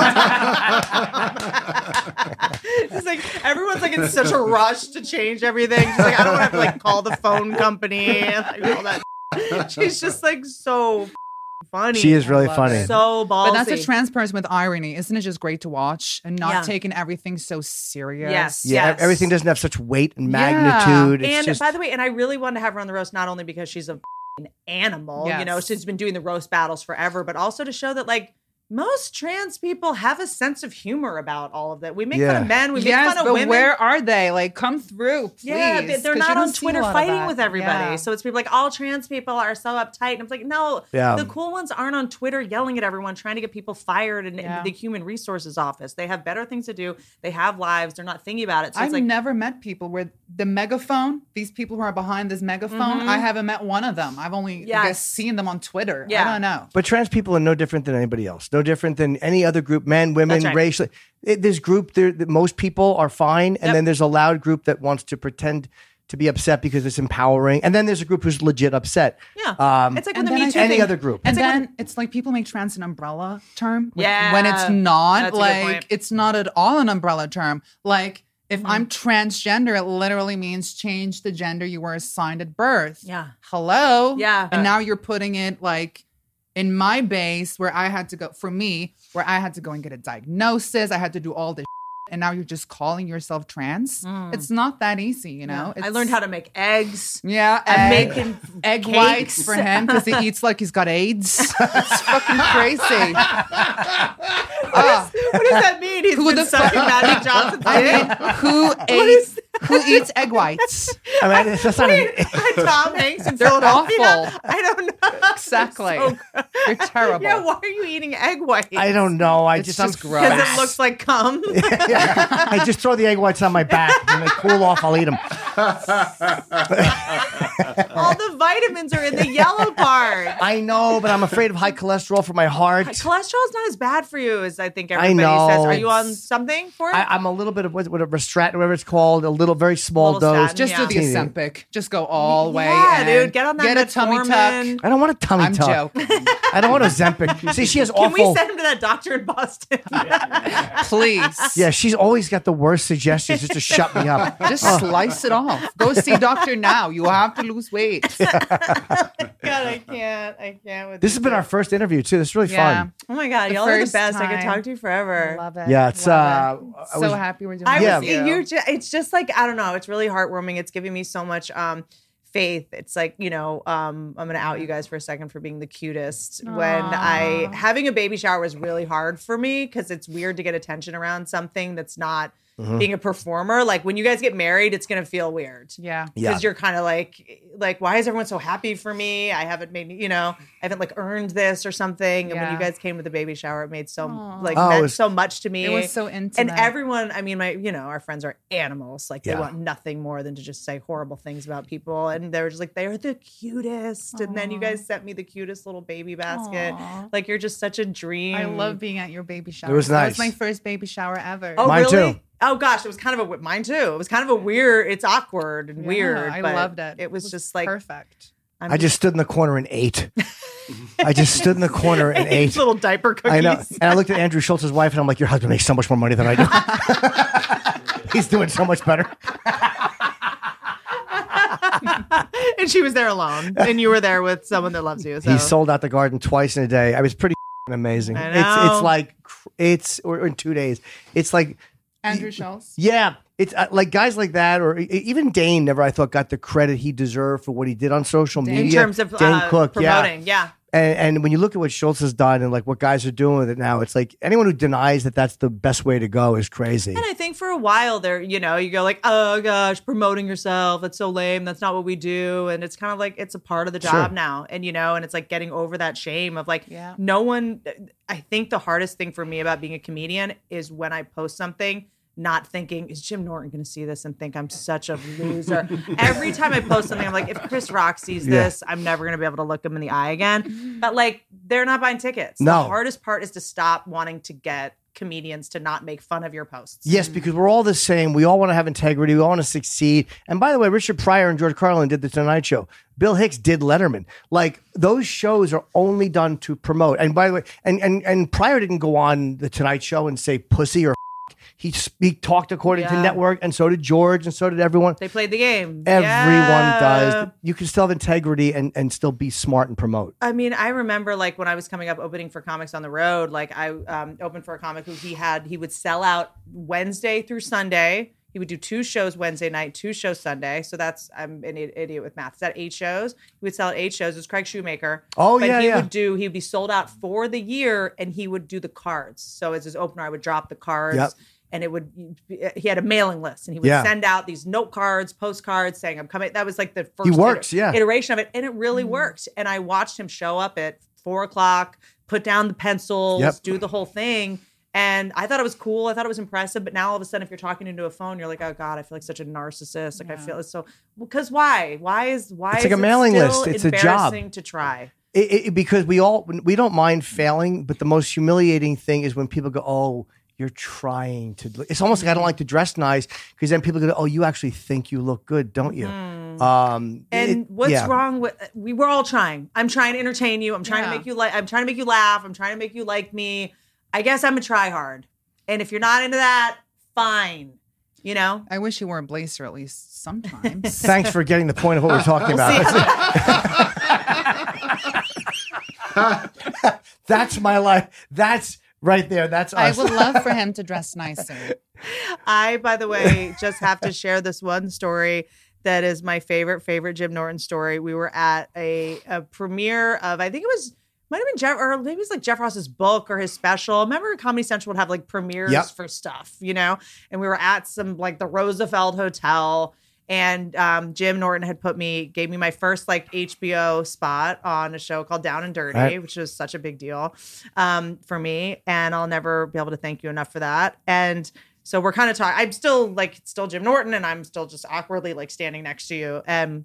Speaker 2: She's like, everyone's like in such a rush to change everything. She's like, I don't want to have to like call the phone company and like, all that. She's just like so funny.
Speaker 3: She is
Speaker 4: I
Speaker 3: really
Speaker 4: love
Speaker 3: funny.
Speaker 4: it.
Speaker 2: so ballsy.
Speaker 4: But that's a trans person with irony. Isn't it just great to watch and not
Speaker 2: Yeah.
Speaker 4: taking everything so serious?
Speaker 2: Yes.
Speaker 3: yeah,
Speaker 2: yes.
Speaker 3: everything doesn't have such weight and magnitude. It's
Speaker 2: and
Speaker 3: just-
Speaker 2: by the way, and I really wanted to have her on the roast not only because she's a f***ing animal, you know,
Speaker 4: Yes.
Speaker 2: she's been doing the roast battles forever, but also to show that like most trans people have a sense of humor about all of that. We make
Speaker 3: Yeah.
Speaker 2: fun of men, we
Speaker 4: yes,
Speaker 2: make fun of
Speaker 4: but
Speaker 2: women.
Speaker 4: where are they? Like, come through, please.
Speaker 2: yeah, they- they're
Speaker 4: 'cause you
Speaker 2: not
Speaker 4: don't
Speaker 2: on
Speaker 4: see a
Speaker 2: Twitter
Speaker 4: lot of
Speaker 2: fighting
Speaker 4: that.
Speaker 2: with everybody.
Speaker 4: Yeah.
Speaker 2: So it's people like all trans people are so uptight, and I'm like, no,
Speaker 3: Yeah.
Speaker 4: Um,
Speaker 2: the cool ones aren't on Twitter yelling at everyone, trying to get people fired and
Speaker 4: Yeah.
Speaker 2: the Human Resources Office. They have better things to do. They have lives. They're not thinking about it. So
Speaker 4: I've
Speaker 2: it's like,
Speaker 4: never met people where the megaphone, these people who are behind this megaphone, I haven't met one of them. I've only I
Speaker 2: Mm-hmm. Yes.
Speaker 4: guess, seen them on Twitter.
Speaker 2: Yeah.
Speaker 4: I don't know.
Speaker 3: But trans people are no different than anybody else. No different than any other group, men, women,
Speaker 2: That's right.
Speaker 3: racially. It, this group, there- that most people are fine, and
Speaker 2: Yep.
Speaker 3: then there's a loud group that wants to pretend to be upset because it's empowering, and then there's a group who's legit upset.
Speaker 2: yeah,
Speaker 3: Um,
Speaker 2: it's like when
Speaker 4: and
Speaker 2: the
Speaker 4: then
Speaker 2: Me
Speaker 4: I
Speaker 2: Too
Speaker 3: any
Speaker 2: thing-
Speaker 3: other group.
Speaker 4: And
Speaker 2: It's like
Speaker 4: then it's like people make trans an umbrella term when-
Speaker 2: Yeah,
Speaker 4: when it's not.
Speaker 2: that's a good point. Hmm.
Speaker 4: Like it's not at all an umbrella term. Like if I'm transgender, it literally means change the gender you were assigned at birth.
Speaker 2: Yeah.
Speaker 4: Hello.
Speaker 2: Yeah.
Speaker 4: And now you're putting it like in my base where I had to go for me, where I had to go and get a diagnosis. I had to do all this. shit, And now you're just calling yourself trans. It's not that easy, you know.
Speaker 2: Hmm. I learned how to make eggs.
Speaker 4: Yeah,
Speaker 2: I'm
Speaker 4: egg-
Speaker 2: making
Speaker 4: egg
Speaker 2: cakes.
Speaker 4: whites for him because he eats like he's got AIDS. it's fucking crazy. Ah,
Speaker 2: What does that mean? He's
Speaker 4: Who
Speaker 2: been
Speaker 4: the fuck-
Speaker 2: sucking Magic Johnson's
Speaker 4: I
Speaker 2: dick.
Speaker 4: mean, who ate, who eats egg whites?
Speaker 3: I mean, that's not an,
Speaker 2: Tom Hanks in
Speaker 4: They're
Speaker 2: Philadelphia.
Speaker 4: awful.
Speaker 2: I don't know.
Speaker 4: Exactly.
Speaker 2: So
Speaker 4: They're terrible.
Speaker 2: yeah, why are you eating egg whites?
Speaker 3: I don't know. I
Speaker 4: It's
Speaker 3: just,
Speaker 4: just
Speaker 3: I'm
Speaker 4: gross.
Speaker 2: Because
Speaker 3: fat.
Speaker 2: it looks like cum.
Speaker 3: I just throw the egg whites on my back. When they cool off, I'll eat them.
Speaker 2: All the vitamins are in the yellow part.
Speaker 3: I know, but I'm afraid of high cholesterol for my heart.
Speaker 2: Cholesterol is not as bad for you as I think everybody
Speaker 3: know.
Speaker 2: says. Are you on something for it?
Speaker 3: I, I'm a little bit of what, whatever Strat, whatever it's called, a little very small
Speaker 2: Little
Speaker 3: dose.
Speaker 2: statin.
Speaker 4: Just do the
Speaker 2: Yeah.
Speaker 4: Ozempic. Just go all the way.
Speaker 2: yeah,
Speaker 4: in.
Speaker 2: dude, get on that
Speaker 4: Get a tummy
Speaker 2: metformin.
Speaker 4: tuck.
Speaker 3: I don't want a tummy
Speaker 4: I'm
Speaker 3: tuck.
Speaker 4: joking.
Speaker 3: I don't want Ozempic. See, she has
Speaker 2: Can
Speaker 3: awful.
Speaker 2: we send him to that doctor in Boston?
Speaker 4: Please.
Speaker 3: yeah, she's always got the worst suggestions just to shut me up.
Speaker 4: Just slice it off. Go see doctor now. You have to lose weight.
Speaker 2: God, I can't. I can't. With
Speaker 3: This
Speaker 2: you
Speaker 3: has been
Speaker 2: two.
Speaker 3: our first interview too. This is really
Speaker 4: yeah.
Speaker 3: fun.
Speaker 2: Oh my God,
Speaker 4: the
Speaker 2: y'all are the
Speaker 4: first
Speaker 2: best. I could
Speaker 4: time.
Speaker 2: talk to you forever.
Speaker 4: Love it.
Speaker 3: Yeah, it's uh,
Speaker 4: Love it.
Speaker 3: I
Speaker 4: so
Speaker 3: was-
Speaker 4: happy we're doing
Speaker 2: I
Speaker 4: this.
Speaker 2: was.
Speaker 4: with you.
Speaker 2: You're just. It's just like I don't know. It's really heartwarming. It's giving me so much um faith. It's like you know. Um, I'm gonna out you guys for a second for being the cutest. When I
Speaker 4: Aw.
Speaker 2: having a baby shower was really hard for me because it's weird to get attention around something that's not being a performer. Like when you guys get married, it's gonna feel weird.
Speaker 4: Yeah.
Speaker 3: Yeah.
Speaker 2: Because you're kind of like, like, why is everyone so happy for me? I haven't made, you know, I haven't like earned this or something. And when you
Speaker 4: Yeah.
Speaker 2: guys came with the baby shower, it made so
Speaker 4: Aw.
Speaker 2: like
Speaker 3: Oh, it
Speaker 2: meant
Speaker 3: was-
Speaker 2: so much to me.
Speaker 4: It was so intimate.
Speaker 2: And everyone, I mean, my, you know, our friends are animals. Like
Speaker 3: Yeah.
Speaker 2: they want nothing more than to just say horrible things about people. And they were just like, they're the cutest. And then you
Speaker 4: Aw.
Speaker 2: guys sent me the cutest little baby basket.
Speaker 4: Aw.
Speaker 2: Like you're just such a dream.
Speaker 4: I love being at your baby shower.
Speaker 3: was
Speaker 4: That
Speaker 3: nice.
Speaker 4: was my first baby shower ever.
Speaker 2: Oh,
Speaker 3: Mine
Speaker 2: really?
Speaker 3: too.
Speaker 2: Oh gosh, it was kind of a w- mine too. It was kind of a weird. It's awkward and
Speaker 4: Yeah,
Speaker 2: weird.
Speaker 4: I
Speaker 2: but
Speaker 4: loved it.
Speaker 2: It was, just like
Speaker 4: perfect.
Speaker 2: I'm
Speaker 3: I just stood in the corner and ate. I just stood in the corner and ate.
Speaker 2: little diaper cookies.
Speaker 3: I know. And I looked at Andrew Schultz's wife and I'm like, your husband makes so much more money than I do. He's doing so much better.
Speaker 2: and she was there alone, and you were there with someone that loves you. So.
Speaker 3: He sold out the garden twice in a day. I was pretty f***ing amazing.
Speaker 2: I
Speaker 3: It's
Speaker 2: know.
Speaker 3: it's like cr- it's or in two days. It's like
Speaker 4: Andrew Schultz.
Speaker 3: yeah, it's uh, like guys like that or e- even Dane. Never I thought got the credit he deserved for what he did on social media
Speaker 2: in terms of
Speaker 3: Dane
Speaker 2: uh,
Speaker 3: Cook, yeah.
Speaker 2: promoting, yeah.
Speaker 3: And, and when you look at what Schultz has done and like what guys are doing with it now, it's like anyone who denies that that's the best way to go is crazy.
Speaker 2: And I think for a while there, you know, you go like, oh gosh, promoting yourself. That's so lame. That's not what we do. And it's kind of like, it's a part of the job
Speaker 3: Sure.
Speaker 2: now. And, you know, and it's like getting over that shame of like,
Speaker 4: Yeah.
Speaker 2: no one, I think the hardest thing for me about being a comedian is when I post something. Not thinking, is Jim Norton going to see this and think I'm such a loser? Every time I post something, I'm like, if Chris Rock sees
Speaker 3: Yeah.
Speaker 2: this, I'm never going to be able to look him in the eye again. But like, they're not buying tickets.
Speaker 3: No.
Speaker 2: The hardest part is to stop wanting to get comedians to not make fun of your posts.
Speaker 3: Yes, because we're all the same. We all want to have integrity. We all want to succeed. And by the way, Richard Pryor and George Carlin did the Tonight Show. Bill Hicks did Letterman. Like those shows are only done to promote. And by the way, and and and Pryor didn't go on the Tonight Show and say pussy or he he talked according to
Speaker 2: Yeah.
Speaker 3: network, and so did George, and so did everyone.
Speaker 2: They played the game.
Speaker 3: Everyone
Speaker 2: Yeah.
Speaker 3: does. You can still have integrity and and still be smart and promote.
Speaker 2: I mean, I remember like when I was coming up opening for comics on the road, like I um, opened for a comic who he had, he would sell out Wednesday through Sunday. He would do two shows Wednesday night, two shows Sunday. So that's, I'm an i- idiot with math. Is that eight shows? He would sell out eight shows. It was Craig Shoemaker.
Speaker 3: Oh,
Speaker 2: but
Speaker 3: yeah,
Speaker 2: He
Speaker 3: yeah.
Speaker 2: would do, he would be sold out for the year and he would do the cards. So as his opener, I would drop the cards.
Speaker 3: Yep.
Speaker 2: And it would, he had a mailing list and he would
Speaker 3: Yeah.
Speaker 2: send out these note cards, postcards saying, I'm coming. That was like the first
Speaker 3: works, yeah.
Speaker 2: iteration of it, and it really
Speaker 3: Mm.
Speaker 2: worked. And I watched him show up at four o'clock, put down the pencils,
Speaker 3: Yep.
Speaker 2: do the whole thing. And I thought it was cool. I thought it was impressive. But now all of a sudden, if you're talking into a phone, you're like, oh God, I feel like such a narcissist. Like I feel it's so because why? Why is why is
Speaker 3: It's like a
Speaker 2: it
Speaker 3: mailing
Speaker 2: still
Speaker 3: list. It's a job.
Speaker 2: embarrassing to try.
Speaker 3: It, it, because we all we don't mind failing, but the most humiliating thing is when people go, "Oh, you're trying to." It's almost like I don't
Speaker 2: Mm-hmm.
Speaker 3: like to dress nice because then people go, "Oh, you actually think you look good, don't you?" Um,
Speaker 2: Mm. And
Speaker 3: it-
Speaker 2: what's
Speaker 3: yeah.
Speaker 2: wrong with we were all trying. I'm trying to entertain you. I'm trying
Speaker 4: Yeah.
Speaker 2: to make you like I'm trying to make you laugh. I'm trying to make you like me. I guess I'm a try hard. And if you're not into that, fine. You know?
Speaker 4: I wish you wore a blazer at least sometimes.
Speaker 3: Thanks for getting the point of what we're talking about. That's my life. That's right there. That's
Speaker 4: I
Speaker 3: us.
Speaker 4: would love for him to dress nicer.
Speaker 2: I, by the way, just have to share this one story that is my favorite, favorite Jim Norton story. We were at a, a premiere of, I think it was, might have been Jeff, or maybe it was like Jeff Ross's book or his special. Remember, Comedy Central would have like premieres
Speaker 3: Yep.
Speaker 2: for stuff, you know? And we were at some, like the Roosevelt Hotel. And um, Jim Norton had put me, gave me my first like HBO spot on a show called Down and Dirty,
Speaker 3: Right.
Speaker 2: which was such a big deal um, for me. And I'll never be able to thank you enough for that. And so we're kind of talking. I'm still like, it's still Jim Norton, and I'm still just awkwardly like standing next to you. And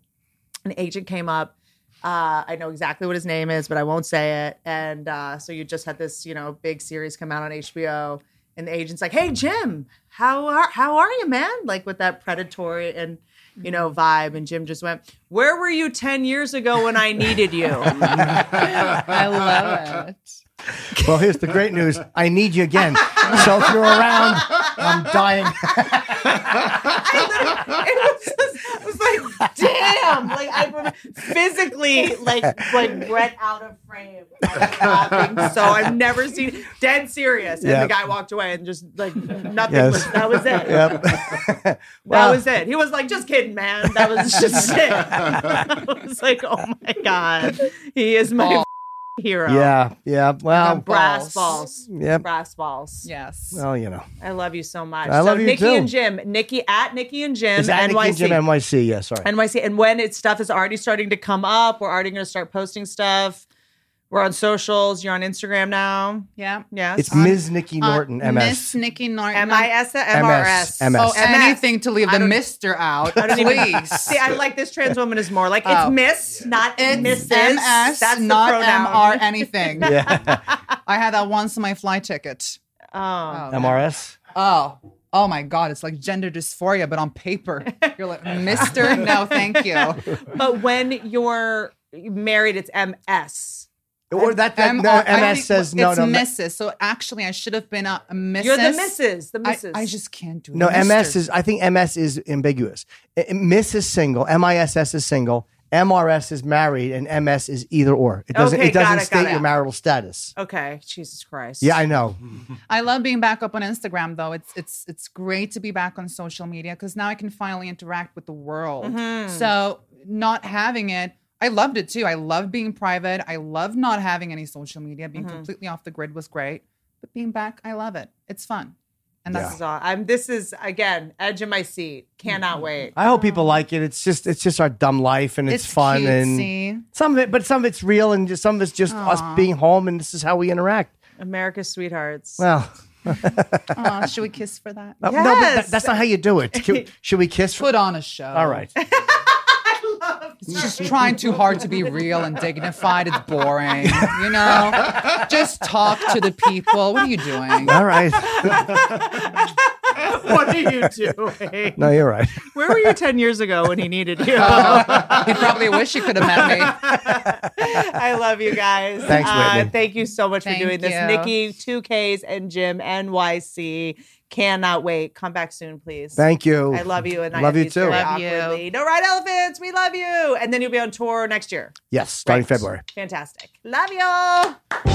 Speaker 2: an agent came up. Uh, I know exactly what his name is, but I won't say it. And uh, so you just had this, you know, big series come out on HBO, and the agent's like, "Hey, Jim, how are how are you, man?" Like with that predatory and you know vibe. And Jim just went, "Where were you ten years ago when I needed you?"
Speaker 4: I love it.
Speaker 3: well, here's the great news. I need you again. so if you're around,
Speaker 5: I'm dying.
Speaker 2: I literally- it was just, I was like, damn. Like I remember physically like like went out of frame. Like, laughing. so I've never seen dead serious. And
Speaker 3: Yep.
Speaker 2: the guy walked away and just like nothing
Speaker 3: Yes.
Speaker 2: was that was it.
Speaker 3: Yep.
Speaker 2: That
Speaker 3: Well,
Speaker 2: was it. He was like, just kidding, man. That was just it. I was like, oh my God. He is my
Speaker 4: Balls.
Speaker 2: hero.
Speaker 3: Yeah. Yeah. Well.
Speaker 2: Brass
Speaker 4: Balls.
Speaker 2: balls.
Speaker 3: Yep.
Speaker 2: Brass balls.
Speaker 4: Yes.
Speaker 3: Well, you know.
Speaker 2: I love you so much.
Speaker 3: I love
Speaker 2: so
Speaker 3: you
Speaker 2: Nikki
Speaker 3: too.
Speaker 2: and Jim. Nikki at Nikki and Jim
Speaker 3: Is that
Speaker 2: NYC.
Speaker 3: Nikki Jim NYC? Yeah. Sorry.
Speaker 2: NYC. And when it stuff is already starting to come up, we're already going to start posting stuff. We're on socials. You're on Instagram now.
Speaker 4: yeah.
Speaker 2: Yes.
Speaker 3: It's Ms. Nikki
Speaker 4: Uh,
Speaker 3: Norton, MS.
Speaker 4: Miss Nikki Norton.
Speaker 2: M I S M R S.
Speaker 3: MS.
Speaker 4: Oh,
Speaker 3: MS.
Speaker 4: anything to leave the
Speaker 2: I don't-
Speaker 4: Mister out,
Speaker 2: I don't even
Speaker 4: please.
Speaker 2: see. I like this trans woman is more like it's
Speaker 4: Oh.
Speaker 2: Miss, not
Speaker 4: It's
Speaker 2: Mrs.
Speaker 4: MS,
Speaker 2: That's the
Speaker 4: not
Speaker 2: pronoun.
Speaker 4: MR anything.
Speaker 3: Yeah.
Speaker 4: I had that once on my fly ticket.
Speaker 2: Oh.
Speaker 3: MRS.
Speaker 4: Oh, oh my God! It's like gender dysphoria, but on paper. You're like, Mister, no, thank you.
Speaker 2: But when you're married, it's MS.
Speaker 3: Or that, that no,
Speaker 4: MR I
Speaker 3: MS
Speaker 4: think
Speaker 3: says no,
Speaker 4: it's
Speaker 3: no.
Speaker 4: Mrs. So actually, I should have been a, a Mrs.
Speaker 2: You're the Mrs. The
Speaker 4: I-
Speaker 2: Mrs.
Speaker 4: I, just can't do it.
Speaker 3: No, MS
Speaker 4: Mister.
Speaker 3: is. I think MS is ambiguous. I- I- Miss is single. MISS is single. MRS is married, and MS is either or. It doesn't.
Speaker 2: Okay,
Speaker 3: it doesn't
Speaker 2: got it, got
Speaker 3: state
Speaker 2: it.
Speaker 3: your marital status.
Speaker 2: okay. Jesus Christ.
Speaker 3: Yeah, I know.
Speaker 4: I love being back up on Instagram though. It's it's it's great to be back on social media because now I can finally interact with the world.
Speaker 2: Mm-hmm.
Speaker 4: So not having it, I loved it too. I love being private. I love not having any social media. Being
Speaker 2: Mm-hmm.
Speaker 4: completely off the grid was great. But being back, I love it. It's fun. And
Speaker 2: This
Speaker 4: that's
Speaker 2: is all. I'm. This is again edge of my seat. Cannot wait.
Speaker 3: Mm-hmm. I hope people like it. It's just. It's just our dumb life, and it's, fun,
Speaker 4: cute,
Speaker 3: and
Speaker 4: see?
Speaker 3: some of it. But some of it's real, and just, some of it's just us being home, and this is how we interact.
Speaker 2: America's sweethearts.
Speaker 3: Well,
Speaker 4: Aw, should we kiss for that?
Speaker 3: Uh, no, but that-
Speaker 2: Yes.
Speaker 3: that's not how you do it. Can- should we kiss? For-
Speaker 4: Put on a show.
Speaker 3: All right.
Speaker 4: It's just trying too hard to be real and dignified. It's boring. You know? Just talk to the people. What are you doing?
Speaker 3: All right.
Speaker 2: what are you doing?
Speaker 3: No, you're right.
Speaker 2: Where were you ten years ago when he needed you?
Speaker 4: He probably wish he could have met me.
Speaker 2: I love you guys. Uh,
Speaker 3: Thanks, Whitney.
Speaker 2: thank you so much
Speaker 4: Thank
Speaker 2: for doing
Speaker 4: you.
Speaker 2: this. Nikki, 2Ks, and Jim, NYC. Cannot wait. Come back soon, please.
Speaker 3: Thank you.
Speaker 2: I love you. And I
Speaker 3: Love
Speaker 2: have
Speaker 3: you
Speaker 2: these
Speaker 3: too.
Speaker 2: very
Speaker 4: Love you.
Speaker 2: awkwardly. No ride elephants. We love you. And then you'll be on tour next year.
Speaker 3: Yes, starting
Speaker 2: Right.
Speaker 3: February.
Speaker 2: Fantastic. Love you.